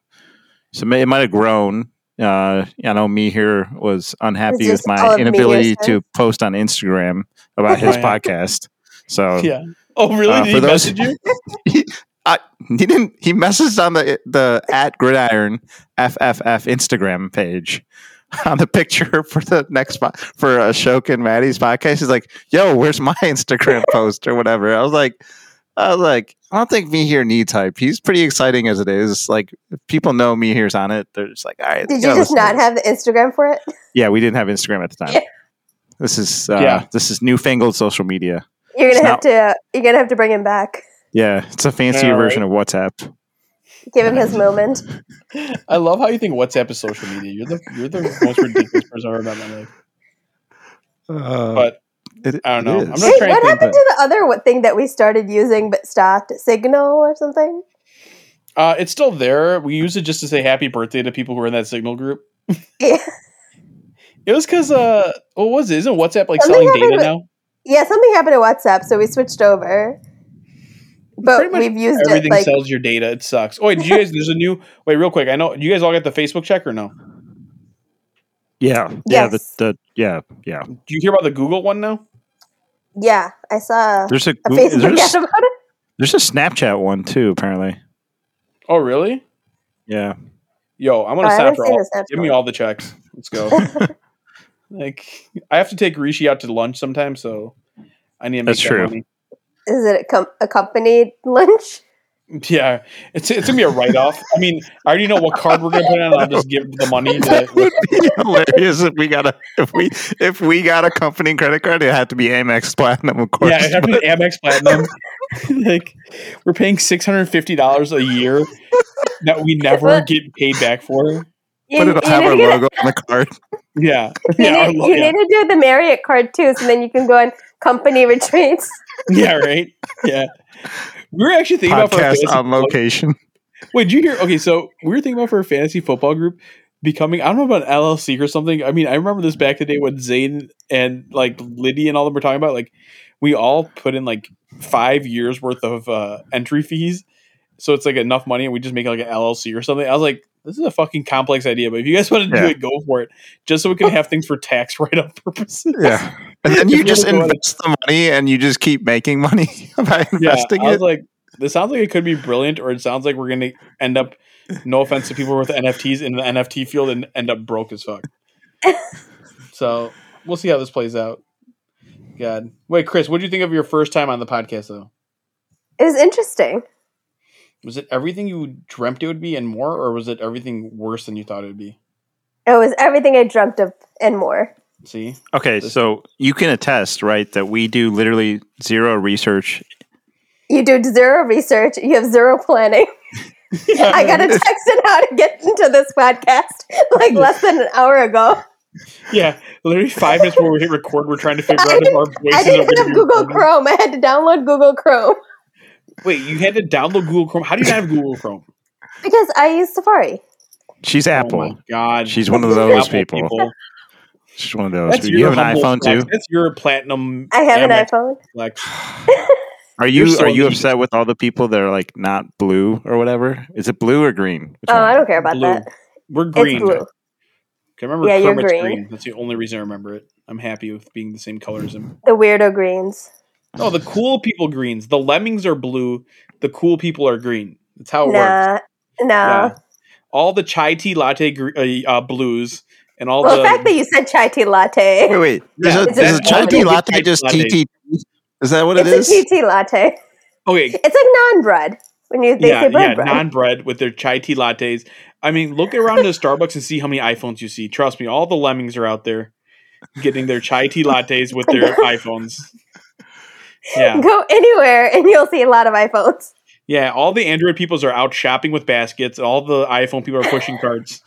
[SPEAKER 1] so may- it might have grown. Uh, I know me here was unhappy with
[SPEAKER 3] just all
[SPEAKER 1] my
[SPEAKER 3] of me here
[SPEAKER 1] inability
[SPEAKER 3] said.
[SPEAKER 1] to post on Instagram about his
[SPEAKER 2] Oh, yeah.
[SPEAKER 1] podcast. So
[SPEAKER 2] about. Yeah. Oh, really?
[SPEAKER 1] um, Uh,
[SPEAKER 2] Did
[SPEAKER 1] for
[SPEAKER 2] he
[SPEAKER 1] those-
[SPEAKER 2] message you?
[SPEAKER 1] he didn't he messaged on the the at gridiron fff instagram page on the picture for the next po- for a Ashok and Maddie's podcast he's like yo where's my instagram post or whatever i was like i was like i don't think me here needs hype he's pretty exciting as it is like if people know me here's on it they're just like all right
[SPEAKER 3] Did
[SPEAKER 1] yeah,
[SPEAKER 3] you just
[SPEAKER 1] listen to
[SPEAKER 3] not
[SPEAKER 1] this."
[SPEAKER 3] have the Instagram for it?
[SPEAKER 1] yeah we didn't have instagram at the time
[SPEAKER 3] Yeah.
[SPEAKER 1] this is uh
[SPEAKER 2] Yeah.
[SPEAKER 1] this is newfangled social media
[SPEAKER 3] You're
[SPEAKER 1] It's
[SPEAKER 3] gonna have to. You're gonna have to bring him back.
[SPEAKER 1] yeah it's a fancier
[SPEAKER 2] Yeah, right.
[SPEAKER 1] version of whatsapp
[SPEAKER 3] Give him his moment.
[SPEAKER 2] I love how you think WhatsApp is social media. You're the you're the most ridiculous person I've ever met in my life.
[SPEAKER 1] uh,
[SPEAKER 2] But I don't know. I'm
[SPEAKER 1] is.
[SPEAKER 2] not
[SPEAKER 3] Hey,
[SPEAKER 2] trying
[SPEAKER 3] what
[SPEAKER 2] to think,
[SPEAKER 3] happened to the other what thing that we started using but stopped? Signal or something?
[SPEAKER 2] uh, it's still there. We use it just to say happy birthday to people who are in that signal group.
[SPEAKER 3] Yeah,
[SPEAKER 2] It was because uh, what was it? Isn't WhatsApp like
[SPEAKER 3] Something
[SPEAKER 2] selling data
[SPEAKER 3] happened with-
[SPEAKER 2] now?
[SPEAKER 3] yeah. Something happened to WhatsApp, so we switched over. But
[SPEAKER 2] Pretty much
[SPEAKER 3] we've used it
[SPEAKER 2] Everything
[SPEAKER 3] like
[SPEAKER 2] sells your data. It sucks. Oh, wait, did you guys? There's a new. Wait, real quick. I know you guys all got the Facebook check or no?
[SPEAKER 1] Yeah. Yeah. The,
[SPEAKER 3] Yes.
[SPEAKER 1] the yeah yeah.
[SPEAKER 2] Do you hear about the Google one now?
[SPEAKER 3] yeah. I saw
[SPEAKER 1] There's a,
[SPEAKER 3] a
[SPEAKER 1] Goo-
[SPEAKER 3] Facebook
[SPEAKER 1] there's,
[SPEAKER 3] ad about it.
[SPEAKER 1] there's a Snapchat one too apparently.
[SPEAKER 2] Oh, really?
[SPEAKER 1] Yeah.
[SPEAKER 2] Yo, I'm
[SPEAKER 3] Oh,
[SPEAKER 2] gonna
[SPEAKER 3] I
[SPEAKER 2] sign up
[SPEAKER 3] haven't
[SPEAKER 2] for
[SPEAKER 3] seen
[SPEAKER 2] all.
[SPEAKER 3] this ad.
[SPEAKER 2] Give me all the checks. Let's go. like, I have to take Rishi out to lunch sometime, so I need to make
[SPEAKER 1] That's
[SPEAKER 2] that
[SPEAKER 1] true.
[SPEAKER 2] money.
[SPEAKER 3] Is it a com- accompanied lunch?
[SPEAKER 2] Yeah, it's it's gonna be a write off. I mean, I already know what card we're gonna put on. I'll just give the money.
[SPEAKER 1] That
[SPEAKER 2] To,
[SPEAKER 1] would be hilarious if we got a if we if we got a company credit card, it had to be Amex Platinum, of course.
[SPEAKER 2] yeah, it happened to
[SPEAKER 1] but
[SPEAKER 2] Amex Platinum. like, we're paying six hundred fifty dollars a year that we never
[SPEAKER 3] But-
[SPEAKER 2] get paid back for.
[SPEAKER 3] You,
[SPEAKER 1] but
[SPEAKER 3] you
[SPEAKER 1] it'll have
[SPEAKER 3] need
[SPEAKER 1] our
[SPEAKER 3] to get a-
[SPEAKER 1] logo on the card.
[SPEAKER 2] Yeah,
[SPEAKER 3] you
[SPEAKER 2] yeah, our
[SPEAKER 3] need,
[SPEAKER 2] lo-
[SPEAKER 3] you
[SPEAKER 2] yeah.
[SPEAKER 3] need to do the Marriott card too, so then you can go on company retreats.
[SPEAKER 2] yeah, right. Yeah, we were actually thinking about for our
[SPEAKER 1] Podcast
[SPEAKER 2] fantasy
[SPEAKER 1] on location.
[SPEAKER 2] Wait, did you hear? Okay, so we were thinking about for a fantasy football group becoming. I don't know about an LLC or something. I mean, I remember this back in the day when Zane and like Liddy and all them were talking about. Like, we all put in like five years worth of uh, entry fees, so it's like enough money, and we just make like an LLC or something. I was like, this is a fucking complex idea, but if you guys want to
[SPEAKER 1] Yeah.
[SPEAKER 2] do it, go for it. Just so we can have things for tax write up purposes.
[SPEAKER 1] Yeah. And then you
[SPEAKER 2] If
[SPEAKER 1] just
[SPEAKER 2] we're going-
[SPEAKER 1] invest the money and you just keep making money by
[SPEAKER 2] Yeah,
[SPEAKER 1] investing
[SPEAKER 2] I was
[SPEAKER 1] it.
[SPEAKER 2] like, This sounds like it could be brilliant, or it sounds like we're going to end up. No offense to people with NFTs in the NFT field and end up broke as fuck. so we'll see how this plays out. God, wait, Chris, what do you think of your first time on the podcast? Though,
[SPEAKER 3] It was interesting.
[SPEAKER 2] was it everything you dreamt it would be and more, or was it everything worse than you thought it would be?
[SPEAKER 3] It was everything I dreamt of and more.
[SPEAKER 2] See,
[SPEAKER 1] Okay,
[SPEAKER 2] This-
[SPEAKER 1] so you can attest, right, that we do literally zero research.
[SPEAKER 3] You do zero research. You have zero planning. I got a text on how to get into this podcast like less than an hour ago.
[SPEAKER 2] Yeah, literally five minutes before we hit record, we're trying to figure
[SPEAKER 3] I
[SPEAKER 2] out if our
[SPEAKER 3] I
[SPEAKER 2] voices are
[SPEAKER 3] didn't
[SPEAKER 2] gonna
[SPEAKER 3] have
[SPEAKER 2] be
[SPEAKER 3] Google
[SPEAKER 2] recorded.
[SPEAKER 3] Chrome. I had to download Google Chrome
[SPEAKER 2] Wait, you had to download Google Chrome. How do you not have Google Chrome?
[SPEAKER 3] because I use Safari.
[SPEAKER 1] She's
[SPEAKER 2] Oh my
[SPEAKER 1] Apple.
[SPEAKER 2] God,
[SPEAKER 1] She's one of those
[SPEAKER 2] Apple
[SPEAKER 1] people. She's one of those.
[SPEAKER 2] That's
[SPEAKER 1] people. you
[SPEAKER 2] your
[SPEAKER 1] have an
[SPEAKER 2] humble
[SPEAKER 1] iPhone
[SPEAKER 2] flex.
[SPEAKER 1] too.
[SPEAKER 2] That's your platinum.
[SPEAKER 3] I have
[SPEAKER 2] Amex
[SPEAKER 3] an iPhone.
[SPEAKER 2] flex.
[SPEAKER 1] Are
[SPEAKER 2] You're
[SPEAKER 1] you
[SPEAKER 2] so
[SPEAKER 1] are you
[SPEAKER 2] elite.
[SPEAKER 1] upset with all the people that are like not blue or whatever? Is it blue or green? Which
[SPEAKER 3] Oh, I
[SPEAKER 1] one?
[SPEAKER 3] don't care about
[SPEAKER 2] Blue.
[SPEAKER 3] that.
[SPEAKER 2] We're green.
[SPEAKER 3] It's blue.
[SPEAKER 2] I remember
[SPEAKER 3] Yeah, you're
[SPEAKER 2] Kermit's green.
[SPEAKER 3] green.
[SPEAKER 2] That's the only reason I remember it. I'm happy with being the same color as him.
[SPEAKER 3] The weirdo greens.
[SPEAKER 2] No, the cool people greens. The lemmings are blue. The cool people are green. That's how Oh, it works.
[SPEAKER 3] Nah, nah.
[SPEAKER 2] Yeah. All the chai tea latte gre- uh, uh, blues and all
[SPEAKER 3] Well,
[SPEAKER 2] the
[SPEAKER 3] the fact that you said chai tea
[SPEAKER 1] Wait,
[SPEAKER 3] latte.
[SPEAKER 1] wait. Is
[SPEAKER 2] Yeah,
[SPEAKER 1] it, is it
[SPEAKER 3] it's
[SPEAKER 1] chai
[SPEAKER 3] a-
[SPEAKER 1] tea
[SPEAKER 2] it's a
[SPEAKER 1] latte
[SPEAKER 2] chai
[SPEAKER 1] just
[SPEAKER 2] latte.
[SPEAKER 1] TT? Is that what it
[SPEAKER 3] It's
[SPEAKER 1] is?
[SPEAKER 3] a tea latte.
[SPEAKER 2] okay.
[SPEAKER 3] It's like non bread when you they
[SPEAKER 2] yeah,
[SPEAKER 3] say bread
[SPEAKER 2] yeah,
[SPEAKER 3] bread.
[SPEAKER 2] non bread with their chai tea lattes. I mean, look around the Starbucks and see how many iPhones you see. Trust me, all the lemmings are out there getting their chai tea lattes with their iPhones. Yeah,
[SPEAKER 3] Go anywhere and you'll see a lot of iPhones.
[SPEAKER 2] yeah. All the Android peoples are out shopping with baskets. All the iPhone people are pushing carts.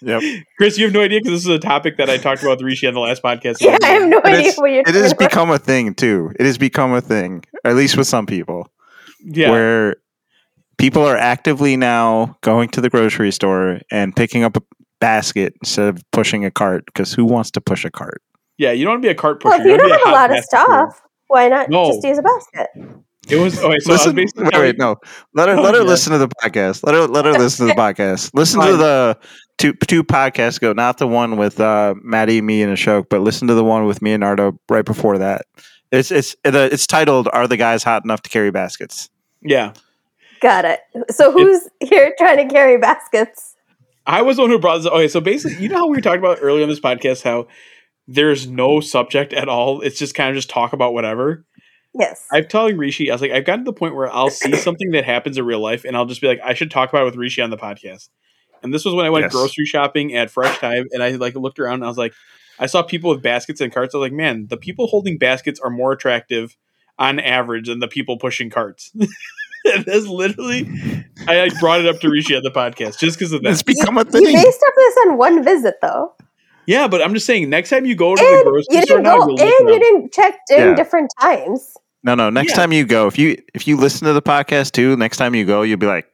[SPEAKER 1] Yep.
[SPEAKER 2] Chris, you have no idea because this is a topic that I talked about with Rishi on the last podcast.
[SPEAKER 3] Yeah, I have no
[SPEAKER 1] But
[SPEAKER 3] idea
[SPEAKER 1] it's-
[SPEAKER 3] what you're
[SPEAKER 1] It
[SPEAKER 3] talking
[SPEAKER 1] has
[SPEAKER 3] about.
[SPEAKER 1] become a thing too. It has become a thing, at least with some people.
[SPEAKER 2] yeah.
[SPEAKER 1] where people are actively now going to the grocery store and picking up a basket instead of pushing a cart because who wants to push a cart?
[SPEAKER 2] yeah. You don't want to be a cart pusher.
[SPEAKER 3] Well, if you
[SPEAKER 2] wanna
[SPEAKER 3] don't
[SPEAKER 2] be
[SPEAKER 3] have a
[SPEAKER 2] hot
[SPEAKER 3] lot of
[SPEAKER 2] basket puller.
[SPEAKER 3] stuff, why not
[SPEAKER 2] No.
[SPEAKER 3] just use a basket?
[SPEAKER 2] it was. Okay, so I was
[SPEAKER 1] listen,
[SPEAKER 2] basically
[SPEAKER 1] wait, wait, no. Let her
[SPEAKER 2] Oh,
[SPEAKER 1] let her
[SPEAKER 2] yeah.
[SPEAKER 1] listen to the podcast. Let her let her listen to the podcast. Listen to
[SPEAKER 2] Fine.
[SPEAKER 1] the two two podcasts ago, not the one with uh, Maddie, me, and Ashok, but listen to the one with me and Ardo right before that. It's it's the it's titled "Are the guys hot enough to carry baskets?"
[SPEAKER 2] yeah.
[SPEAKER 3] Got it. So who's here trying to carry baskets?
[SPEAKER 2] I was the one who brought this. Okay, so basically, you know how we were talking about earlier on this podcast how there's no subject at all. It's just kind of just talk about whatever.
[SPEAKER 3] Yes.
[SPEAKER 2] I'm telling Rishi, I was like, I've gotten to the point where I'll see something that happens in real life, and I'll just be like, I should talk about it with Rishi on the podcast. And this was when I went
[SPEAKER 1] Yes.
[SPEAKER 2] grocery shopping at Fresh Time, and I like looked around, and I was like, I saw people with baskets and carts. I was like, man, the people holding baskets are more attractive on average than the people pushing carts. And That's literally, I like, brought it up to Rishi on the podcast just because of that.
[SPEAKER 1] It's become a
[SPEAKER 3] you
[SPEAKER 1] thing.
[SPEAKER 3] based off this on one visit though,
[SPEAKER 2] Yeah, but I'm just saying, next time you go to the
[SPEAKER 3] and
[SPEAKER 2] grocery
[SPEAKER 3] you
[SPEAKER 2] store
[SPEAKER 3] didn't
[SPEAKER 2] now,
[SPEAKER 3] go,
[SPEAKER 2] you'll
[SPEAKER 3] and
[SPEAKER 2] look
[SPEAKER 3] you
[SPEAKER 2] it up.
[SPEAKER 3] didn't check in
[SPEAKER 1] Yeah.
[SPEAKER 3] different times.
[SPEAKER 1] No, no. Next
[SPEAKER 2] Yeah.
[SPEAKER 1] time you go, if you if you listen to the podcast too, next time you go, you'll be like,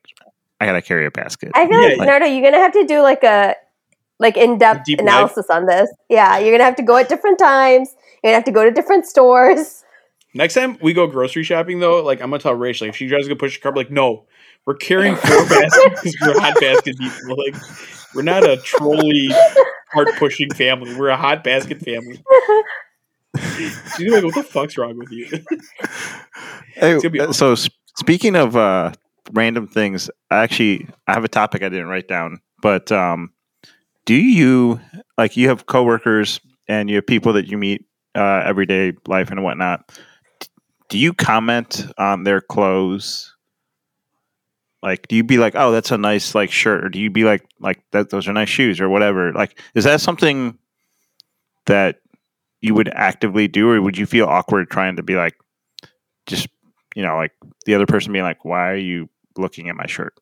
[SPEAKER 1] I gotta carry a basket.
[SPEAKER 3] I feel
[SPEAKER 2] Yeah,
[SPEAKER 3] like
[SPEAKER 1] yeah.
[SPEAKER 3] Nardo, you're gonna have to do like a like in depth
[SPEAKER 2] Deep dive.
[SPEAKER 3] analysis on this. Yeah, you're gonna have to go at different times. You're gonna have to go to different stores.
[SPEAKER 2] Next time we go grocery shopping, though, like I'm gonna tell Rachel, like, if she tries to go push a cart, like, no, we're carrying four baskets because we're hot basket people. Like, we're not a trolley cart pushing family. We're a hot basket family. She's like, what the fuck's wrong with you?
[SPEAKER 1] Hey,
[SPEAKER 2] It's gonna be
[SPEAKER 1] uh, so sp- speaking of uh, random things, I actually I have a topic I didn't write down, but um, do you like you have coworkers and you have people that you meet uh, everyday life and whatnot? Do you comment on their clothes? Like, do you be like, oh, that's a nice like shirt, or do you be like, like that those are nice shoes or whatever? Like, is that something that you would actively do, or would you feel awkward trying to be like, just you know, like the other person being like, "Why are you looking at my shirt?"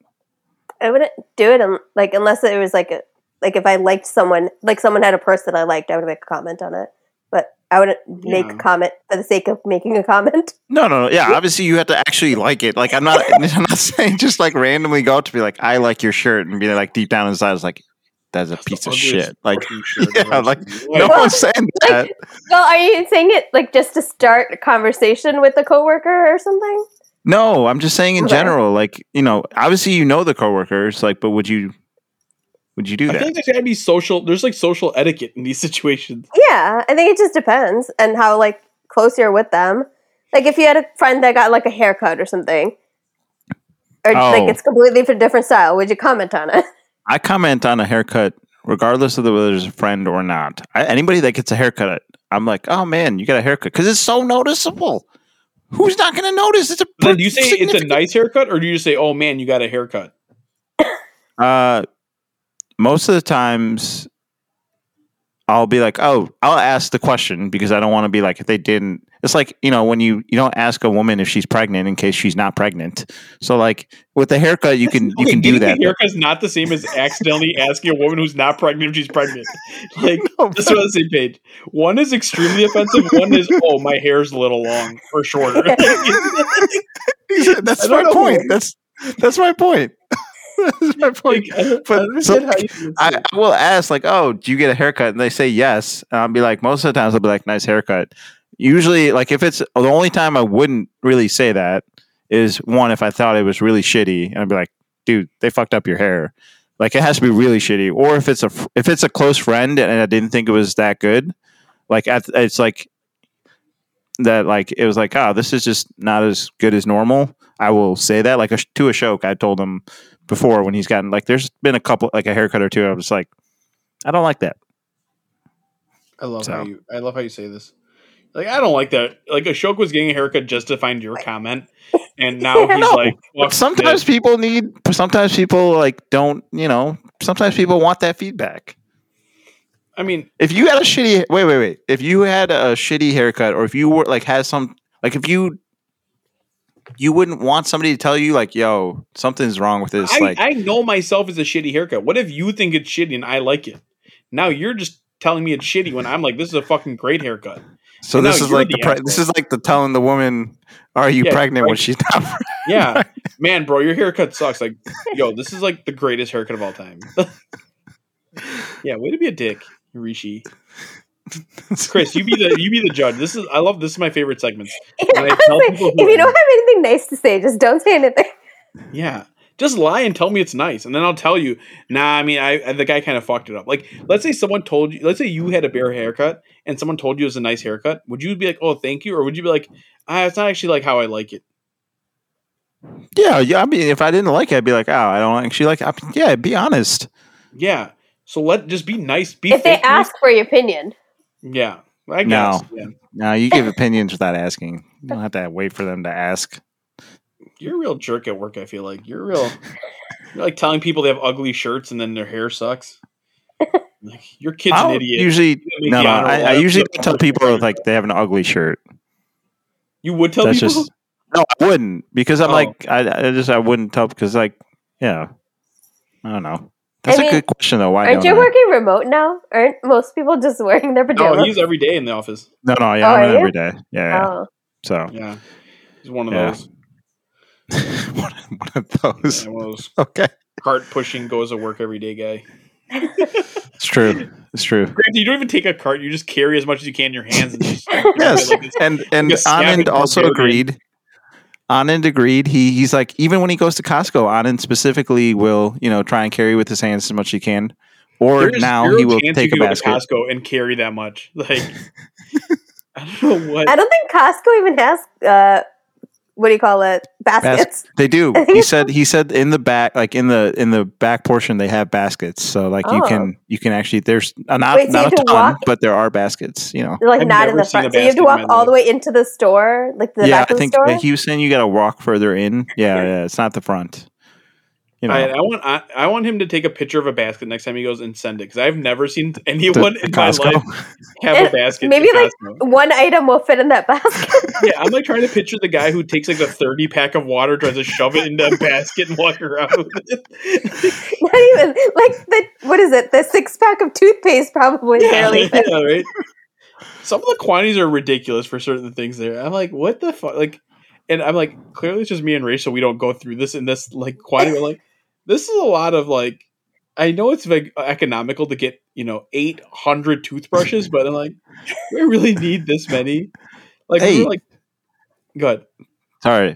[SPEAKER 3] I wouldn't do it un- like unless it was like a like if I liked someone, like someone had a purse that I liked, I would make a comment on it. But I wouldn't make
[SPEAKER 2] Yeah.
[SPEAKER 3] a comment for the sake of making a comment.
[SPEAKER 1] No, no, no. Yeah, obviously you have to actually like it. Like I'm not, I'm not saying just like randomly go up to be like, "I like your shirt," and be like deep down inside, it's like that's a piece of shit. Like yeah, like, no
[SPEAKER 3] Well,
[SPEAKER 1] one's saying that.
[SPEAKER 2] Uh,
[SPEAKER 3] like- Well, are you saying it like just to start a conversation with a coworker or something?
[SPEAKER 1] No, I'm just saying in
[SPEAKER 3] Okay.
[SPEAKER 1] general. Like you know, obviously you know the coworkers. Like, but would you, would you do
[SPEAKER 2] I feel
[SPEAKER 1] that?
[SPEAKER 2] like there's gotta be social. There's like social etiquette in these situations.
[SPEAKER 3] Yeah, I think it just depends and how like close you're with them. Like if you had a friend that got like a haircut or something, or just,
[SPEAKER 1] Oh.
[SPEAKER 3] like it's completely for different style. Would you comment on it?
[SPEAKER 1] I comment on a haircut regardless of whether it's a friend or not. I, anybody that gets a haircut, I'm like, oh man, you got a haircut because it's so noticeable. Who's not going to notice? It's a.
[SPEAKER 2] Then do you say it's a
[SPEAKER 1] significant-
[SPEAKER 2] nice haircut, or do you just say, "Oh man, you got a haircut"?
[SPEAKER 1] Uh, most of the times, I'll be like, oh, I'll ask the question because I don't want to be like if they didn't. It's like you know when you you don't ask a woman if she's pregnant in case she's not pregnant. So like with the haircut, you can you
[SPEAKER 2] Okay,
[SPEAKER 1] can do
[SPEAKER 2] getting a
[SPEAKER 1] that.
[SPEAKER 2] haircut's not the same as accidentally asking a woman who's not pregnant if she's pregnant. Like
[SPEAKER 1] No,
[SPEAKER 2] that's what on the same page. One is extremely offensive. One is, "Oh, my hair's a little long or shorter." I
[SPEAKER 1] that's
[SPEAKER 2] don't
[SPEAKER 1] my
[SPEAKER 2] know.
[SPEAKER 1] point. That's that's my point. that's my point.
[SPEAKER 2] Like, I don't- I
[SPEAKER 1] But
[SPEAKER 2] don't understand
[SPEAKER 1] so-
[SPEAKER 2] how you-
[SPEAKER 1] I, I will ask like, "Oh, do you get a haircut?" And they say yes. And I'll be like, most of the times I'll be like, "Nice haircut." Usually, like if it's the only time I wouldn't really say that is one if I thought it was really shitty, and I'd be like, "Dude, they fucked up your hair." Like it has to be really shitty, or if it's a fr- if it's a close friend and I didn't think it was that good, like at, it's like that like it was like oh this is just not as good as normal i will say that like a, to ashok i told him before when he's gotten like there's been a couple like a haircut or two i'm just like i don't like that
[SPEAKER 2] I love
[SPEAKER 1] So.
[SPEAKER 2] how you. I love how you say this. Like I don't like that. Like Ashok was getting a haircut just to find your comment, and now
[SPEAKER 3] Yeah,
[SPEAKER 2] he's
[SPEAKER 1] no.
[SPEAKER 2] like,
[SPEAKER 1] but
[SPEAKER 2] "Fuck
[SPEAKER 1] sometimes
[SPEAKER 2] this."
[SPEAKER 1] people need sometimes people like don't you know sometimes people want that feedback
[SPEAKER 2] I mean,
[SPEAKER 1] if you had a shitty wait wait wait if you had a shitty haircut or if you were like had some like if you you wouldn't want somebody to tell you like yo something's wrong with this
[SPEAKER 2] I,
[SPEAKER 1] like
[SPEAKER 2] I know myself as a shitty haircut. What if you think it's shitty and I like it? Now you're just telling me it's shitty when I'm like, "This is a fucking great haircut."
[SPEAKER 1] So
[SPEAKER 2] No,
[SPEAKER 1] this is
[SPEAKER 2] you're
[SPEAKER 1] like
[SPEAKER 2] the
[SPEAKER 1] the pre-
[SPEAKER 2] asshole.
[SPEAKER 1] this is like the telling the woman, "Are you
[SPEAKER 2] Yeah,
[SPEAKER 1] pregnant?" When
[SPEAKER 2] right.
[SPEAKER 1] she's not. pregnant.
[SPEAKER 2] Yeah, man, bro, your haircut sucks. Like, yo, this is like the greatest haircut of all time. yeah, way to be a dick, Rishi. Chris, you be the you be the judge. This is I love this is my favorite segment. When I tell
[SPEAKER 3] Honestly,
[SPEAKER 2] people who
[SPEAKER 3] if
[SPEAKER 2] I
[SPEAKER 3] you don't
[SPEAKER 2] am.
[SPEAKER 3] have anything nice to say, just don't say anything.
[SPEAKER 2] Yeah. Just lie and tell me it's nice, and then I'll tell you. Nah, I mean, I, I- the guy kind of fucked it up. Like, let's say someone told you, let's say you had a bare haircut, and someone told you it was a nice haircut. Would you be like, "Oh, thank you," or would you be like, "Ah, it's not actually like how I like it."
[SPEAKER 1] yeah, yeah. I mean, if I didn't like it, I'd be like, "Oh, I don't actually like." It. I- Yeah, be honest.
[SPEAKER 2] Yeah. So let just be nice. Be
[SPEAKER 3] If they
[SPEAKER 2] fake nice.
[SPEAKER 3] ask for your opinion,
[SPEAKER 2] yeah, I guess.
[SPEAKER 1] No.
[SPEAKER 2] Yeah.
[SPEAKER 1] Now you give opinions without asking. You don't have to wait for them to ask.
[SPEAKER 2] You're a real jerk at work. I feel like you're a real. You're like telling people they have ugly shirts and then their hair sucks. Like, your kid's
[SPEAKER 1] I
[SPEAKER 2] an
[SPEAKER 1] don't
[SPEAKER 2] idiot.
[SPEAKER 1] usually
[SPEAKER 2] You
[SPEAKER 1] no, no.
[SPEAKER 2] honor
[SPEAKER 1] I, I
[SPEAKER 2] roll.
[SPEAKER 1] usually
[SPEAKER 2] You're a
[SPEAKER 1] tell
[SPEAKER 2] perfect
[SPEAKER 1] people
[SPEAKER 2] person.
[SPEAKER 1] like they have an ugly shirt.
[SPEAKER 2] you would tell
[SPEAKER 1] That's
[SPEAKER 2] people.
[SPEAKER 1] just no, I wouldn't because I'm
[SPEAKER 2] Oh.
[SPEAKER 1] like I, I just I wouldn't tell because like yeah, I don't know. That's a
[SPEAKER 3] mean,
[SPEAKER 1] good question though. Why
[SPEAKER 3] aren't
[SPEAKER 1] don't
[SPEAKER 3] you
[SPEAKER 1] I?
[SPEAKER 3] working remote now? Aren't most people just wearing their
[SPEAKER 2] no,
[SPEAKER 3] pajamas?
[SPEAKER 2] he's every day in the office.
[SPEAKER 1] No, no. Yeah,
[SPEAKER 3] Oh,
[SPEAKER 1] I'm
[SPEAKER 3] are
[SPEAKER 1] in
[SPEAKER 3] you?
[SPEAKER 1] every day. Yeah. yeah.
[SPEAKER 3] Oh.
[SPEAKER 1] So
[SPEAKER 2] Yeah, he's one of
[SPEAKER 1] Yeah.
[SPEAKER 2] those.
[SPEAKER 1] one of- one of those.
[SPEAKER 2] Yeah, one of those
[SPEAKER 1] Okay.
[SPEAKER 2] cart pushing goes to work every day guy.
[SPEAKER 1] It's true. It's true.
[SPEAKER 2] Granted, you don't even take a cart; you just carry as much as you can in your hands. And just,
[SPEAKER 1] Yes.
[SPEAKER 2] Like it's-
[SPEAKER 1] And and
[SPEAKER 2] Like a savage
[SPEAKER 1] Anand also
[SPEAKER 2] barbarian.
[SPEAKER 1] agreed. Anand agreed. He he's like even when he goes to Costco, Anand specifically will, you know, try and carry with his hands as much as he can. Or
[SPEAKER 2] there is
[SPEAKER 1] now
[SPEAKER 2] zero
[SPEAKER 1] he will
[SPEAKER 2] chance
[SPEAKER 1] take a
[SPEAKER 2] you could go to
[SPEAKER 1] basket.
[SPEAKER 2] Costco and carry that much. Like, I don't know what.
[SPEAKER 3] I don't think Costco even has uh, what do you call it? Baskets.
[SPEAKER 1] They do.
[SPEAKER 3] I think
[SPEAKER 1] He
[SPEAKER 3] it's-
[SPEAKER 1] said he said in the back like in the in the back portion they have baskets. So like you
[SPEAKER 3] Oh.
[SPEAKER 1] can you can actually there's uh, not
[SPEAKER 3] Wait, so you
[SPEAKER 1] not a
[SPEAKER 3] have to
[SPEAKER 1] ton,
[SPEAKER 3] walk-
[SPEAKER 1] but there are baskets, you know.
[SPEAKER 3] Like
[SPEAKER 2] I've
[SPEAKER 3] not in
[SPEAKER 2] never
[SPEAKER 3] the
[SPEAKER 2] seen a
[SPEAKER 3] front. So you have
[SPEAKER 2] basket
[SPEAKER 3] to
[SPEAKER 2] in
[SPEAKER 3] walk
[SPEAKER 2] my
[SPEAKER 3] all the way into the store, like to the
[SPEAKER 1] yeah,
[SPEAKER 3] back
[SPEAKER 1] I
[SPEAKER 3] of the
[SPEAKER 1] think
[SPEAKER 3] store.
[SPEAKER 1] he was saying you got to walk further in. Yeah, yeah, it's not the front. You know,
[SPEAKER 2] I, I want I, I want him to take a picture of a basket next time he goes and send it because I've never seen anyone in my life have a
[SPEAKER 3] And
[SPEAKER 2] basket.
[SPEAKER 3] maybe,
[SPEAKER 2] at
[SPEAKER 3] like-
[SPEAKER 2] Costco.
[SPEAKER 3] One item will fit in that basket.
[SPEAKER 2] yeah, I'm like trying to picture the guy who takes like a 30 pack of water, tries to shove it into a basket and walk around with it.
[SPEAKER 3] not even like the what is it? The six pack of toothpaste probably barely fit.
[SPEAKER 2] yeah, right. Some of the quantities are ridiculous for certain things. There, I'm like, what the fuck? Like, and I'm like, clearly it's just me and Rachel. We don't go through this in this like quantity. We're like, this is a lot of like. I know it's like economical to get you know 800 toothbrushes, but I'm like, we really need this many. Like, we
[SPEAKER 1] Hey.
[SPEAKER 2] were like, good.
[SPEAKER 1] Sorry.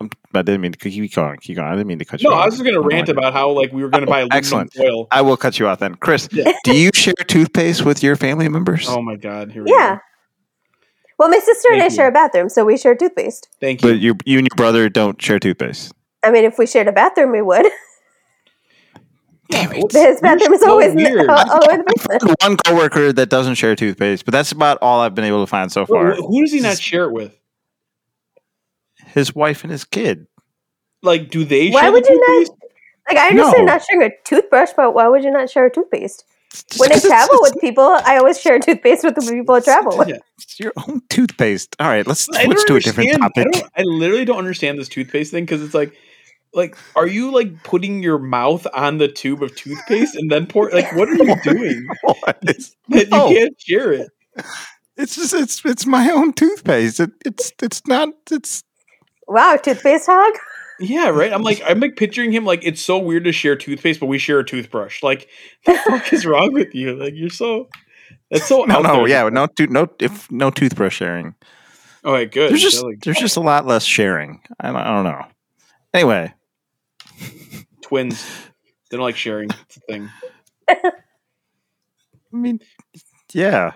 [SPEAKER 1] Um, I didn't mean to keep going. Keep going. I didn't mean to cut you
[SPEAKER 2] No,
[SPEAKER 1] off.
[SPEAKER 2] I was just gonna
[SPEAKER 1] don't
[SPEAKER 2] rant
[SPEAKER 1] like it.
[SPEAKER 2] about how like we were gonna
[SPEAKER 1] Oh,
[SPEAKER 2] buy aluminum
[SPEAKER 1] excellent.
[SPEAKER 2] foil.
[SPEAKER 1] I will cut you off then. Chris,
[SPEAKER 2] Yeah.
[SPEAKER 1] do you share toothpaste with your family members?
[SPEAKER 2] Oh my god, here we
[SPEAKER 3] Yeah.
[SPEAKER 2] go.
[SPEAKER 3] Well, my sister and I
[SPEAKER 2] Thank you.
[SPEAKER 3] share a bathroom, so we share toothpaste.
[SPEAKER 2] Thank you.
[SPEAKER 1] But you, you and your brother don't share toothpaste.
[SPEAKER 3] I mean, if we shared a bathroom, we would.
[SPEAKER 1] Damn it.
[SPEAKER 3] His bathroom is
[SPEAKER 2] so
[SPEAKER 3] always in
[SPEAKER 2] weird.
[SPEAKER 3] the, oh, oh, in the basement.
[SPEAKER 1] The One coworker that doesn't share toothpaste, but that's about all I've been able to find so far.
[SPEAKER 2] Who, who does he not share it with?
[SPEAKER 1] His wife and his kid.
[SPEAKER 2] Like, do they?
[SPEAKER 3] Why
[SPEAKER 2] share the
[SPEAKER 3] would you not-
[SPEAKER 2] toothpaste?
[SPEAKER 3] Like I understand
[SPEAKER 1] No.
[SPEAKER 3] not sharing a toothbrush, but why would you not share a toothpaste? When I
[SPEAKER 1] It's-
[SPEAKER 3] travel
[SPEAKER 1] it's-
[SPEAKER 3] with people, I always share a toothpaste with the people I travel with.
[SPEAKER 2] Yeah.
[SPEAKER 1] it's your own toothpaste. All right, let's
[SPEAKER 2] I
[SPEAKER 1] switch
[SPEAKER 2] don't
[SPEAKER 1] to a different
[SPEAKER 2] understand- I,
[SPEAKER 1] topic.
[SPEAKER 2] don't- I literally don't understand this toothpaste thing because it's like, like, are you like putting your mouth on the tube of toothpaste and then pour? Like, what are you doing?
[SPEAKER 1] What is-
[SPEAKER 2] That you
[SPEAKER 1] No.
[SPEAKER 2] can't share it.
[SPEAKER 1] It's just it's it's my own toothpaste. It, it's it's not it's
[SPEAKER 3] Wow, toothpaste hog.
[SPEAKER 2] Yeah, right. I'm like, I'm like picturing him like it's so weird to share toothpaste, but we share a toothbrush. Like, the fuck is wrong with you? Like, you're so. That's so.
[SPEAKER 1] no
[SPEAKER 2] out
[SPEAKER 1] no
[SPEAKER 2] there.
[SPEAKER 1] yeah no to, no if no toothbrush sharing.
[SPEAKER 2] All right, good.
[SPEAKER 1] There's just
[SPEAKER 2] So, like,
[SPEAKER 1] there's just a lot less sharing. I don't, I don't know. Anyway,
[SPEAKER 2] twins. They don't like sharing. It's a thing.
[SPEAKER 1] I mean, yeah,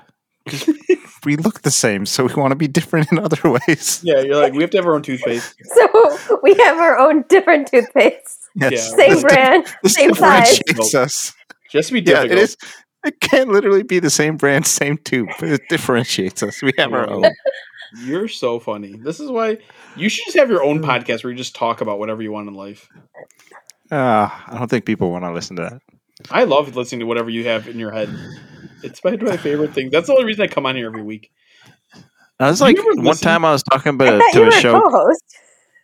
[SPEAKER 1] we look the same, so we want to be different in other ways.
[SPEAKER 2] Yeah, you're like, we have to have our own toothpaste.
[SPEAKER 3] So we have our own different toothpaste,
[SPEAKER 1] Yes.
[SPEAKER 2] Yeah.
[SPEAKER 3] same
[SPEAKER 1] This-
[SPEAKER 3] brand.
[SPEAKER 1] this
[SPEAKER 3] same size.
[SPEAKER 1] differentiates us.
[SPEAKER 2] Just to be
[SPEAKER 1] Yeah,
[SPEAKER 2] difficult.
[SPEAKER 1] it is. It can't literally be the same brand, same tube, but it differentiates us. We have our own.
[SPEAKER 2] You're so funny. This is why you should just have your own podcast where you just talk about whatever you want in life.
[SPEAKER 1] Uh, I don't think people want to listen to that.
[SPEAKER 2] I love listening to whatever you have in your head. It's my, my favorite thing. That's the only reason I come on here every week.
[SPEAKER 1] I was
[SPEAKER 2] You
[SPEAKER 1] like,
[SPEAKER 2] ever
[SPEAKER 1] one
[SPEAKER 2] listen-
[SPEAKER 1] time I was talking
[SPEAKER 3] I
[SPEAKER 1] about,
[SPEAKER 3] thought you
[SPEAKER 1] to
[SPEAKER 3] were
[SPEAKER 1] a
[SPEAKER 3] a
[SPEAKER 1] show.
[SPEAKER 3] co-host.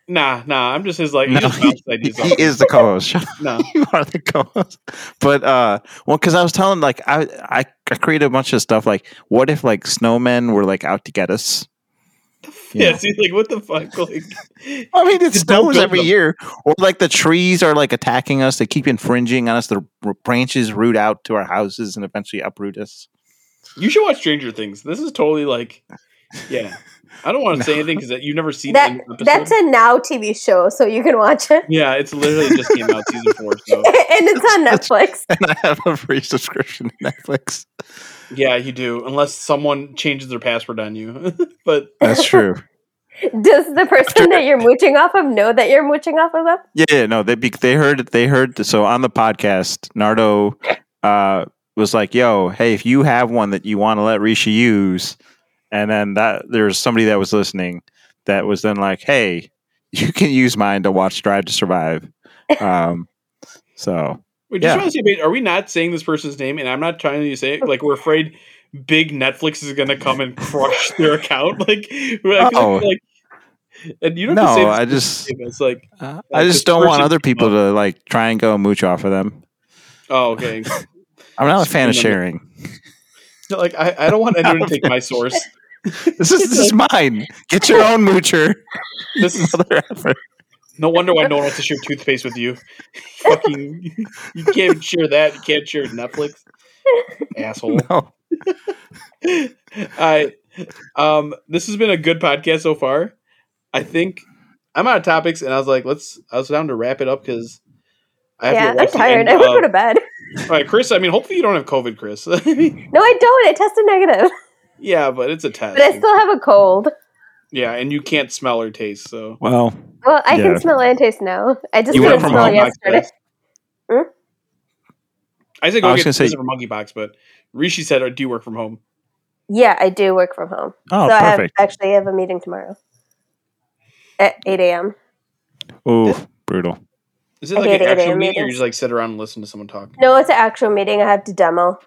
[SPEAKER 2] Nah, nah. I'm just his like,
[SPEAKER 1] No,
[SPEAKER 2] he, just bounces ideas off
[SPEAKER 1] He
[SPEAKER 2] me.
[SPEAKER 1] is the co-host. Shut up,
[SPEAKER 2] Nah.
[SPEAKER 1] you are the co-host. But uh, well, because I was telling like I, I I created a bunch of stuff like what if like snowmen were like out to get us?
[SPEAKER 2] Yeah.
[SPEAKER 1] Yeah.
[SPEAKER 2] see, like, what the fuck? Like,
[SPEAKER 1] I mean, it
[SPEAKER 2] Just don't
[SPEAKER 1] snows
[SPEAKER 2] build
[SPEAKER 1] every
[SPEAKER 2] them.
[SPEAKER 1] year, or like the trees are like attacking us. They keep infringing on us. The r- branches root out to our houses and eventually uproot us.
[SPEAKER 2] you should watch Stranger Things. This is totally like, yeah. I don't want to say anything because you've never seen
[SPEAKER 3] That
[SPEAKER 2] an episode.
[SPEAKER 3] that's a Now TV show, so you can watch it,
[SPEAKER 2] yeah, it's literally just came out season four. So
[SPEAKER 3] and it's on
[SPEAKER 1] That's-
[SPEAKER 3] Netflix.
[SPEAKER 1] And I have a free subscription to Netflix.
[SPEAKER 2] yeah, you do unless someone changes their password on you. but
[SPEAKER 1] That's true.
[SPEAKER 3] Does the person that you're mooching off of know that you're mooching off of them?
[SPEAKER 1] Yeah, yeah, no, they be- they heard they heard so on the podcast, Nardo uh, was like, "Yo, hey, if you have one that you want to let Rishi use," and then that there's somebody that was listening that was then like, "Hey, you can use mine to watch Drive to Survive." Um, so
[SPEAKER 2] Wait, just
[SPEAKER 1] Yeah.
[SPEAKER 2] want to see, wait, are we not saying this person's name? And I'm not trying to say it. Like, we're afraid big Netflix is going to come and crush their account. Like, I feel like-
[SPEAKER 1] Uh-oh.
[SPEAKER 2] like, and you don't
[SPEAKER 1] no,
[SPEAKER 2] have to say this
[SPEAKER 1] I just
[SPEAKER 2] person's name. It's like,
[SPEAKER 1] uh,
[SPEAKER 2] like
[SPEAKER 1] I
[SPEAKER 2] this
[SPEAKER 1] just don't want
[SPEAKER 2] person
[SPEAKER 1] other
[SPEAKER 2] came
[SPEAKER 1] people to like try and go and mooch off of them.
[SPEAKER 2] oh, okay.
[SPEAKER 1] I'm not a fan of
[SPEAKER 2] Screen
[SPEAKER 1] sharing.
[SPEAKER 2] like, I, I don't want anyone to take my source.
[SPEAKER 1] This is this is mine. Get your own moocher.
[SPEAKER 2] This is
[SPEAKER 1] Mother effer.
[SPEAKER 2] no wonder why no one wants to share toothpaste with you. Fucking, you can't share that. You can't share Netflix. Asshole.
[SPEAKER 1] No.
[SPEAKER 2] I um this has been a good podcast so far. I think I'm out of topics and I was like, let's I was down to wrap it up because I have
[SPEAKER 3] Yeah,
[SPEAKER 2] to
[SPEAKER 3] I'm
[SPEAKER 2] watch the
[SPEAKER 3] tired.
[SPEAKER 2] end
[SPEAKER 3] I would
[SPEAKER 2] of-
[SPEAKER 3] go to bed.
[SPEAKER 2] all right, Chris, I mean hopefully you don't have COVID, Chris.
[SPEAKER 3] No, I don't. I tested negative,
[SPEAKER 2] yeah, but it's a test.
[SPEAKER 3] but I still have a cold.
[SPEAKER 2] yeah, and you can't smell or taste, so
[SPEAKER 1] Well,
[SPEAKER 3] Well, I
[SPEAKER 1] Yeah.
[SPEAKER 3] can smell and taste now. I just
[SPEAKER 1] You went
[SPEAKER 3] couldn't
[SPEAKER 1] from
[SPEAKER 3] smell
[SPEAKER 1] home,
[SPEAKER 3] yesterday. Hmm?
[SPEAKER 2] I said
[SPEAKER 1] I
[SPEAKER 2] go
[SPEAKER 1] was
[SPEAKER 2] get
[SPEAKER 1] gonna say-
[SPEAKER 2] visit for monkey box, but Rishi said, oh, do you work from home?
[SPEAKER 3] Yeah, I do work from home.
[SPEAKER 1] oh,
[SPEAKER 3] so I have,
[SPEAKER 1] perfect.
[SPEAKER 3] actually have a meeting tomorrow at 8 a.m.
[SPEAKER 1] Ooh, brutal.
[SPEAKER 2] Is it
[SPEAKER 3] I
[SPEAKER 2] like an
[SPEAKER 3] hate it,
[SPEAKER 2] actual
[SPEAKER 3] I
[SPEAKER 2] meeting
[SPEAKER 3] hate
[SPEAKER 2] or
[SPEAKER 3] it.
[SPEAKER 2] you just like sit around and listen to someone talk?
[SPEAKER 3] No, it's an actual meeting. I have to demo.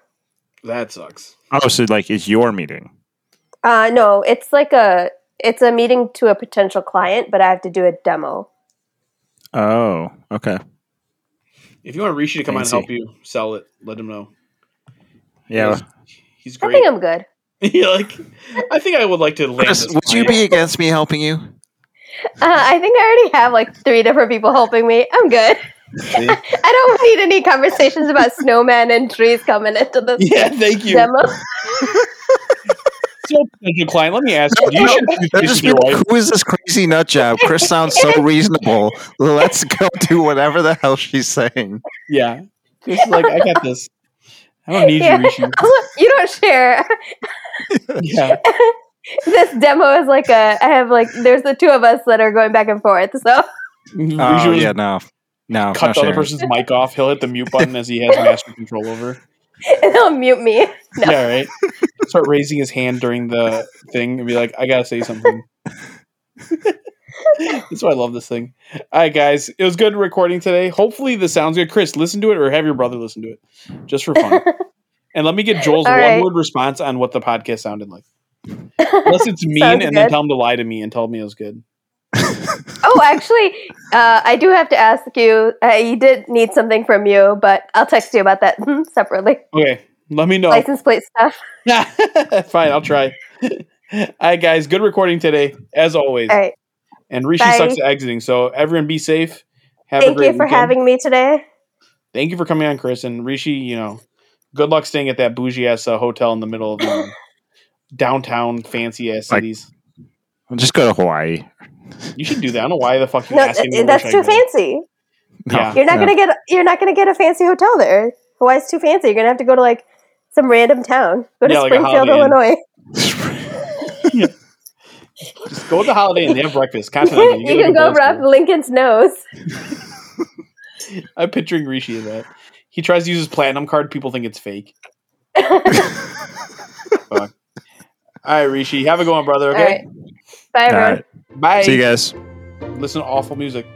[SPEAKER 2] That sucks.
[SPEAKER 1] Oh, so like it's your meeting.
[SPEAKER 3] Uh, no, it's like a it's a meeting to a potential client, but I have to do a demo.
[SPEAKER 1] Oh, okay.
[SPEAKER 2] If you want Rishi to come on and
[SPEAKER 1] Fancy.
[SPEAKER 2] help you sell it, let him know.
[SPEAKER 1] Yeah.
[SPEAKER 2] He's, he's
[SPEAKER 3] I
[SPEAKER 2] great.
[SPEAKER 3] think I'm good.
[SPEAKER 2] yeah, like I think I would like to land
[SPEAKER 1] Chris,
[SPEAKER 2] this.
[SPEAKER 1] would you
[SPEAKER 2] client.
[SPEAKER 1] be against me helping you?
[SPEAKER 3] Uh, I think I already have like three different people helping me. I'm good. I don't need any conversations about snowmen and trees coming into the
[SPEAKER 2] Yeah, thank you.
[SPEAKER 3] demo.
[SPEAKER 2] So, potential client, let me ask you. Do you
[SPEAKER 1] No,
[SPEAKER 2] share
[SPEAKER 1] That'd
[SPEAKER 2] toothpaste
[SPEAKER 1] just
[SPEAKER 2] with
[SPEAKER 1] be
[SPEAKER 2] your wife?
[SPEAKER 1] like, who is this crazy nut job? Chris sounds so reasonable. Let's go do whatever the hell she's saying.
[SPEAKER 2] Yeah. Just like I got this. I don't need
[SPEAKER 3] Yeah.
[SPEAKER 2] you, Rishi.
[SPEAKER 3] Oh, you don't share.
[SPEAKER 2] Yeah.
[SPEAKER 3] This demo is like a I have like there's the two of us that are going back and forth. So
[SPEAKER 1] Oh,
[SPEAKER 2] Rishi was-
[SPEAKER 1] yeah, no. No, no
[SPEAKER 2] cut the other
[SPEAKER 1] sharing.
[SPEAKER 2] person's mic off. He'll hit the mute button as he has master control over.
[SPEAKER 3] They'll mute me. No.
[SPEAKER 2] Yeah, right. Start raising his hand during the thing and be like, "I gotta say something." That's why I love this thing. All right, guys, it was good recording today. Hopefully, this sounds good. Chris, listen to it, or have your brother listen to it, just for fun. and let me get Joel's
[SPEAKER 3] All
[SPEAKER 2] one
[SPEAKER 3] right.
[SPEAKER 2] word response on what the podcast sounded like. Unless it's mean, and
[SPEAKER 3] Sounds
[SPEAKER 2] then
[SPEAKER 3] good.
[SPEAKER 2] tell him to lie to me and tell me it was good.
[SPEAKER 3] Oh, actually, uh, I do have to ask you. I did need something from you, but I'll text you about that hmm, separately.
[SPEAKER 2] Okay, let me know.
[SPEAKER 3] License plate stuff.
[SPEAKER 2] Fine, I'll try. All right, guys, good recording today, as always.
[SPEAKER 3] All right.
[SPEAKER 2] And Rishi
[SPEAKER 3] Bye.
[SPEAKER 2] sucks at exiting. So everyone be safe. Have a
[SPEAKER 3] Thank
[SPEAKER 2] great
[SPEAKER 3] you for
[SPEAKER 2] weekend.
[SPEAKER 3] having me today.
[SPEAKER 2] Thank you for coming on, Chris. And Rishi, you know, good luck staying at that bougie ass uh, hotel in the middle of um, downtown fancy ass
[SPEAKER 1] Like-
[SPEAKER 2] cities.
[SPEAKER 1] Just go to Hawaii.
[SPEAKER 2] You should do that. I don't know why the fuck you
[SPEAKER 3] No,
[SPEAKER 2] asked me.
[SPEAKER 3] th-
[SPEAKER 2] to
[SPEAKER 3] that's
[SPEAKER 2] wish I
[SPEAKER 3] too
[SPEAKER 2] could.
[SPEAKER 3] fancy.
[SPEAKER 2] Yeah.
[SPEAKER 3] You're not
[SPEAKER 1] Yeah.
[SPEAKER 3] gonna get. You're not gonna get a fancy hotel there. Hawaii's too fancy. You're gonna have to go to like some random town. Go to
[SPEAKER 2] Yeah, like a
[SPEAKER 3] Springfield,
[SPEAKER 2] Holiday Inn.
[SPEAKER 3] Illinois.
[SPEAKER 2] Just go to the Holiday Inn. They have breakfast. Continental.
[SPEAKER 3] you
[SPEAKER 2] get a
[SPEAKER 3] can
[SPEAKER 2] good
[SPEAKER 3] go
[SPEAKER 2] breakfast.
[SPEAKER 3] rub Lincoln's nose.
[SPEAKER 2] I'm picturing Rishi in that. He tries to use his platinum card. People think it's fake. Fuck. All right, Rishi. Have a good one, brother.
[SPEAKER 3] All
[SPEAKER 2] Okay.
[SPEAKER 3] right. Bye,
[SPEAKER 1] All
[SPEAKER 3] everyone.
[SPEAKER 1] right.
[SPEAKER 2] Bye.
[SPEAKER 1] See you guys.
[SPEAKER 2] Listen to awful music.